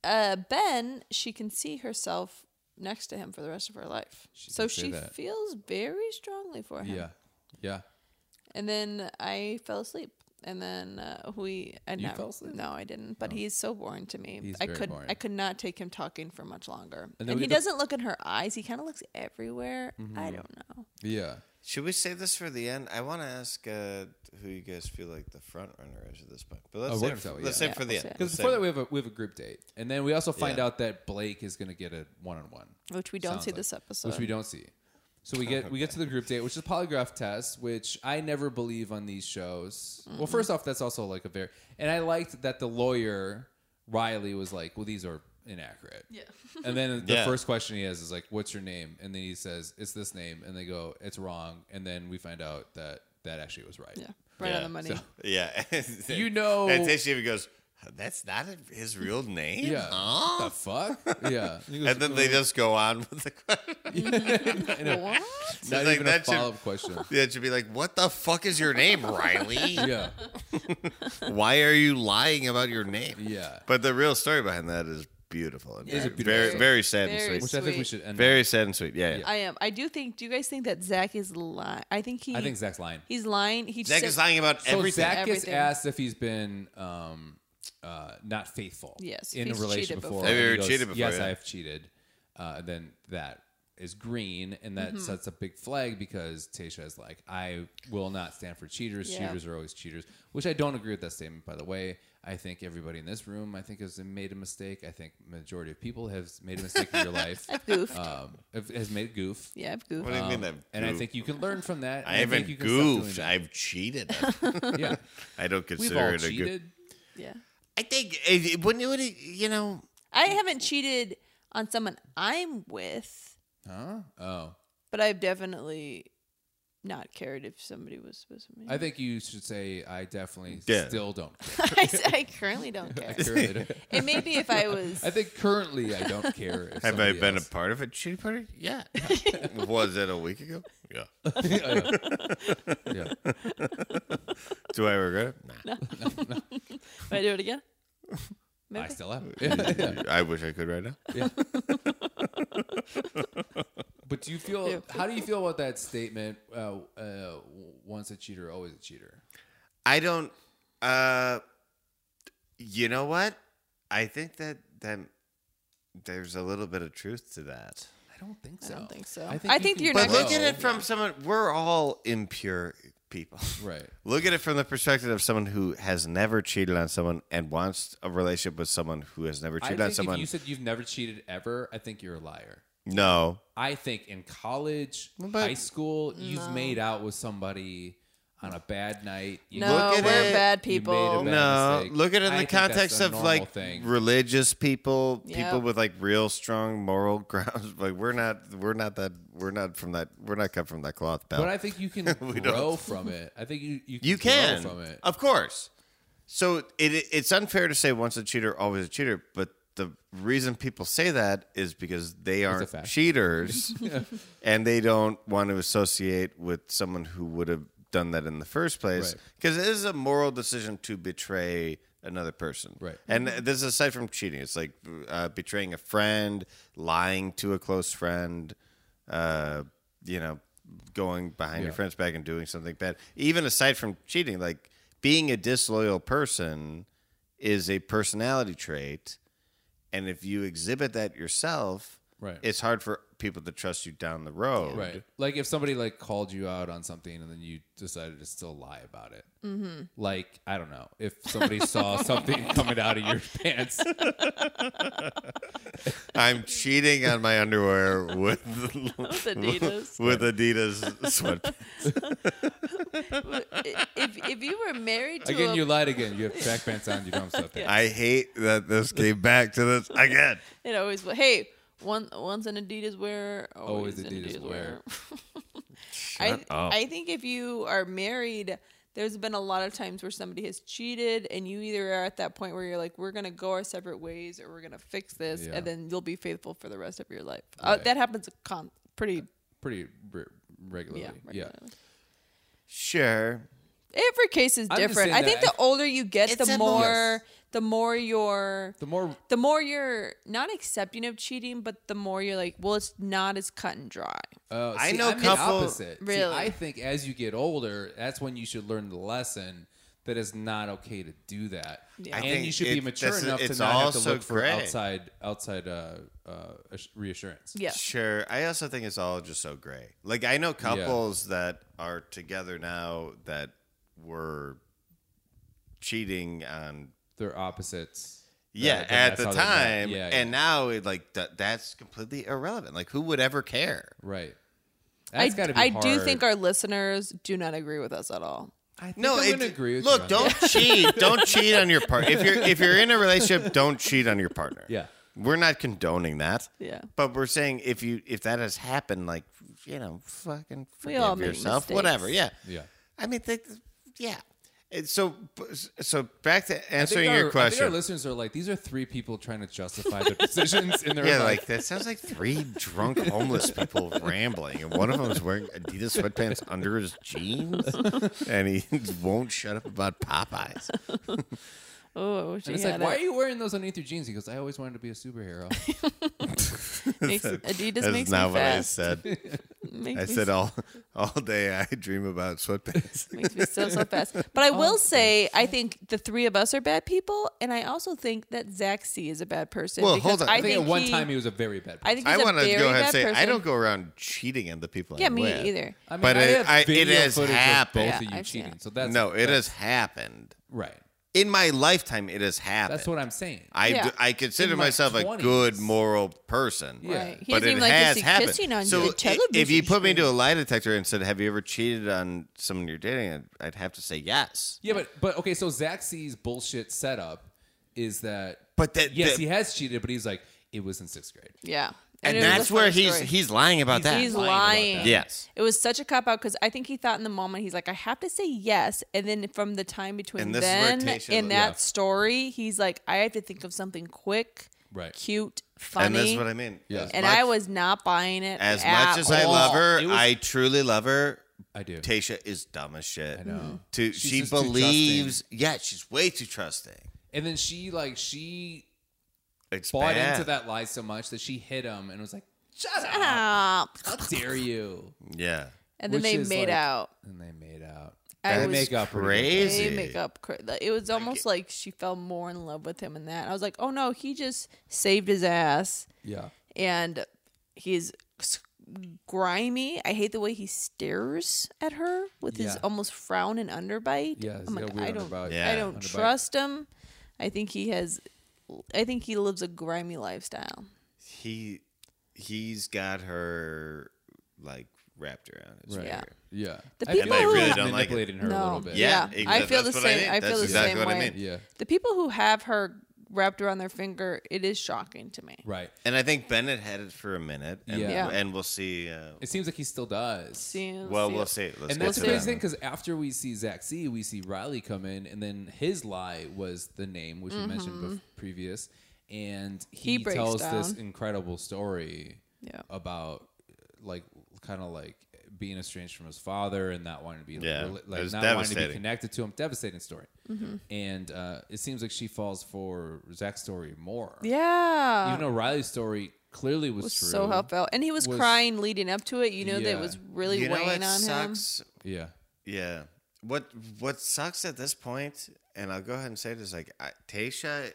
Speaker 4: uh, Ben, she can see herself next to him for the rest of her life.
Speaker 2: She
Speaker 4: so
Speaker 2: did say
Speaker 4: she
Speaker 2: that.
Speaker 4: feels very strongly for him.
Speaker 2: Yeah. Yeah.
Speaker 4: And then I fell asleep. And then uh, we. I
Speaker 2: You
Speaker 4: never-
Speaker 2: fell asleep? Oh.
Speaker 4: No, I didn't. But he's so boring to me.
Speaker 2: He's
Speaker 4: I
Speaker 2: very
Speaker 4: could
Speaker 2: boring.
Speaker 4: I could not take him talking for much longer.
Speaker 2: then
Speaker 4: And,
Speaker 2: we
Speaker 4: he
Speaker 2: get the- Mm-hmm.
Speaker 4: doesn't look in her eyes. He kind of looks everywhere. I don't know.
Speaker 2: Yeah.
Speaker 3: Should we save this for the end? I want to ask uh, who you guys feel like the front runner is at this point. But
Speaker 2: Oh,
Speaker 3: let's
Speaker 2: we're
Speaker 3: save,
Speaker 2: gonna tell you,
Speaker 3: let's
Speaker 2: yeah.
Speaker 3: save for the
Speaker 4: Yeah,
Speaker 3: end.
Speaker 4: we'll
Speaker 2: Because
Speaker 3: Let's
Speaker 2: before
Speaker 3: save
Speaker 2: that we have a we have a group date, and then we also find
Speaker 3: Yeah.
Speaker 2: out that Blake is going to get a one on one.
Speaker 4: Which we don't
Speaker 2: sounds
Speaker 4: see
Speaker 2: like,
Speaker 4: this episode.
Speaker 2: which we don't see. So we get we get to the group date, which is polygraph test, which I never believe on these shows. Well, first off, that's also like a very and I liked that the lawyer Riley was like, "Well, these are inaccurate.
Speaker 4: Yeah.
Speaker 2: And then the
Speaker 3: Yeah.
Speaker 2: first question he has is like, "What's your name?" And then he says, "It's this name," and they go, "It's wrong." And then we find out that that actually was right.
Speaker 4: Yeah. Right
Speaker 3: Yeah,
Speaker 4: on the money.
Speaker 2: so-
Speaker 3: Yeah.
Speaker 2: You know-
Speaker 3: And Tasty even goes, that's not his real name?
Speaker 2: Yeah.
Speaker 3: Huh?
Speaker 2: The fuck? Yeah. And, he goes,
Speaker 3: And then they
Speaker 2: "Uh,
Speaker 3: just go on with the question.
Speaker 2: I know.
Speaker 4: what?
Speaker 2: Not
Speaker 3: like,
Speaker 2: even a
Speaker 3: that should-
Speaker 2: follow up question.
Speaker 3: Yeah, it should be like, what the fuck is your name, Riley?
Speaker 2: Yeah.
Speaker 3: Why are you lying about your name?
Speaker 2: Yeah.
Speaker 3: But the real story behind that is beautiful. And
Speaker 2: It is a
Speaker 3: very-
Speaker 2: beautiful
Speaker 3: very,
Speaker 2: story.
Speaker 3: very sad
Speaker 4: Very
Speaker 3: and
Speaker 2: Which
Speaker 3: sweet.
Speaker 2: I think we
Speaker 4: Sweet.
Speaker 2: should end.
Speaker 3: Very sad and sweet. Yeah. yeah.
Speaker 4: I am. I do think. Do you guys think that Zach is lying? I think he.
Speaker 2: on. I think Zach's lying.
Speaker 4: he's lying. He
Speaker 3: Zach
Speaker 4: said-
Speaker 3: is lying about
Speaker 2: So
Speaker 3: everything.
Speaker 2: Zach gets
Speaker 4: Everything.
Speaker 2: asked if he's been um, uh, not faithful.
Speaker 4: Yes, if
Speaker 2: in
Speaker 4: he's
Speaker 2: a relationship
Speaker 4: cheated
Speaker 2: before.
Speaker 4: before.
Speaker 3: Have you
Speaker 2: And he
Speaker 3: ever cheated before,
Speaker 2: Yes,
Speaker 3: yeah."
Speaker 2: I have cheated. Uh, then that is green, and
Speaker 4: Mm-hmm.
Speaker 2: that sets a big flag because Tasha is like, I will not stand for cheaters.
Speaker 4: Yeah.
Speaker 2: Cheaters are always cheaters, which I don't agree with that statement. By the way, I think everybody in this room, I think, has made a mistake. I think majority of people have made a mistake in your life.
Speaker 4: I've goofed.
Speaker 2: Um, have- has made a goof.
Speaker 4: yeah, I've goofed.
Speaker 3: what do you
Speaker 2: Um,
Speaker 3: mean? I've
Speaker 2: and I
Speaker 3: goofed?
Speaker 2: think you can learn from that.
Speaker 3: I
Speaker 2: and think
Speaker 3: haven't
Speaker 2: you can stop doing
Speaker 3: goofed.
Speaker 2: that.
Speaker 3: I've cheated.
Speaker 2: yeah,
Speaker 3: I don't
Speaker 2: we've
Speaker 3: consider
Speaker 2: all
Speaker 3: it a goof.
Speaker 2: cheated.
Speaker 4: yeah,
Speaker 3: I think it, it, wouldn't it, would it, you know,
Speaker 4: I haven't cheated on someone I'm with,
Speaker 2: Huh? Oh.
Speaker 4: but I've definitely not cared if somebody was with me.
Speaker 2: I think you should say I definitely
Speaker 3: Yeah.
Speaker 2: still don't. Care.
Speaker 4: I, s- I currently don't
Speaker 2: I,
Speaker 4: care.
Speaker 2: currently don't-
Speaker 4: And maybe if I was,
Speaker 2: I think currently I don't care. If
Speaker 3: have I
Speaker 2: somebody
Speaker 3: been
Speaker 2: else-
Speaker 3: a part of a cheating party? Yeah. Was it a week ago? Yeah.
Speaker 2: yeah.
Speaker 3: Do I regret it? Nah.
Speaker 4: if I do it again,
Speaker 2: I
Speaker 4: maybe.
Speaker 2: still am. Yeah, yeah,
Speaker 3: I wish I could right now.
Speaker 2: yeah. but do you feel? How do you feel about that statement? Uh, uh, once a cheater, always a cheater.
Speaker 3: I don't. Uh, you know what? I think that that there's a little bit of truth to that.
Speaker 2: I don't think
Speaker 4: I
Speaker 2: so.
Speaker 4: don't think so.
Speaker 2: I
Speaker 4: I
Speaker 2: think
Speaker 4: think,
Speaker 2: you can-
Speaker 4: you're
Speaker 3: But
Speaker 4: not.
Speaker 2: Well,
Speaker 4: Gonna,
Speaker 3: look at it
Speaker 2: No.
Speaker 3: from someone. We're all impure people.
Speaker 2: Right.
Speaker 3: Look at it from the perspective of someone who has never cheated on someone and wants a relationship with someone who has never
Speaker 2: I
Speaker 3: cheated on
Speaker 2: think if
Speaker 3: someone.
Speaker 2: you said you've never cheated ever, I think you're a liar.
Speaker 3: no,
Speaker 2: I think in college,
Speaker 3: but-
Speaker 2: high school, you've made out with somebody on a bad night. You
Speaker 4: no,
Speaker 3: Look at
Speaker 4: we're
Speaker 3: it-
Speaker 4: bad
Speaker 2: You made a
Speaker 4: people.
Speaker 2: bad-
Speaker 3: no.
Speaker 2: mistake.
Speaker 3: Look at it
Speaker 2: I
Speaker 3: in the
Speaker 2: think that's
Speaker 3: context
Speaker 2: a
Speaker 3: of
Speaker 2: normal
Speaker 3: like
Speaker 2: thing.
Speaker 3: religious people, people
Speaker 4: Yep.
Speaker 3: with like real strong moral grounds. Like we're not, we're not that, we're not from that, we're not cut from that cloth. Pal.
Speaker 2: But I think you can
Speaker 3: Oh. We
Speaker 2: grow
Speaker 3: don't.
Speaker 2: from it. I think you you can,
Speaker 3: You can,
Speaker 2: grow from it.
Speaker 3: of course. So it it's unfair to say once a cheater, always a cheater. But the reason people say that is because they aren't
Speaker 2: fact.
Speaker 3: cheaters, and they don't want to associate with someone who would have done that in the first place.
Speaker 2: Right.
Speaker 3: Because it is a moral decision to betray another person,
Speaker 2: Right.
Speaker 3: And this is aside from cheating. It's like uh, betraying a friend, lying to a close friend. Uh, you know, going behind your
Speaker 2: Yeah.
Speaker 3: friend's back and doing something bad. Even aside from cheating, like being a disloyal person is a personality trait. And if you exhibit that yourself,
Speaker 2: Right.
Speaker 3: it's hard for people to trust you down the road.
Speaker 2: Right. Like if somebody like called you out on something and then you decided to still lie about it. Mm-hmm. Like I don't know if somebody saw something coming out of your pants.
Speaker 3: I'm cheating on my underwear with
Speaker 4: Adidas.
Speaker 3: with Adidas sweatpants.
Speaker 4: if if you were married to
Speaker 2: Again,
Speaker 4: a,
Speaker 2: you lied again. You have track pants on. You don't have stuff there.
Speaker 3: I hate that this came back to this again.
Speaker 4: it always was. Hey, one once an Adidas wearer, always, an Adidas, wearer. I
Speaker 3: up.
Speaker 4: I think if you are married, there's been a lot of times where somebody has cheated, and you either are at that point where you're like, we're gonna go our separate ways, or we're gonna fix this,
Speaker 2: Yeah.
Speaker 4: and then you'll be faithful for the rest of your life. Uh,
Speaker 2: Right.
Speaker 4: that happens con- pretty
Speaker 2: Pretty re- regularly.
Speaker 4: yeah.
Speaker 2: Yeah.
Speaker 4: regularly.
Speaker 3: Sure.
Speaker 4: Every case is
Speaker 2: I'm just
Speaker 4: different.
Speaker 2: saying
Speaker 4: I think
Speaker 2: that
Speaker 4: the older you get,
Speaker 3: It's
Speaker 4: the
Speaker 3: a
Speaker 4: more the more you're
Speaker 2: The more
Speaker 4: the more you're not accepting of cheating, but the more you're like, well, it's not as cut and dry.
Speaker 2: Uh,
Speaker 3: I
Speaker 2: see,
Speaker 3: know
Speaker 2: I'm the
Speaker 3: couple-
Speaker 2: opposite. See,
Speaker 4: Really?
Speaker 2: I think as you get older, that's when you should learn the lesson that it's not okay to do that,
Speaker 4: Yeah. I
Speaker 2: and
Speaker 3: think
Speaker 2: you should be
Speaker 3: it-
Speaker 2: mature
Speaker 3: that's-
Speaker 2: enough to
Speaker 3: it's
Speaker 2: not have to
Speaker 3: also
Speaker 2: look for
Speaker 3: gray.
Speaker 2: outside outside uh, uh, ass- reassurance.
Speaker 4: Yeah.
Speaker 3: Sure. I also think it's all just so gray. Like I know couples that are together now that were cheating on
Speaker 2: they're opposites.
Speaker 3: yeah
Speaker 2: That- that-
Speaker 3: at
Speaker 2: that's
Speaker 3: the
Speaker 2: how they met.
Speaker 3: time
Speaker 2: Yeah,
Speaker 3: and now it like th- that's completely irrelevant. Like who would ever care?
Speaker 2: yeah. right.
Speaker 4: I,
Speaker 2: That's got to be
Speaker 4: I do
Speaker 2: hard.
Speaker 4: think our listeners do not agree with us at all.
Speaker 2: I think
Speaker 3: No,
Speaker 2: I'm
Speaker 3: it-
Speaker 2: gonna agree with you
Speaker 3: look,
Speaker 2: on
Speaker 3: don't
Speaker 2: that.
Speaker 3: cheat. Don't cheat on your partner. If you're if you're in a relationship, don't cheat on your partner.
Speaker 2: Yeah,
Speaker 3: We're not condoning that.
Speaker 4: Yeah.
Speaker 3: But we're saying if you if that has happened, like you know, fucking forgive
Speaker 4: all make
Speaker 3: yourself,
Speaker 4: mistakes.
Speaker 3: whatever. Yeah,
Speaker 2: Yeah.
Speaker 3: I mean, they, yeah. And so, so back to
Speaker 2: I think
Speaker 3: answering
Speaker 2: our-
Speaker 3: your
Speaker 2: I think our
Speaker 3: question.
Speaker 2: listeners are like, these are three people trying to justify their decisions, and they're
Speaker 3: Yeah,
Speaker 2: like,
Speaker 3: like that sounds like three drunk homeless people rambling, and one of them is wearing Adidas sweatpants under his jeans, and he won't shut up about Popeyes.
Speaker 4: Oh, I
Speaker 2: and
Speaker 4: wish he
Speaker 2: it's like,
Speaker 4: had
Speaker 2: why are
Speaker 4: it.
Speaker 2: you wearing those underneath your jeans? He goes, I always wanted to be a superhero.
Speaker 4: Makes, Adidas
Speaker 3: That's
Speaker 4: makes
Speaker 3: not
Speaker 4: me
Speaker 3: what
Speaker 4: fast.
Speaker 3: I said.
Speaker 4: Makes
Speaker 3: I
Speaker 4: me
Speaker 3: said all all day I dream about sweatpants.
Speaker 4: Makes me so so fast. But I will say, I think the three of us are bad people, and I also think that Zach C is a bad person.
Speaker 3: Well,
Speaker 4: because
Speaker 3: hold on.
Speaker 4: I,
Speaker 2: I think, at one
Speaker 4: he,
Speaker 2: time he was a very bad. Person.
Speaker 4: I think
Speaker 3: I
Speaker 4: he's
Speaker 3: want
Speaker 4: a
Speaker 3: to
Speaker 4: very
Speaker 3: go ahead and
Speaker 4: bad
Speaker 3: say
Speaker 4: person.
Speaker 3: I don't go around cheating on the people.
Speaker 4: Yeah,
Speaker 3: I'm
Speaker 4: me
Speaker 3: with.
Speaker 4: either.
Speaker 2: I mean,
Speaker 3: but
Speaker 2: I
Speaker 3: it-
Speaker 2: have
Speaker 3: I- it
Speaker 2: video
Speaker 3: has
Speaker 2: footage
Speaker 3: happened.
Speaker 2: of both of
Speaker 4: Yeah,
Speaker 2: you
Speaker 4: I've seen
Speaker 2: cheating.
Speaker 4: it.
Speaker 2: So that's
Speaker 3: no, it
Speaker 2: that's-
Speaker 3: has happened
Speaker 2: right.
Speaker 3: in my lifetime. It has happened.
Speaker 2: That's what I'm saying.
Speaker 3: I,
Speaker 4: Yeah.
Speaker 3: do- I consider
Speaker 2: In my
Speaker 3: myself a
Speaker 2: 20s.
Speaker 3: good moral person.
Speaker 2: Yeah.
Speaker 4: Right. He
Speaker 3: But
Speaker 4: doesn't
Speaker 3: it
Speaker 4: even like
Speaker 3: has
Speaker 4: to see
Speaker 3: happened.
Speaker 4: kissing on
Speaker 3: so
Speaker 4: the
Speaker 3: i-
Speaker 4: television.
Speaker 3: if you put me
Speaker 4: screen.
Speaker 3: into a lie detector and said, "Have you ever cheated on someone you're dating?" I'd, I'd have to say yes.
Speaker 2: Yeah, but but okay. So Zach C's bullshit setup is that.
Speaker 3: But that,
Speaker 2: yes,
Speaker 3: that-
Speaker 2: he has cheated, but he's like, it was in sixth grade.
Speaker 4: yeah,
Speaker 3: and
Speaker 4: it was a
Speaker 3: that's where
Speaker 4: funny
Speaker 3: he's
Speaker 4: story.
Speaker 3: he's lying about that.
Speaker 4: he's
Speaker 2: lying about
Speaker 4: lying.
Speaker 2: that.
Speaker 3: yes,
Speaker 4: It was such a cop out because I think he thought in the moment he's like, I have to say yes, and then from the time between
Speaker 3: And this is where
Speaker 4: then
Speaker 3: Tayshia
Speaker 4: and
Speaker 3: was-
Speaker 4: that
Speaker 2: Yeah.
Speaker 4: story, he's like, I have to think of something quick,
Speaker 2: Right.
Speaker 4: cute, funny,
Speaker 3: and that's what I mean.
Speaker 2: Yeah.
Speaker 3: As
Speaker 4: and
Speaker 3: much-
Speaker 4: I was not buying it
Speaker 3: as
Speaker 4: at
Speaker 3: much as I
Speaker 4: all.
Speaker 3: love her,
Speaker 2: It was-
Speaker 3: I truly love her.
Speaker 2: I do.
Speaker 3: Tasha is dumb as shit. I
Speaker 4: Mm-hmm.
Speaker 2: know.
Speaker 3: To,
Speaker 2: She's
Speaker 3: she
Speaker 2: just too
Speaker 3: believes. Yeah, she's way too trusting.
Speaker 2: And then she like she
Speaker 3: It's
Speaker 2: bought
Speaker 3: bad.
Speaker 2: into that lie so much that she hit him and was like, "Shut up!
Speaker 4: Ah.
Speaker 2: How dare you!"
Speaker 3: Yeah.
Speaker 4: And then
Speaker 2: Which
Speaker 4: they
Speaker 2: is
Speaker 4: made
Speaker 2: like-
Speaker 4: out.
Speaker 2: And they made out.
Speaker 4: I
Speaker 2: They
Speaker 4: was
Speaker 2: make up pretty good.
Speaker 3: crazy.
Speaker 4: They make up. cra- like, It was almost like she fell more in love with him in that. I was like, oh no, he just saved his ass,
Speaker 2: Yeah.
Speaker 4: and he's s- grimy. I hate the way he stares at her with his
Speaker 2: Yeah.
Speaker 4: almost frown and underbite.
Speaker 2: Yeah, he's
Speaker 4: I'm
Speaker 2: got
Speaker 4: like,
Speaker 2: weird
Speaker 4: Oh I don't,
Speaker 2: underbite.
Speaker 4: I
Speaker 3: Yeah.
Speaker 4: don't
Speaker 2: Underbite.
Speaker 4: trust him. I think he has. I think he lives a grimy lifestyle.
Speaker 3: He he's got her like wrapped around his
Speaker 2: Right.
Speaker 3: finger.
Speaker 4: Yeah.
Speaker 2: Yeah.
Speaker 4: The
Speaker 2: I feel
Speaker 4: people And they
Speaker 2: like
Speaker 4: really
Speaker 2: he's
Speaker 3: don't like it.
Speaker 2: manipulating her a little bit.
Speaker 3: Yeah.
Speaker 4: I
Speaker 3: exactly.
Speaker 4: feel
Speaker 3: That's
Speaker 4: the
Speaker 3: what I
Speaker 4: same.
Speaker 3: mean.
Speaker 4: I, feel
Speaker 3: That's
Speaker 4: the
Speaker 3: exactly
Speaker 4: same
Speaker 3: what I
Speaker 4: way.
Speaker 3: mean.
Speaker 2: Yeah.
Speaker 4: The people who have her wrapped around their finger, it is shocking to me.
Speaker 2: Right.
Speaker 3: And I think Bennett had it for a minute. And,
Speaker 2: Yeah.
Speaker 4: Yeah.
Speaker 3: and we'll see. Uh,
Speaker 2: It seems like he still does.
Speaker 4: Seems-
Speaker 3: well,
Speaker 4: yeah.
Speaker 3: we'll see. Let's
Speaker 2: and
Speaker 3: get
Speaker 2: that's
Speaker 3: to
Speaker 2: the crazy
Speaker 3: that.
Speaker 2: thing because after we see Zach C, we see Riley come in, and then his lie was the name, which we mentioned bef- previous, and he,
Speaker 4: Mm-hmm. He breaks
Speaker 2: tells this
Speaker 4: down.
Speaker 2: incredible story
Speaker 4: Yeah.
Speaker 2: about like kind of like being estranged from his father and not wanting to be like,
Speaker 3: Yeah,
Speaker 2: rela-
Speaker 3: it
Speaker 2: like
Speaker 3: was
Speaker 2: not wanting to be
Speaker 3: devastating.
Speaker 2: connected to him. Devastating story,
Speaker 4: Mm-hmm.
Speaker 2: and uh, it seems like she falls for Zach's story more.
Speaker 4: Yeah.
Speaker 2: even though Riley's story clearly was,
Speaker 4: was
Speaker 2: true.
Speaker 4: so helpful. And he was,
Speaker 2: was-
Speaker 4: crying leading up to it. You know, that
Speaker 2: Yeah.
Speaker 4: was really
Speaker 3: you know
Speaker 4: weighing
Speaker 3: what
Speaker 4: on him.
Speaker 3: sucks?
Speaker 2: Yeah,
Speaker 3: Yeah. What what sucks at this point, and I'll go ahead and say it is like I, Tasha,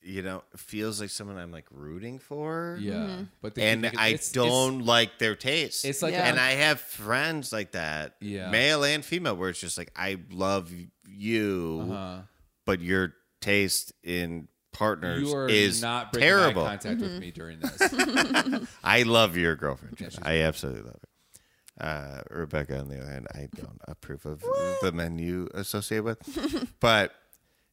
Speaker 3: you know, feels like someone I'm like rooting for.
Speaker 4: Mm-hmm.
Speaker 2: yeah, but they
Speaker 3: And
Speaker 2: keep making-
Speaker 3: I
Speaker 2: it's- it's-
Speaker 3: don't like their taste.
Speaker 2: It's like
Speaker 4: Yeah.
Speaker 3: and I have friends like that,
Speaker 2: Yeah.
Speaker 3: male and female, where it's just like I love you,
Speaker 2: Uh-huh.
Speaker 3: but your taste in partners
Speaker 2: you are
Speaker 3: is
Speaker 2: not breaking eye
Speaker 3: terrible.
Speaker 2: contact with me during this.
Speaker 3: I love your girlfriend. Jenna. I absolutely love her. Uh, Rebecca, on the other hand, I don't approve of the men you associate with, but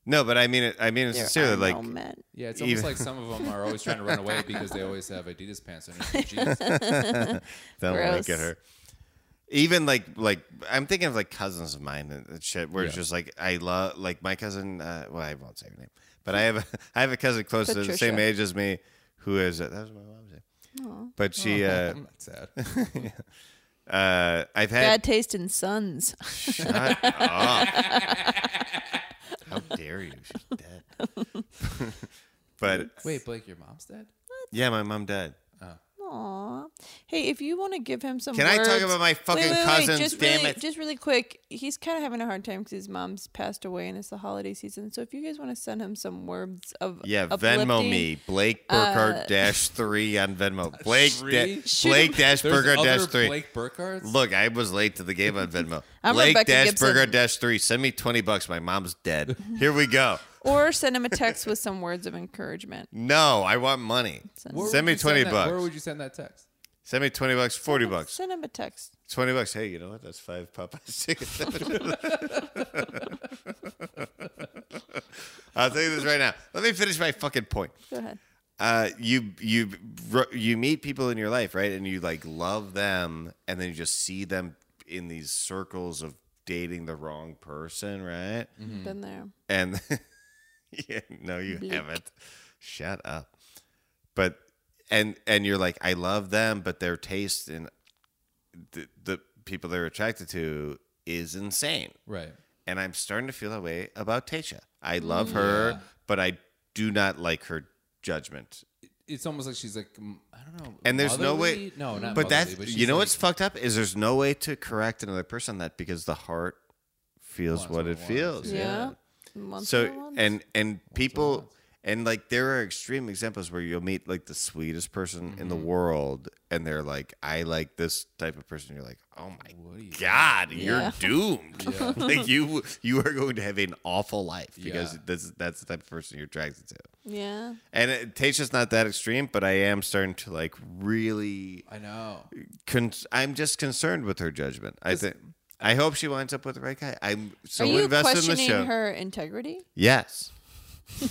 Speaker 3: no, but I mean it. I mean it sincerely. Like,
Speaker 2: Yeah, it's almost
Speaker 3: Even-
Speaker 2: like some of them are always trying to run away because they always have Adidas pants under their jeans.
Speaker 3: don't want
Speaker 4: Gross.
Speaker 3: to get her. Even like like I'm thinking of like cousins of mine and and shit where it's
Speaker 2: Yeah.
Speaker 3: just like I love like my cousin uh, well I won't say her name but I have a, I have a cousin close to the same
Speaker 4: Patricia.
Speaker 3: age as me who is uh, that was my mom's name but she uh,
Speaker 2: I'm not sad.
Speaker 3: uh I've had
Speaker 4: Bad taste in sons.
Speaker 3: Shut up. How dare you? She's dead. but
Speaker 2: Wait, Blake, your mom's dead?
Speaker 3: yeah, my mom died.
Speaker 4: Aw. Hey, if you want to give him some
Speaker 3: Can I talk
Speaker 4: words-
Speaker 3: about my fucking
Speaker 4: wait, wait, wait,
Speaker 3: cousins,
Speaker 4: Just
Speaker 3: damn
Speaker 4: really,
Speaker 3: it.
Speaker 4: Just really quick. He's kind of having a hard time because his mom's passed away and it's the holiday season. So if you guys want to send him some words of
Speaker 3: Yeah,
Speaker 4: uplifting, uh,
Speaker 3: Venmo me. Blake Burkhardt dash three on Venmo. Blake da-
Speaker 2: Three?
Speaker 4: Shoot
Speaker 3: Blake
Speaker 4: him.
Speaker 3: dash
Speaker 2: There's
Speaker 3: Burkhardt
Speaker 2: other
Speaker 3: dash three.
Speaker 2: Blake Burkhardt?
Speaker 3: Look, I was late to the game on Venmo.
Speaker 4: I'm
Speaker 3: Blake
Speaker 4: Rebecca
Speaker 3: dash
Speaker 4: Gibson.
Speaker 3: Burkhardt dash three. Send me twenty bucks. My mom's dead. Here we go.
Speaker 4: Or send him a text with some words of encouragement.
Speaker 3: No, I want money.
Speaker 2: Where
Speaker 3: Send
Speaker 2: would
Speaker 3: me
Speaker 2: you
Speaker 3: twenty
Speaker 2: that-
Speaker 3: bucks.
Speaker 2: Where would you send that text?
Speaker 3: Send me twenty bucks. Forty bucks.
Speaker 4: Send him a text.
Speaker 3: Twenty bucks. Hey, you know what? That's five Popeyes tickets. I'll tell you this right now. Let me finish my fucking point.
Speaker 4: Go ahead.
Speaker 3: Uh, uh, you you you meet people in your life, right? And you like love them, and then you just see them in these circles of dating the wrong person, right?
Speaker 4: Been there.
Speaker 3: And yeah, no, you
Speaker 4: Bleak.
Speaker 3: haven't. Shut up. But and and you're like, I love them, but their taste in the, the people they're attracted to is insane.
Speaker 2: Right.
Speaker 3: And I'm starting to feel that way about Tasha. I love
Speaker 4: Mm.
Speaker 3: her, but I do not like her judgment
Speaker 2: It's almost like she's like mm, I don't know.
Speaker 3: And there's no way-
Speaker 2: motherly? No, not.
Speaker 3: but that's
Speaker 2: motherly, but
Speaker 3: you
Speaker 2: she's
Speaker 3: know
Speaker 2: like-
Speaker 3: what's fucked up is there's no way to correct another person on that because the heart feels
Speaker 2: Wants
Speaker 3: what
Speaker 2: what
Speaker 3: it
Speaker 2: it wants,
Speaker 3: feels.
Speaker 4: Yeah.
Speaker 2: Yeah.
Speaker 4: Once in a
Speaker 3: So eh,
Speaker 4: while.
Speaker 3: and and people and like there are extreme examples where you'll meet like the sweetest person in the world and they're like I like this type of person you're like oh my
Speaker 2: What are you-
Speaker 3: god
Speaker 4: Yeah.
Speaker 3: you're doomed like you you are going to have an awful life because
Speaker 2: Yeah.
Speaker 3: this that's the type of person you're attracted to.
Speaker 4: yeah.
Speaker 3: And it, Tasha's not that extreme, but I am starting to like really
Speaker 2: I know.
Speaker 3: con- I'm just concerned with her judgment. I think I hope she winds up with the right guy. I'm so
Speaker 4: Are you
Speaker 3: invested in the
Speaker 4: questioning
Speaker 3: show.
Speaker 4: her integrity?
Speaker 3: Yes.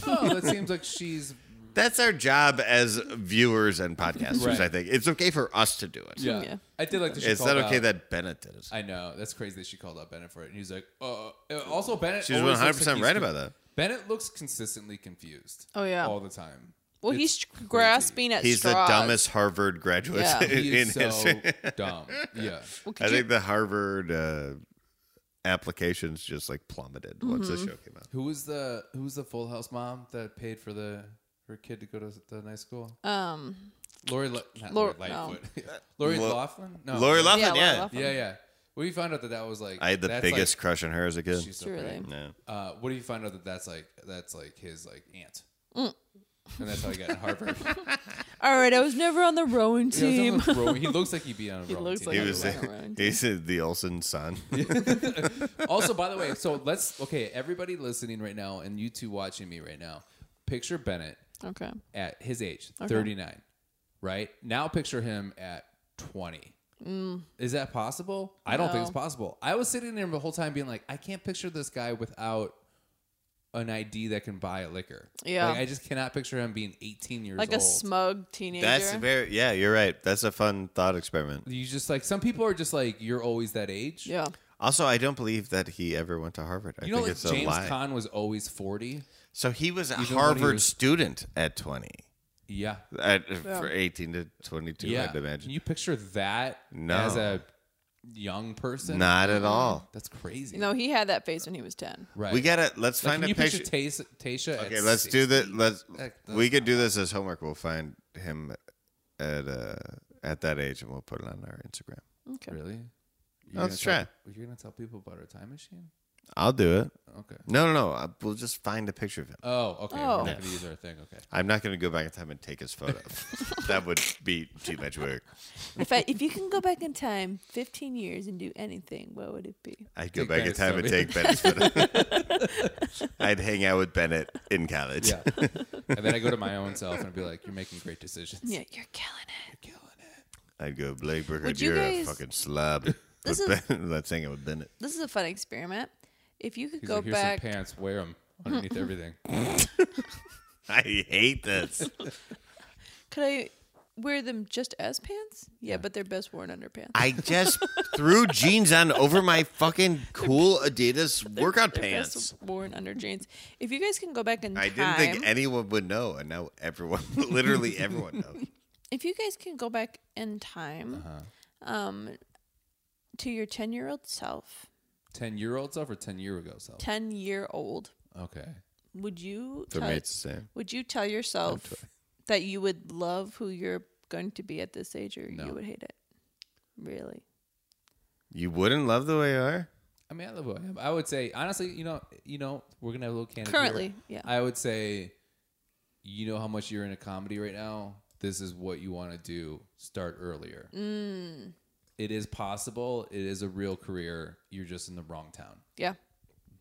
Speaker 2: Oh, that seems like she's.
Speaker 3: That's our job as viewers and podcasters,
Speaker 2: Right.
Speaker 3: I think. It's okay for us to do it.
Speaker 2: Yeah.
Speaker 4: Yeah.
Speaker 2: I did like the.
Speaker 3: It's not okay that Bennett did it.
Speaker 2: I know that's crazy that she called out Bennett for it, and he's like, "Uh." uh, Also, Bennett.
Speaker 3: She's
Speaker 2: always
Speaker 3: 100
Speaker 2: looks like
Speaker 3: percent
Speaker 2: he's
Speaker 3: right
Speaker 2: con-
Speaker 3: about that.
Speaker 2: Bennett looks consistently confused.
Speaker 4: Oh, yeah.
Speaker 2: all the time.
Speaker 4: Well,
Speaker 2: It's
Speaker 4: he's
Speaker 2: crazy.
Speaker 4: grasping at
Speaker 3: He's
Speaker 4: straws.
Speaker 3: the dumbest Harvard graduate
Speaker 4: Yeah.
Speaker 3: in
Speaker 2: He is so
Speaker 3: history.
Speaker 2: dumb. Yeah,
Speaker 4: Well, could
Speaker 3: I
Speaker 4: you-
Speaker 3: think the Harvard uh, applications just like plummeted once
Speaker 2: Mm-hmm.
Speaker 3: the show came out.
Speaker 2: who was the who was the Full House mom that paid for the her kid to go to the nice school?
Speaker 4: um,
Speaker 2: Lori, Lo- not
Speaker 4: Lor-
Speaker 2: Lori Lightfoot. Lori
Speaker 3: Lo-
Speaker 2: Laughlin. No,
Speaker 3: Lori Loughlin,
Speaker 4: yeah,
Speaker 3: yeah.
Speaker 4: Laura Loughlin.
Speaker 2: Yeah, yeah. What do you find out that that was like?
Speaker 3: I had the
Speaker 2: that's,
Speaker 3: biggest
Speaker 2: Like,
Speaker 3: crush on her as a kid.
Speaker 2: she's so
Speaker 4: Really?
Speaker 2: pretty.
Speaker 3: yeah.
Speaker 2: Uh, what do you find out that that's like? That's like his like aunt.
Speaker 4: Mm.
Speaker 2: And that's how he got in Harvard.
Speaker 4: All right, I was never on the rowing
Speaker 2: He,
Speaker 4: team.
Speaker 2: was on the row- he looks like he'd be on a
Speaker 4: He
Speaker 2: rowing
Speaker 4: looks
Speaker 2: team.
Speaker 4: like
Speaker 3: He
Speaker 4: Yeah,
Speaker 3: was
Speaker 4: right, right.
Speaker 3: he's uh, the Olsen son.
Speaker 2: also, by the way, so let's okay, everybody listening right now, and you two watching me right now, picture Bennett
Speaker 4: okay.
Speaker 2: at his age, 39, right? Now picture him at 20. Is that possible? I don't think it's
Speaker 4: Mm. No.
Speaker 2: possible. I was sitting there the whole time being like, I can't picture this guy without an ID that can buy a liquor.
Speaker 4: Yeah.
Speaker 2: Like, I just cannot picture him being 18 years
Speaker 4: Like
Speaker 2: old.
Speaker 4: a smug teenager.
Speaker 3: That's very yeah, you're right. That's a fun thought experiment.
Speaker 2: you just like, some people are just like, you're always that age.
Speaker 4: yeah.
Speaker 3: Also, I don't believe that he ever went to Harvard. I
Speaker 2: You know,
Speaker 3: think
Speaker 2: like
Speaker 3: it's a
Speaker 2: James
Speaker 3: lie.
Speaker 2: Kahn was always 40.
Speaker 3: so he was a
Speaker 2: though when he
Speaker 3: Harvard
Speaker 2: was-
Speaker 3: student at 20.
Speaker 2: Yeah.
Speaker 3: At, For 18 to 22,
Speaker 2: yeah.
Speaker 3: I'd imagine.
Speaker 2: Can you picture that
Speaker 3: No.
Speaker 2: as a young person?
Speaker 3: Not at all.
Speaker 2: That's crazy.
Speaker 4: No, he had that face when he was 10.
Speaker 2: Right.
Speaker 3: We gotta let's
Speaker 2: Like,
Speaker 3: find
Speaker 2: can
Speaker 3: a
Speaker 2: you
Speaker 3: picture.
Speaker 2: picture Tasha? Tasha at
Speaker 3: okay, let's do the
Speaker 2: 60?
Speaker 3: let's.
Speaker 2: Heck, that's
Speaker 3: We could do this as homework. We'll find him at uh at that age, and we'll put it on our Instagram.
Speaker 4: Okay.
Speaker 2: Really? You're
Speaker 3: Let's
Speaker 2: gonna
Speaker 3: try.
Speaker 2: tell- You're gonna tell people about our time machine?
Speaker 3: I'll do it.
Speaker 2: Okay.
Speaker 3: No, no, no. I- We'll just find a picture of him.
Speaker 2: Oh, okay.
Speaker 4: Oh.
Speaker 2: We're not gonna use our thing. Okay.
Speaker 3: I'm not going to go back in time and take his photo. that would be too much work.
Speaker 4: If I, if you can go back in time 15 years and do anything, what would it be?
Speaker 3: I'd go
Speaker 2: Take
Speaker 3: back in
Speaker 2: Bennett's
Speaker 3: time and
Speaker 2: photo.
Speaker 3: take Bennett's photo. I'd hang out with Bennett in college.
Speaker 2: Yeah. and then I go to my own self and be like, "You're making great decisions.
Speaker 4: Yeah, you're killing it.
Speaker 2: You're killing it."
Speaker 3: I'd go, Blake Burkhardt,
Speaker 4: Would you
Speaker 3: you're a
Speaker 4: guys-
Speaker 3: fucking slob. But
Speaker 4: This is-
Speaker 3: Ben- Let's hang out with Bennett.
Speaker 4: This is a fun experiment. If you could
Speaker 2: He's
Speaker 4: go
Speaker 2: like, "Here's
Speaker 4: back,
Speaker 2: some pants. Wear them underneath everything."
Speaker 3: I hate this.
Speaker 4: could I wear them just as pants? Yeah, but they're best worn underpants.
Speaker 3: I just threw jeans on over my fucking cool Adidas workout
Speaker 4: They're
Speaker 3: pants.
Speaker 4: Best worn under jeans. If you guys can go back in
Speaker 3: I
Speaker 4: time,
Speaker 3: didn't think anyone would know, and now everyone, literally everyone knows.
Speaker 4: if you guys can go back in time,
Speaker 2: Uh-huh.
Speaker 4: um, to your ten-year-old self,
Speaker 2: Ten year old self or ten year ago self?
Speaker 4: ten-year-old,
Speaker 2: Okay.
Speaker 4: would you
Speaker 3: For
Speaker 4: tell,
Speaker 3: me, it's the same.
Speaker 4: would you tell yourself that you would love who you're going to be at this age, or
Speaker 2: No.
Speaker 4: you would hate it? Really?
Speaker 3: You wouldn't love the way you are?
Speaker 2: I mean, I love who I am. I would say honestly, you know, you know, we're gonna have a little candid. here.
Speaker 4: Currently, yeah.
Speaker 2: I would say, you know how much you're in a comedy right now. This is what you want to do. Start earlier.
Speaker 4: Mm.
Speaker 2: It is possible. It is a real career. You're just in the wrong town.
Speaker 4: Yeah.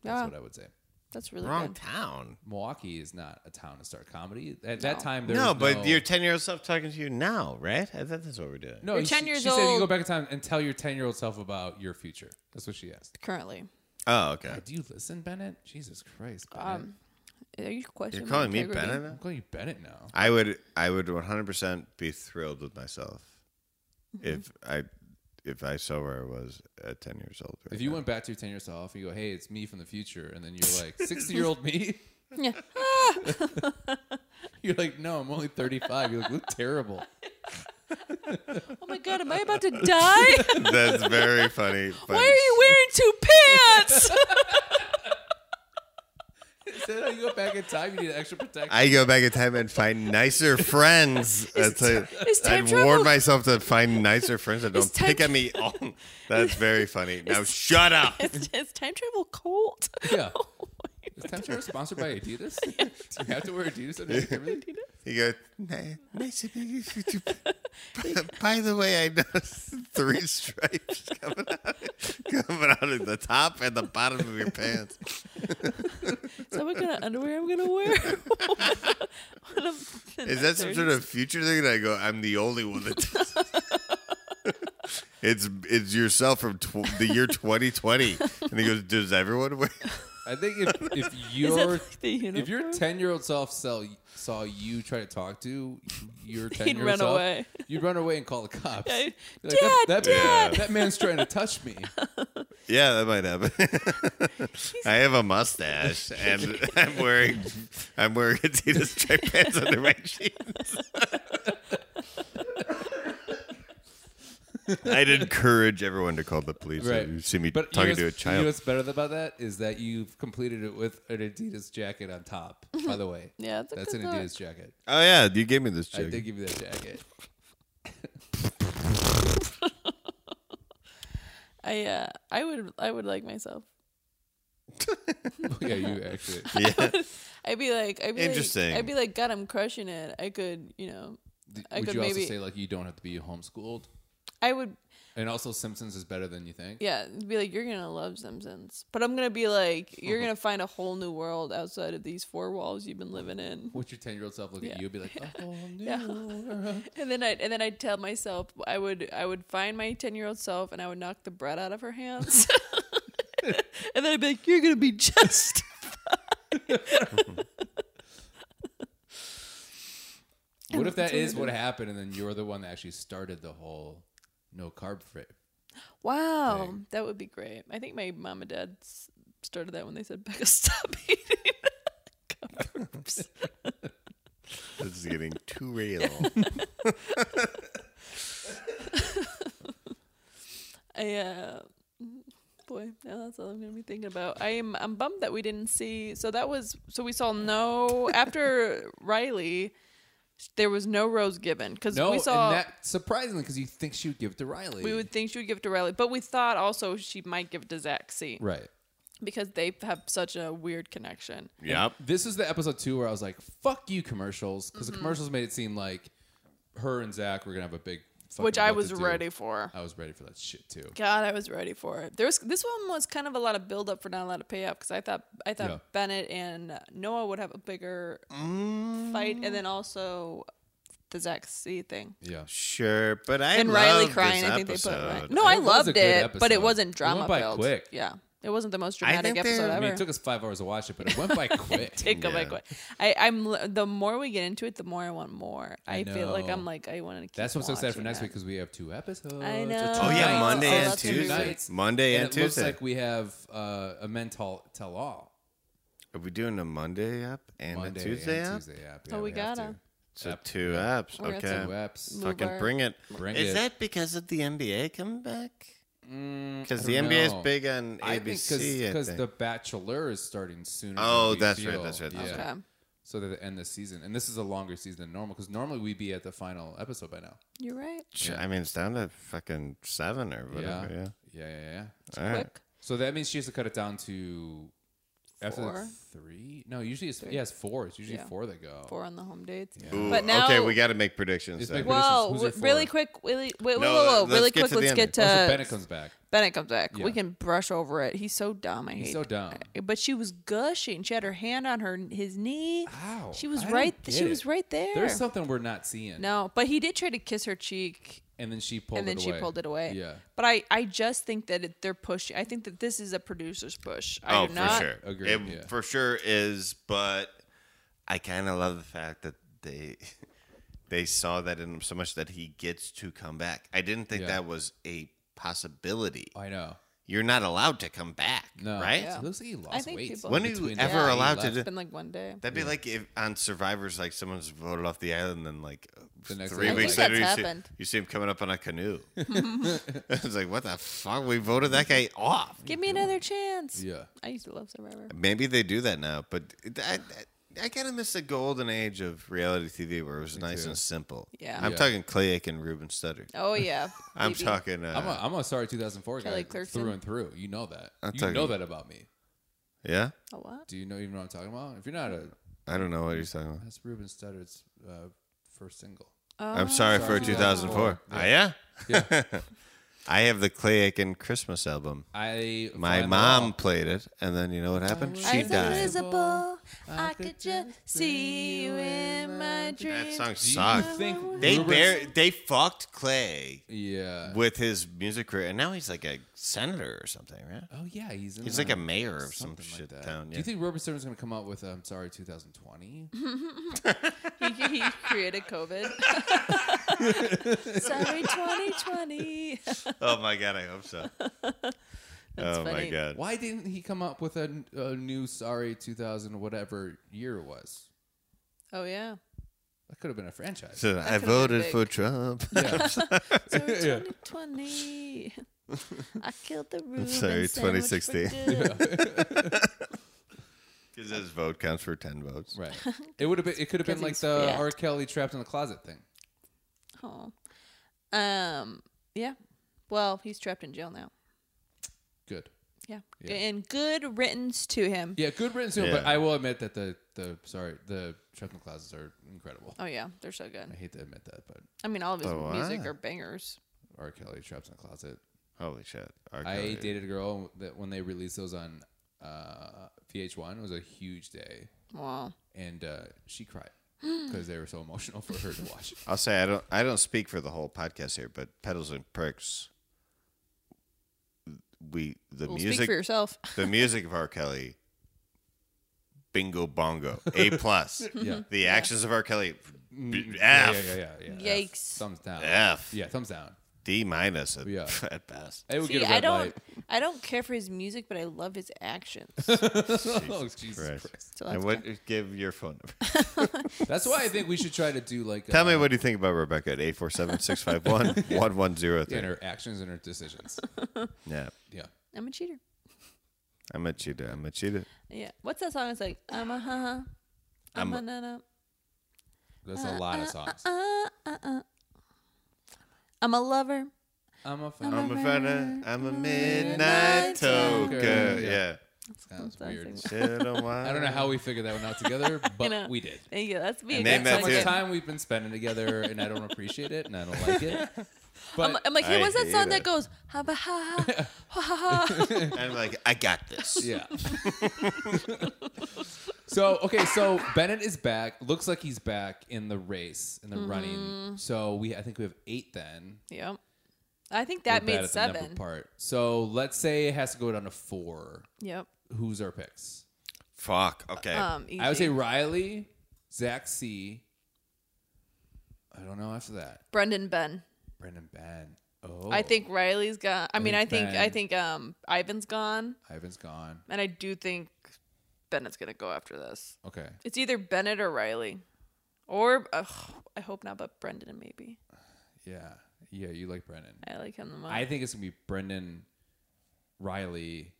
Speaker 2: That's
Speaker 4: Yeah,
Speaker 2: what I would say.
Speaker 4: that's really
Speaker 3: Wrong
Speaker 4: good.
Speaker 3: town.
Speaker 2: Milwaukee is not a town to start comedy. At that time, there was
Speaker 3: No, but your 10 year old self talking to you now, right? I thought that's what we're doing.
Speaker 2: no.
Speaker 4: You're
Speaker 2: she-
Speaker 4: 10 years
Speaker 2: she Said you go
Speaker 4: old.
Speaker 2: back in time and tell your ten year old self about your future. That's what she asked.
Speaker 4: Currently,
Speaker 3: Oh, okay.
Speaker 2: Do you listen, Bennett? Jesus Christ, Bennett.
Speaker 4: um, Are you questioning?
Speaker 3: You're
Speaker 4: my
Speaker 3: calling me
Speaker 4: integrity?
Speaker 3: Bennett?
Speaker 2: I'm
Speaker 3: now?
Speaker 2: calling you Bennett now.
Speaker 3: I would I would 100% be thrilled with myself
Speaker 4: Mm-hmm.
Speaker 3: if I if I saw where I was at 10 years old. right
Speaker 2: If you
Speaker 3: now.
Speaker 2: went back to your 10 yourself and you go, hey, it's me from the future, and then you're like, 60 year old me?
Speaker 4: Yeah.
Speaker 2: You're like, no, I'm only 35. You look, look terrible.
Speaker 4: Oh my god, am I about to die?
Speaker 3: That's very funny. but
Speaker 4: Why are you wearing two pants?
Speaker 2: Is that how you go back in time? You need extra protection.
Speaker 3: I go back in time and find nicer friends. That's it.
Speaker 4: is time
Speaker 3: I'd
Speaker 4: travel-
Speaker 3: warn myself to find nicer friends that
Speaker 4: Is
Speaker 3: don't
Speaker 4: time
Speaker 3: pick
Speaker 4: tra-
Speaker 3: at me. On. That's very funny. Now shut up.
Speaker 4: is, is time travel cold?
Speaker 2: Yeah.
Speaker 4: Oh
Speaker 2: Is time travel sponsored by Adidas? Do you have to wear Adidas underneath everything?
Speaker 3: You go. "Ni- Nice to meet you. you- you- By the way, I noticed three stripes coming out, coming out of the top and the bottom of your pants.
Speaker 4: Is that what kind of underwear I'm gonna wear? When I'm in
Speaker 3: Is
Speaker 4: my
Speaker 3: that some sort
Speaker 4: 30s?
Speaker 3: of future thing? And I go, I'm the only one that. Does. it's it's yourself from tw- the year 2020, and he goes, "Does everyone wear?"
Speaker 2: I think if, if
Speaker 4: Is
Speaker 2: your
Speaker 4: that the uniform?
Speaker 2: if your 10 year old self saw, saw you try to talk to your 10
Speaker 4: He'd
Speaker 2: year
Speaker 4: run
Speaker 2: old self,
Speaker 4: away.
Speaker 2: you'd run away and call the cops.
Speaker 4: Yeah,
Speaker 2: You're like,
Speaker 4: "Dad,
Speaker 2: that, that,
Speaker 3: Dad."
Speaker 2: that man's trying to touch me.
Speaker 3: Yeah, that might happen. I have a mustache, and I'm wearing I'm wearing Adidas striped pants under my jeans. I'd encourage everyone to call the police.
Speaker 2: Right.
Speaker 3: If you see me
Speaker 2: But
Speaker 3: talking
Speaker 2: you know
Speaker 3: to a
Speaker 2: what's- You know
Speaker 3: child.
Speaker 2: what's better about that is that you've completed it with an Adidas jacket on top. By the way,
Speaker 4: Yeah, it's a
Speaker 2: that's
Speaker 4: good
Speaker 2: an
Speaker 4: look.
Speaker 2: Adidas jacket.
Speaker 3: Oh yeah, you gave me this
Speaker 2: I
Speaker 3: chick.
Speaker 2: did give you that jacket.
Speaker 4: I uh, I would I would like myself.
Speaker 2: yeah, you actually.
Speaker 3: yeah.
Speaker 4: I'd be like I'd be
Speaker 3: Interesting.
Speaker 4: Like, I'd be like God, I'm crushing it. I could you know I
Speaker 2: would
Speaker 4: could
Speaker 2: you also
Speaker 4: maybe-
Speaker 2: say like you don't have to be homeschooled?
Speaker 4: I would
Speaker 2: And also, Simpsons is better than you think.
Speaker 4: yeah be like you're gonna love Simpsons, but I'm gonna be like you're gonna find a whole new world outside of these four walls you've been living in.
Speaker 2: Would your ten year old self look at
Speaker 4: Yeah.
Speaker 2: you and be like, "Oh, "A whole new
Speaker 4: Yeah.
Speaker 2: world."
Speaker 4: And then I and then I'd tell myself I would I would find my ten year old self and I would knock the bread out of her hands. and then I'd be like, You're gonna be just
Speaker 2: What if that is what happened, and then you're the one that actually started the whole no carb fit?
Speaker 4: Wow.
Speaker 2: Dang.
Speaker 4: That would be great. I think my mom and dad s- started that when they said Becca stop eating carbs.
Speaker 3: This is getting too real.
Speaker 4: I uh boy, now that's all I'm gonna be thinking about. I am I'm bummed that we didn't see so that was so we saw no after Riley there was no rose given because
Speaker 2: No,
Speaker 4: we saw
Speaker 2: and that surprisingly, because you think she would give it to Riley.
Speaker 4: We would think she would give it to Riley, but we thought also she might give it to Zaxi
Speaker 2: right.
Speaker 4: because they have such a weird connection.
Speaker 3: yep.
Speaker 2: This is the episode two where I was like, "Fuck you, commercials," because
Speaker 4: Mm-hmm.
Speaker 2: the commercials made it seem like her and Zach were gonna have a big. fucking
Speaker 4: which I was
Speaker 2: what-to-do.
Speaker 4: ready for.
Speaker 2: I was ready for that shit too.
Speaker 4: God, I was ready for it. There was this one was kind of a lot of build up for not a lot of payoff because I thought I thought
Speaker 2: Yeah.
Speaker 4: Bennett and Noah would have a bigger fight, and
Speaker 2: Mm.
Speaker 4: then also the Zaxi thing.
Speaker 2: Yeah.
Speaker 3: Sure, but I
Speaker 4: and Riley crying. I think they put Riley. No,
Speaker 2: It
Speaker 4: I
Speaker 2: was a
Speaker 4: loved
Speaker 2: good
Speaker 4: it, but
Speaker 2: episode.
Speaker 4: it wasn't
Speaker 2: It
Speaker 4: drama
Speaker 2: went by
Speaker 4: filled.
Speaker 2: quick.
Speaker 4: Yeah, it wasn't the most
Speaker 3: I
Speaker 4: dramatic
Speaker 3: think they-
Speaker 4: episode
Speaker 3: I
Speaker 2: I
Speaker 4: ever.
Speaker 2: mean, it took us five hours to watch it, but it went by quick.
Speaker 4: Take
Speaker 3: Yeah.
Speaker 4: away. I, I'm l- the more we get into it, the more I want more. I, feel like
Speaker 2: know.
Speaker 4: I'm like I want to. Keep
Speaker 2: That's what's so sad for
Speaker 4: watching
Speaker 2: next
Speaker 4: it.
Speaker 2: week because we have two episodes.
Speaker 4: I
Speaker 2: or two
Speaker 4: know.
Speaker 3: Oh
Speaker 4: Oh,
Speaker 3: yeah, Monday
Speaker 4: oh,
Speaker 3: and
Speaker 4: that's gonna be
Speaker 3: Tuesday.
Speaker 4: great.
Speaker 3: Monday
Speaker 2: And
Speaker 3: and,
Speaker 2: it looks
Speaker 3: Tuesday.
Speaker 2: like we have uh, a mental tell all
Speaker 3: Are we doing a Monday up and
Speaker 2: Monday
Speaker 3: a Tuesday
Speaker 2: and
Speaker 3: up?
Speaker 2: Tuesday app.
Speaker 4: Oh, we
Speaker 2: have
Speaker 4: gotta.
Speaker 2: to.
Speaker 3: So
Speaker 2: Yep.
Speaker 3: two apps.
Speaker 4: We're gonna
Speaker 3: Okay.
Speaker 2: Two apps.
Speaker 4: Move
Speaker 3: Fucking
Speaker 4: our-
Speaker 3: bring it.
Speaker 2: Bring
Speaker 3: Is
Speaker 2: it.
Speaker 3: that because of the NBA coming back?
Speaker 2: Mm,
Speaker 3: Because
Speaker 2: I
Speaker 3: the
Speaker 2: don't
Speaker 3: NBA is
Speaker 2: know.
Speaker 3: big on
Speaker 2: I
Speaker 3: ABC. I
Speaker 2: because
Speaker 3: think.
Speaker 2: the Bachelor is starting sooner.
Speaker 3: Oh,
Speaker 2: than we
Speaker 3: that's right,
Speaker 2: feel.
Speaker 3: that's right, that's
Speaker 2: Yeah.
Speaker 4: Okay.
Speaker 2: So that they end the season, and this is a longer season than normal because normally we'd be at the final episode by now.
Speaker 4: You're right.
Speaker 3: Ch- I mean, it's down to fucking seven or
Speaker 2: Yeah.
Speaker 3: whatever. Yeah.
Speaker 2: Yeah, yeah, yeah.
Speaker 3: All right.
Speaker 4: Quick.
Speaker 2: So that means she has to cut it down to after the
Speaker 4: Four.
Speaker 2: three. No, usually it's yeah, it's four. It's usually
Speaker 4: Yeah.
Speaker 2: four that go. Oh,
Speaker 4: Four on the home dates.
Speaker 3: Ooh,
Speaker 4: But now-
Speaker 3: okay, we got to make predictions.
Speaker 2: Just
Speaker 3: then.
Speaker 2: make-
Speaker 4: Whoa!
Speaker 2: Who's your
Speaker 4: w- really
Speaker 2: four?
Speaker 4: quick, really, wait,
Speaker 3: No,
Speaker 4: whoa, whoa, whoa,
Speaker 3: let's
Speaker 4: really
Speaker 3: get
Speaker 4: quick.
Speaker 3: to the
Speaker 4: Let's
Speaker 3: end.
Speaker 4: get to
Speaker 2: Oh, so Bennett comes back.
Speaker 4: Bennett comes back.
Speaker 2: Yeah.
Speaker 4: We can brush over it. He's so dumb. I hate.
Speaker 2: He's so dumb.
Speaker 4: But she was gushing. She had her hand on her his knee.
Speaker 2: Ow,
Speaker 4: She was
Speaker 2: I don't
Speaker 4: right. She
Speaker 2: get
Speaker 4: was
Speaker 2: it.
Speaker 4: right there.
Speaker 2: There's something we're not seeing.
Speaker 4: no, but he did try to kiss her cheek,
Speaker 2: And then she pulled
Speaker 4: and then
Speaker 2: it
Speaker 4: she
Speaker 2: away.
Speaker 4: pulled it away.
Speaker 2: Yeah.
Speaker 4: But I, I just think that it, they're pushing. I think that this is a producer's push. I
Speaker 3: oh,
Speaker 4: do
Speaker 3: for
Speaker 4: not,
Speaker 3: sure.
Speaker 2: Agree,
Speaker 3: It
Speaker 2: yeah.
Speaker 3: for sure is, but I kind of love the fact that they they saw that in him so much that he gets to come back. I didn't think
Speaker 2: Yeah.
Speaker 3: that was a possibility.
Speaker 2: I know.
Speaker 3: You're not allowed to come back,
Speaker 2: No,
Speaker 3: right?
Speaker 4: Yeah.
Speaker 2: It looks like he lost
Speaker 4: think
Speaker 2: weight.
Speaker 4: people-
Speaker 3: When are you
Speaker 2: between
Speaker 3: ever
Speaker 2: the-
Speaker 4: Yeah.
Speaker 3: allowed
Speaker 2: he
Speaker 3: to?
Speaker 4: It's
Speaker 3: Do,
Speaker 4: been like one day.
Speaker 3: that'd be like if on Survivors, like someone's voted off the island, and like uh,
Speaker 2: The next
Speaker 3: three
Speaker 2: day. I
Speaker 3: weeks
Speaker 4: think
Speaker 3: later, you
Speaker 4: that's
Speaker 3: see,
Speaker 4: happened.
Speaker 3: you see him coming up on a canoe. it's like, what the fuck? We voted that guy off.
Speaker 4: Give me another chance.
Speaker 2: Yeah.
Speaker 4: I used to love Survivor.
Speaker 3: Maybe they do that now, but I, I, I kind of miss the golden age of reality TV where it was nice
Speaker 2: too.
Speaker 3: and simple.
Speaker 4: Yeah.
Speaker 3: I'm
Speaker 2: Yeah.
Speaker 3: talking Clayake and Ruben Studdard.
Speaker 4: Oh yeah.
Speaker 3: I'm
Speaker 4: Phoebe.
Speaker 3: talking. Uh,
Speaker 2: I'm a, I'm a sorry 2004 guy
Speaker 4: Kelly Clarkson.
Speaker 2: through and through. You know that.
Speaker 3: I'm
Speaker 2: you
Speaker 3: talking-
Speaker 2: know that about me.
Speaker 3: yeah,
Speaker 4: A what?
Speaker 2: Do you know even know what I'm talking about? If you're not a,
Speaker 3: I don't know what you're talking about.
Speaker 2: that's Ruben Studdard's uh, first single.
Speaker 4: Oh.
Speaker 3: I'm sorry for
Speaker 2: Sorry.
Speaker 3: 2004.
Speaker 2: Yeah.
Speaker 3: Ah, yeah. I have the Clay Aiken Christmas album.
Speaker 2: I
Speaker 3: My
Speaker 2: find
Speaker 3: mom
Speaker 2: that
Speaker 3: played it, and then you know what happened?
Speaker 2: was
Speaker 3: She
Speaker 4: As
Speaker 3: died.
Speaker 4: invisible, I could just see you in my
Speaker 3: That
Speaker 4: dreams.
Speaker 3: song
Speaker 2: all- Do you
Speaker 3: sucked.
Speaker 2: think
Speaker 3: They
Speaker 2: Ruben-
Speaker 3: bar- they fucked Clay
Speaker 2: Yeah.
Speaker 3: with his music career, and now he's like a senator or something, right?
Speaker 2: Oh yeah, he's in
Speaker 3: He's
Speaker 2: the-
Speaker 3: like a mayor of some
Speaker 2: something like
Speaker 3: shit
Speaker 2: that.
Speaker 3: town.
Speaker 2: Do
Speaker 3: Yeah.
Speaker 2: you think Ruben Studdard's gonna come out with um, sorry 2020?
Speaker 4: he, he created COVID. Sorry, 2020. That's
Speaker 3: oh my god, I hope so. oh my
Speaker 4: funny.
Speaker 3: god.
Speaker 2: Why didn't he come up with a, n- a new sorry 2000 whatever year it was?
Speaker 4: Oh yeah.
Speaker 2: That could have been a franchise.
Speaker 3: So I
Speaker 4: could've been
Speaker 3: voted
Speaker 4: big.
Speaker 3: for Trump.
Speaker 2: yeah.
Speaker 4: Sorry,
Speaker 2: Yeah.
Speaker 4: 2020. I killed the room.
Speaker 3: sorry, 2016.
Speaker 2: Yeah.
Speaker 3: Because his vote counts for ten votes.
Speaker 2: Right. It would have been. It could have been
Speaker 4: 'Cause
Speaker 2: like
Speaker 4: he's
Speaker 2: the
Speaker 4: fat.
Speaker 2: R. Kelly trapped in the closet thing.
Speaker 4: Oh. Um. Yeah. Well, he's trapped in jail now.
Speaker 2: Good.
Speaker 4: Yeah.
Speaker 2: Yeah.
Speaker 4: And good riddance to him.
Speaker 2: Yeah, good written soon. But
Speaker 3: Yeah.
Speaker 2: I will admit that the the sorry the trapped in the closets are incredible.
Speaker 4: Oh yeah, they're so
Speaker 2: I
Speaker 4: good.
Speaker 2: hate to admit that, but
Speaker 4: I mean, all of his
Speaker 3: Oh,
Speaker 4: music
Speaker 3: wow.
Speaker 4: are bangers.
Speaker 2: R. Kelly trapped in the closet.
Speaker 3: Holy shit. R.
Speaker 2: I
Speaker 3: Kelly.
Speaker 2: dated a girl that when they released those on uh, VH1 it was a huge day,
Speaker 4: Wow.
Speaker 2: and uh, she cried because they were so emotional for her to watch.
Speaker 3: I'll say I don't I don't speak for the whole podcast here, but pedals and pricks. We the
Speaker 4: Well, speak
Speaker 3: music
Speaker 4: for yourself.
Speaker 3: the music of R. Kelly. Bingo bongo a plus.
Speaker 2: Yeah. Mm,
Speaker 3: The actions of R. Kelly B-
Speaker 2: Yeah, yeah,
Speaker 3: F
Speaker 2: yeah, yeah, yeah. F.
Speaker 4: Yikes.
Speaker 2: Thumbs down.
Speaker 3: F.
Speaker 2: Yeah, thumbs down.
Speaker 3: D minus at,
Speaker 2: Yeah.
Speaker 3: at best.
Speaker 2: It would
Speaker 4: See,
Speaker 2: get a
Speaker 4: I
Speaker 2: red
Speaker 4: don't,
Speaker 2: light.
Speaker 4: I don't care for his music, but I love his actions.
Speaker 2: oh, Jesus
Speaker 3: Christ.
Speaker 2: Christ.
Speaker 4: So
Speaker 3: And
Speaker 4: that's
Speaker 3: what
Speaker 4: good.
Speaker 3: give your phone number?
Speaker 2: That's why I think we should try to do like
Speaker 3: Tell
Speaker 2: uh,
Speaker 3: me what do you think about Rebecca at 847-651-1103.
Speaker 2: in her actions and her decisions.
Speaker 3: Yeah.
Speaker 2: Yeah.
Speaker 4: I'm a cheater.
Speaker 3: I'm a cheater. I'm a cheater.
Speaker 4: Yeah. What's that song? It's like I'm a ha ha. I'm, a na na.
Speaker 2: That's a lot of songs.
Speaker 4: Uh, uh, uh. I'm a lover.
Speaker 2: I'm a fan.
Speaker 3: I'm a fan. I'm a midnight toker. Yeah.
Speaker 2: Sounds
Speaker 4: That's
Speaker 2: weird.
Speaker 4: like-
Speaker 2: I don't know how we figured that one out together,
Speaker 4: know.
Speaker 2: but we did.
Speaker 4: There you go. That's me.
Speaker 3: And
Speaker 4: again.
Speaker 3: name
Speaker 2: That's how
Speaker 3: that too.
Speaker 2: much time we've been spending together, and I don't appreciate it, and I don't like it.
Speaker 4: Um, I'm,
Speaker 2: But
Speaker 4: I'm like, hey,
Speaker 3: I
Speaker 4: what's that
Speaker 3: hate
Speaker 4: song that
Speaker 3: it.
Speaker 4: goes ha ba ha ha ha ha? ha.
Speaker 3: I'm like, I got this.
Speaker 2: yeah. so okay, so Bennett is back. Looks like he's back in the race in the
Speaker 4: Mm-hmm.
Speaker 2: running. So we, I think we have eight then.
Speaker 4: yep. I think that
Speaker 2: We're bad
Speaker 4: made
Speaker 2: at the number
Speaker 4: seven.
Speaker 2: part. So let's say it has to go down to four.
Speaker 4: Yep.
Speaker 2: Who's our picks?
Speaker 3: Fuck. Okay.
Speaker 4: Um.
Speaker 2: I would
Speaker 4: easy.
Speaker 2: say Riley, Zach C. I don't know after that.
Speaker 4: Brendan Ben.
Speaker 2: Brendan Ben. Oh,
Speaker 4: I think Riley's gone. I mean, I
Speaker 2: think
Speaker 4: think I
Speaker 2: Ben.
Speaker 4: think um Ivan's gone,
Speaker 2: Ivan's gone.
Speaker 4: and I do think Bennett's gonna go after this.
Speaker 2: Okay,
Speaker 4: It's either Bennett or Riley, or ugh, I hope not, but Brendan maybe.
Speaker 2: yeah, yeah. You like Brendan.
Speaker 4: I like him the most.
Speaker 2: I think it's gonna be Brendan, Riley.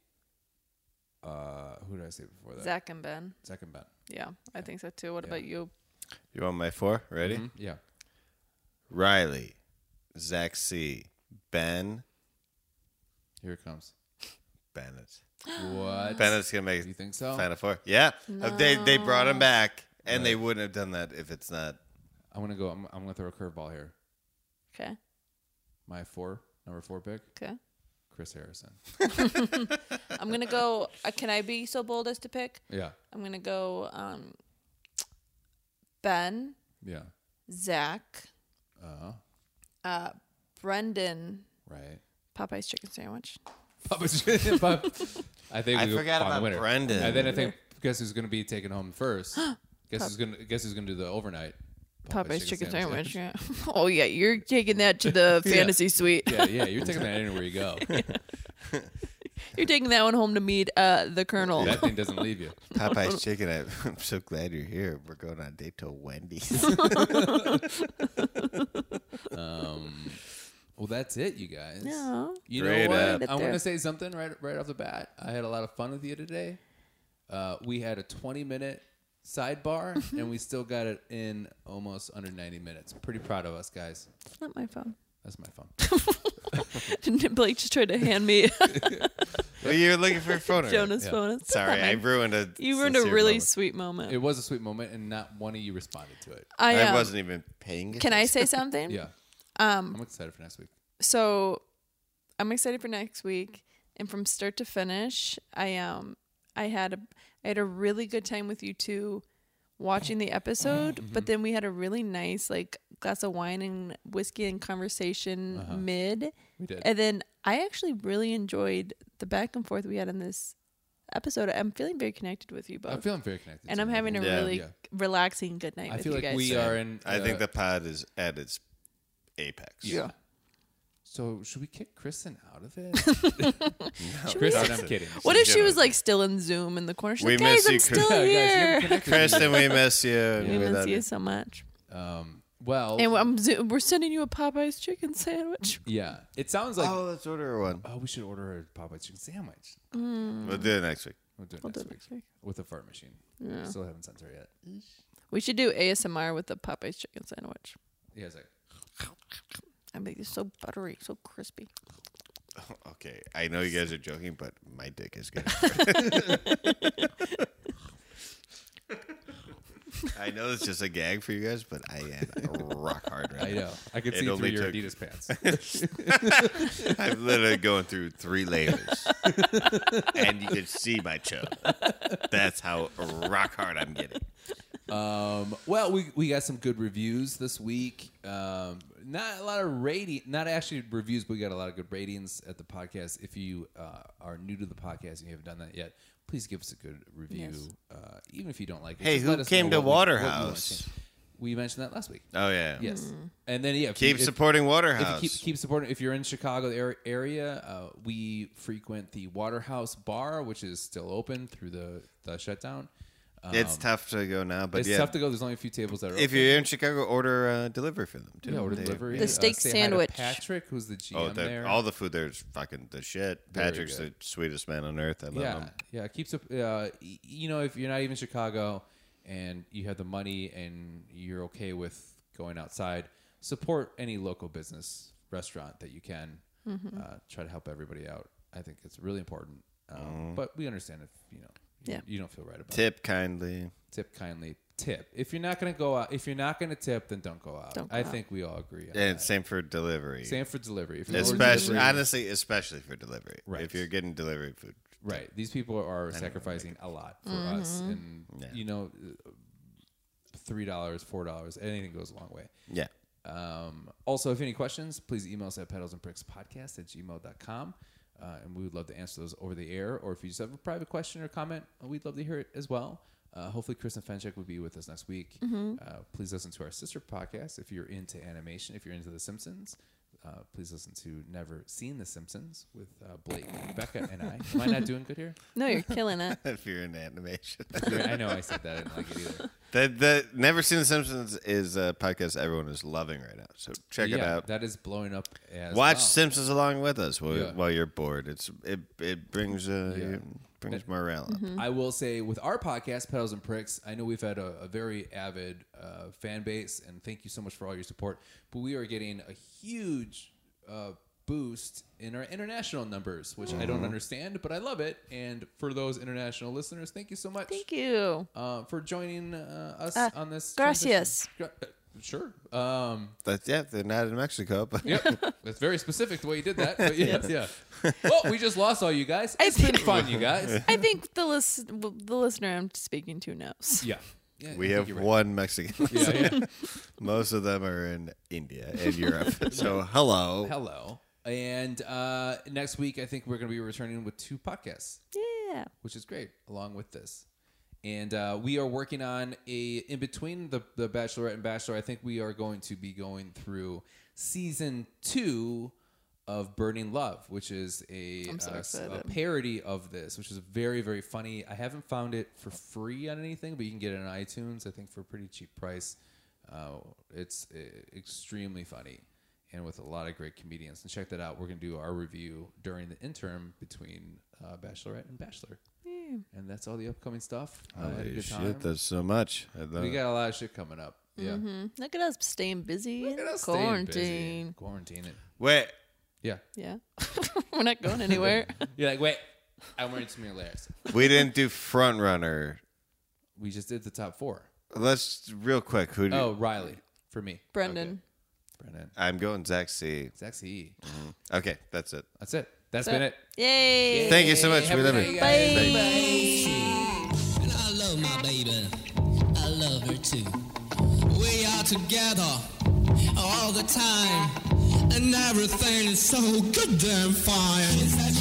Speaker 2: Uh, who did I say before that?
Speaker 4: Zach and Ben.
Speaker 2: Zach and Ben.
Speaker 4: Yeah, I think so too. What about you?
Speaker 3: You want my four? Ready?
Speaker 2: Hmm? Yeah.
Speaker 3: Riley, Zach C, Ben,
Speaker 2: Here it comes.
Speaker 3: Bennett.
Speaker 2: What?
Speaker 3: Bennett's gonna make
Speaker 2: You
Speaker 3: it
Speaker 2: think so?
Speaker 3: final four. Yeah. They they brought him back, and they wouldn't have done that if it's not.
Speaker 2: I'm gonna go. I'm, I'm gonna throw a curveball here.
Speaker 4: Okay.
Speaker 2: My four, number four pick,
Speaker 4: Okay.
Speaker 2: Chris Harrison.
Speaker 4: I'm gonna go. Uh, can I be so bold as to pick?
Speaker 2: Yeah,
Speaker 4: I'm gonna go. Um, ben,
Speaker 2: yeah.
Speaker 4: Zach, uh,
Speaker 2: Uh, huh.
Speaker 4: Brendan,
Speaker 2: right.
Speaker 4: Popeye's chicken sandwich.
Speaker 2: Papa John's. Pop- I think
Speaker 3: I
Speaker 2: we
Speaker 3: forgot
Speaker 2: found the
Speaker 3: about
Speaker 2: winner.
Speaker 3: Brendan.
Speaker 2: And then I think guess who's going to be taken home first? Guess who's gonna guess who's gonna do the overnight?
Speaker 4: Popeye's chicken sandwich. Yeah. Oh yeah, you're taking that to the
Speaker 2: Yeah.
Speaker 4: fantasy suite.
Speaker 2: yeah, yeah, you're taking that anywhere you go.
Speaker 4: You're taking that one home to meet uh, the Colonel.
Speaker 2: That thing doesn't leave you.
Speaker 3: Popeye's chicken. I, I'm so glad you're here. We're going on a date to Wendy's.
Speaker 2: Um, well, that's it, you guys.
Speaker 4: Yeah.
Speaker 2: You
Speaker 3: Great
Speaker 2: know
Speaker 3: app.
Speaker 2: what?
Speaker 4: Right
Speaker 2: I want
Speaker 4: there.
Speaker 2: to say something right right off the bat. I had a lot of fun with you today. Uh, we had a 20 minute sidebar, and we still got it in almost under 90 minutes. Pretty proud of us, guys.
Speaker 4: It's not my phone.
Speaker 2: That's my phone.
Speaker 4: Blake just tried to hand me
Speaker 3: well, you're looking for your phone. already.
Speaker 4: Jonah's
Speaker 2: Yeah.
Speaker 4: phone. It's
Speaker 3: Sorry,
Speaker 4: not
Speaker 3: I
Speaker 4: my-
Speaker 3: ruined a.
Speaker 4: you ruined a
Speaker 3: sincere
Speaker 4: really
Speaker 3: moment.
Speaker 4: sweet moment.
Speaker 2: It was a sweet moment, and not one of you responded to it.
Speaker 4: I,
Speaker 3: I
Speaker 4: um,
Speaker 3: wasn't even paying.
Speaker 4: Can I
Speaker 3: attention.
Speaker 4: say something?
Speaker 2: Yeah,
Speaker 4: Um,
Speaker 2: I'm excited for next week.
Speaker 4: so I'm excited for next week, and from start to finish, I um I had a I had a really good time with you two watching the episode,
Speaker 2: Mm-hmm.
Speaker 4: but then we had a really nice like glass of wine and whiskey and conversation mid,
Speaker 2: Uh-huh. We did.
Speaker 4: and then I actually really enjoyed the back and forth we had in this episode. I'm feeling very connected with you
Speaker 2: I'm
Speaker 4: both,
Speaker 2: feeling very connected.
Speaker 4: and
Speaker 2: to
Speaker 4: I'm
Speaker 2: you.
Speaker 4: having a
Speaker 3: Yeah.
Speaker 4: really
Speaker 2: Yeah.
Speaker 4: relaxing good night
Speaker 2: I
Speaker 4: with
Speaker 2: feel
Speaker 4: you
Speaker 2: like
Speaker 4: guys.
Speaker 2: we are in.
Speaker 3: I think
Speaker 2: uh,
Speaker 3: the pod is at its apex.
Speaker 2: Yeah. So should we kick Kristen out of it? Kristen, I'm kidding.
Speaker 4: What if she was
Speaker 3: Jennifer.
Speaker 4: like still in Zoom in the corner? She's
Speaker 3: We
Speaker 4: like, guys,
Speaker 3: miss you,
Speaker 4: I'm still
Speaker 2: Yeah, guys, you haven't
Speaker 4: here.
Speaker 2: connected with me.
Speaker 3: Kristen, we miss you. and
Speaker 4: We
Speaker 3: we
Speaker 4: miss
Speaker 3: love
Speaker 4: you so much.
Speaker 2: Um, well,
Speaker 4: And I'm zo- we're sending you a Popeye's chicken sandwich.
Speaker 2: yeah. It sounds like
Speaker 3: oh, let's order one.
Speaker 2: Oh, we should order a Popeye chicken sandwich.
Speaker 3: We'll do it next week.
Speaker 2: We'll do it
Speaker 4: We'll do
Speaker 2: next
Speaker 4: it
Speaker 2: week
Speaker 4: next week.
Speaker 2: with a fart machine. Still haven't sent her yet.
Speaker 4: We should do ASMR with the Popeye's chicken sandwich.
Speaker 2: Yeah, it's like
Speaker 4: I make it so buttery, so crispy.
Speaker 3: Okay, I know you guys are joking, but my dick is good. I know it's just a gag for you guys, but I am rock hard right
Speaker 2: I know. I can
Speaker 3: It
Speaker 2: see through
Speaker 3: only
Speaker 2: your
Speaker 3: took-
Speaker 2: Adidas pants.
Speaker 3: now. I'm literally going through three layers, and you can see my chub. That's how rock hard I'm getting.
Speaker 2: Um, well, we we got some good reviews this week. Um, not a lot of rating, not actually reviews, but we got a lot of good ratings at the podcast. If you uh, are new to the podcast and you haven't done that yet, please give us a good review.
Speaker 4: Yes.
Speaker 2: Uh, even if you don't like it,
Speaker 3: Hey,
Speaker 2: just
Speaker 3: who
Speaker 2: let us
Speaker 3: came
Speaker 2: know
Speaker 3: to
Speaker 2: what we- what we want
Speaker 3: Waterhouse?
Speaker 2: change. We mentioned that last week.
Speaker 3: Oh yeah,
Speaker 2: Yes,
Speaker 4: Mm.
Speaker 2: and then yeah, if you-
Speaker 3: Keep
Speaker 2: if-
Speaker 3: supporting
Speaker 2: if you
Speaker 3: Waterhouse.
Speaker 2: keep keep supporting, if you're in Chicago ar- area, uh, we frequent the Waterhouse Bar, which is still open through the the shutdown.
Speaker 3: it's tough to go now, but
Speaker 2: Um, it's
Speaker 3: yeah,
Speaker 2: tough to go. There's only a few tables that are
Speaker 3: if
Speaker 2: open.
Speaker 3: you're in Chicago, order uh, delivery for them too.
Speaker 2: Yeah, order
Speaker 3: They-
Speaker 2: delivery. Uh,
Speaker 4: The steak
Speaker 2: say hi to
Speaker 4: sandwich.
Speaker 2: Patrick, who's the GM
Speaker 3: Oh, they're-
Speaker 2: there.
Speaker 3: all the food there's fucking the shit.
Speaker 2: Very
Speaker 3: Patrick's the
Speaker 2: good.
Speaker 3: sweetest man on earth. I love
Speaker 2: yeah,
Speaker 3: him.
Speaker 2: yeah. Keeps up. Uh, y- you know, if you're not even Chicago and you have the money and you're okay with going outside, support any local business restaurant that you can.
Speaker 4: Mm-hmm.
Speaker 2: Uh, try to help everybody out. I think it's really important. Um, But we understand if you know you,
Speaker 4: Yeah.
Speaker 2: you don't feel right about it.
Speaker 3: Mm-hmm. Tip kindly.
Speaker 2: Tip kindly. Tip. If you're not gonna go out, if you're not gonna tip, then don't go out.
Speaker 4: Don't go
Speaker 2: I
Speaker 4: out.
Speaker 2: think we all agree. On
Speaker 3: And
Speaker 2: that.
Speaker 3: same for delivery.
Speaker 2: Same for delivery. If you order
Speaker 3: especially,
Speaker 2: delivery-
Speaker 3: honestly, especially for delivery.
Speaker 2: Right.
Speaker 3: If you're getting delivery food,
Speaker 2: Right. These people are sacrificing a lot for us, and
Speaker 3: Yeah.
Speaker 2: you know, uh, three dollars, four dollars, anything goes a long way.
Speaker 3: yeah.
Speaker 2: Um, also, if any questions, please email us at pedals and bricks podcast at gmail.com. Uh, and we would love to answer those over the air. Or if you just have a private question or comment, uh, we'd love to hear it as well. Uh, hopefully, Kristen Fenchek will be with us next week. Uh, please listen to our sister podcast if you're into animation, if you're into The Simpsons. Uh, please listen to Never Seen The Simpsons with uh, Blake, Becca, and I. Am I not doing good here?
Speaker 4: No, you're killing it.
Speaker 3: if you're in animation,
Speaker 2: Yeah, I know I said that. I didn't like it either.
Speaker 3: the the Never Seen the Simpsons is a podcast everyone is loving right now. So check it
Speaker 2: Yeah,
Speaker 3: out.
Speaker 2: That is blowing up. As
Speaker 3: Watch
Speaker 2: well.
Speaker 3: Simpsons along with us while,
Speaker 2: Yeah.
Speaker 3: while you're bored. It's it it brings uh,
Speaker 2: Yeah. Mm-hmm.
Speaker 3: it brings morale up.
Speaker 2: I will say with our podcast, Pedals and Pricks, I know we've had a, a very avid uh, fan base, and thank you so much for all your support. But we are getting a huge uh, boost in our international numbers, which I
Speaker 3: Mm-hmm.
Speaker 2: don't understand, but I love it. And for those international listeners, thank you so much
Speaker 4: Thank you.
Speaker 2: uh, for joining uh, us
Speaker 4: Uh,
Speaker 2: on this.
Speaker 4: gracias.
Speaker 2: transition. Gra- uh, Sure. Um,
Speaker 3: That's yeah. They're not in Mexico, but
Speaker 2: yep. That's very specific the way you did that. But yes, yeah. Well, we just lost all you guys. It's been fun, you guys.
Speaker 4: I think the list, the listener I'm speaking to knows.
Speaker 2: Yeah. yeah I
Speaker 3: we
Speaker 2: think
Speaker 3: have
Speaker 2: you're right.
Speaker 3: one Mexican.
Speaker 2: Yeah, yeah.
Speaker 3: Most of them are in India and Europe. so hello.
Speaker 2: Hello. And uh, next week, I think we're going to be returning with two podcasts,
Speaker 4: Yeah.
Speaker 2: which is great, along with this. and uh, we are working on a in between the the Bachelorette and Bachelor. I think we are going to be going through season two of Burning Love, which is a,
Speaker 4: I'm so
Speaker 2: uh, s- a
Speaker 4: excited.
Speaker 2: parody of this, which is very very funny. I haven't found it for free on anything, but you can get it on iTunes. I think for a pretty cheap price. Uh, it's uh, extremely funny. And with a lot of great comedians, and check that out. We're gonna do our review during the interim between uh, Bachelorette and Bachelor and that's all the upcoming stuff. I had a
Speaker 3: Holy
Speaker 2: good time.
Speaker 3: shit, that's uh, so much. I love
Speaker 2: we
Speaker 3: it.
Speaker 2: got a lot of shit coming up. Yeah,
Speaker 4: Mm, Look at us staying busy in
Speaker 2: Look at us staying busy.
Speaker 4: Mm-hmm. quarantine.
Speaker 2: quarantine it.
Speaker 3: Wait,
Speaker 2: Yeah,
Speaker 4: Yeah. We're not going anywhere.
Speaker 2: you're like, wait, I'm wearing some layers.
Speaker 3: we didn't do front runner.
Speaker 2: We just did the top four.
Speaker 3: Let's real quick. Who? Do
Speaker 2: Oh, Riley for me.
Speaker 4: Brendan.
Speaker 2: Okay. Brendan.
Speaker 3: I'm going Zach C.
Speaker 2: Sexy.
Speaker 3: Okay, that's it.
Speaker 2: That's it. That's been it.
Speaker 4: Yay.
Speaker 3: Thank you so much.
Speaker 2: Have
Speaker 3: We
Speaker 2: a
Speaker 3: love
Speaker 2: good night,
Speaker 3: you.
Speaker 2: guys.
Speaker 4: Bye.
Speaker 5: And I love my baby. I love her too. We are together all the time. And everything is so goddamn fine.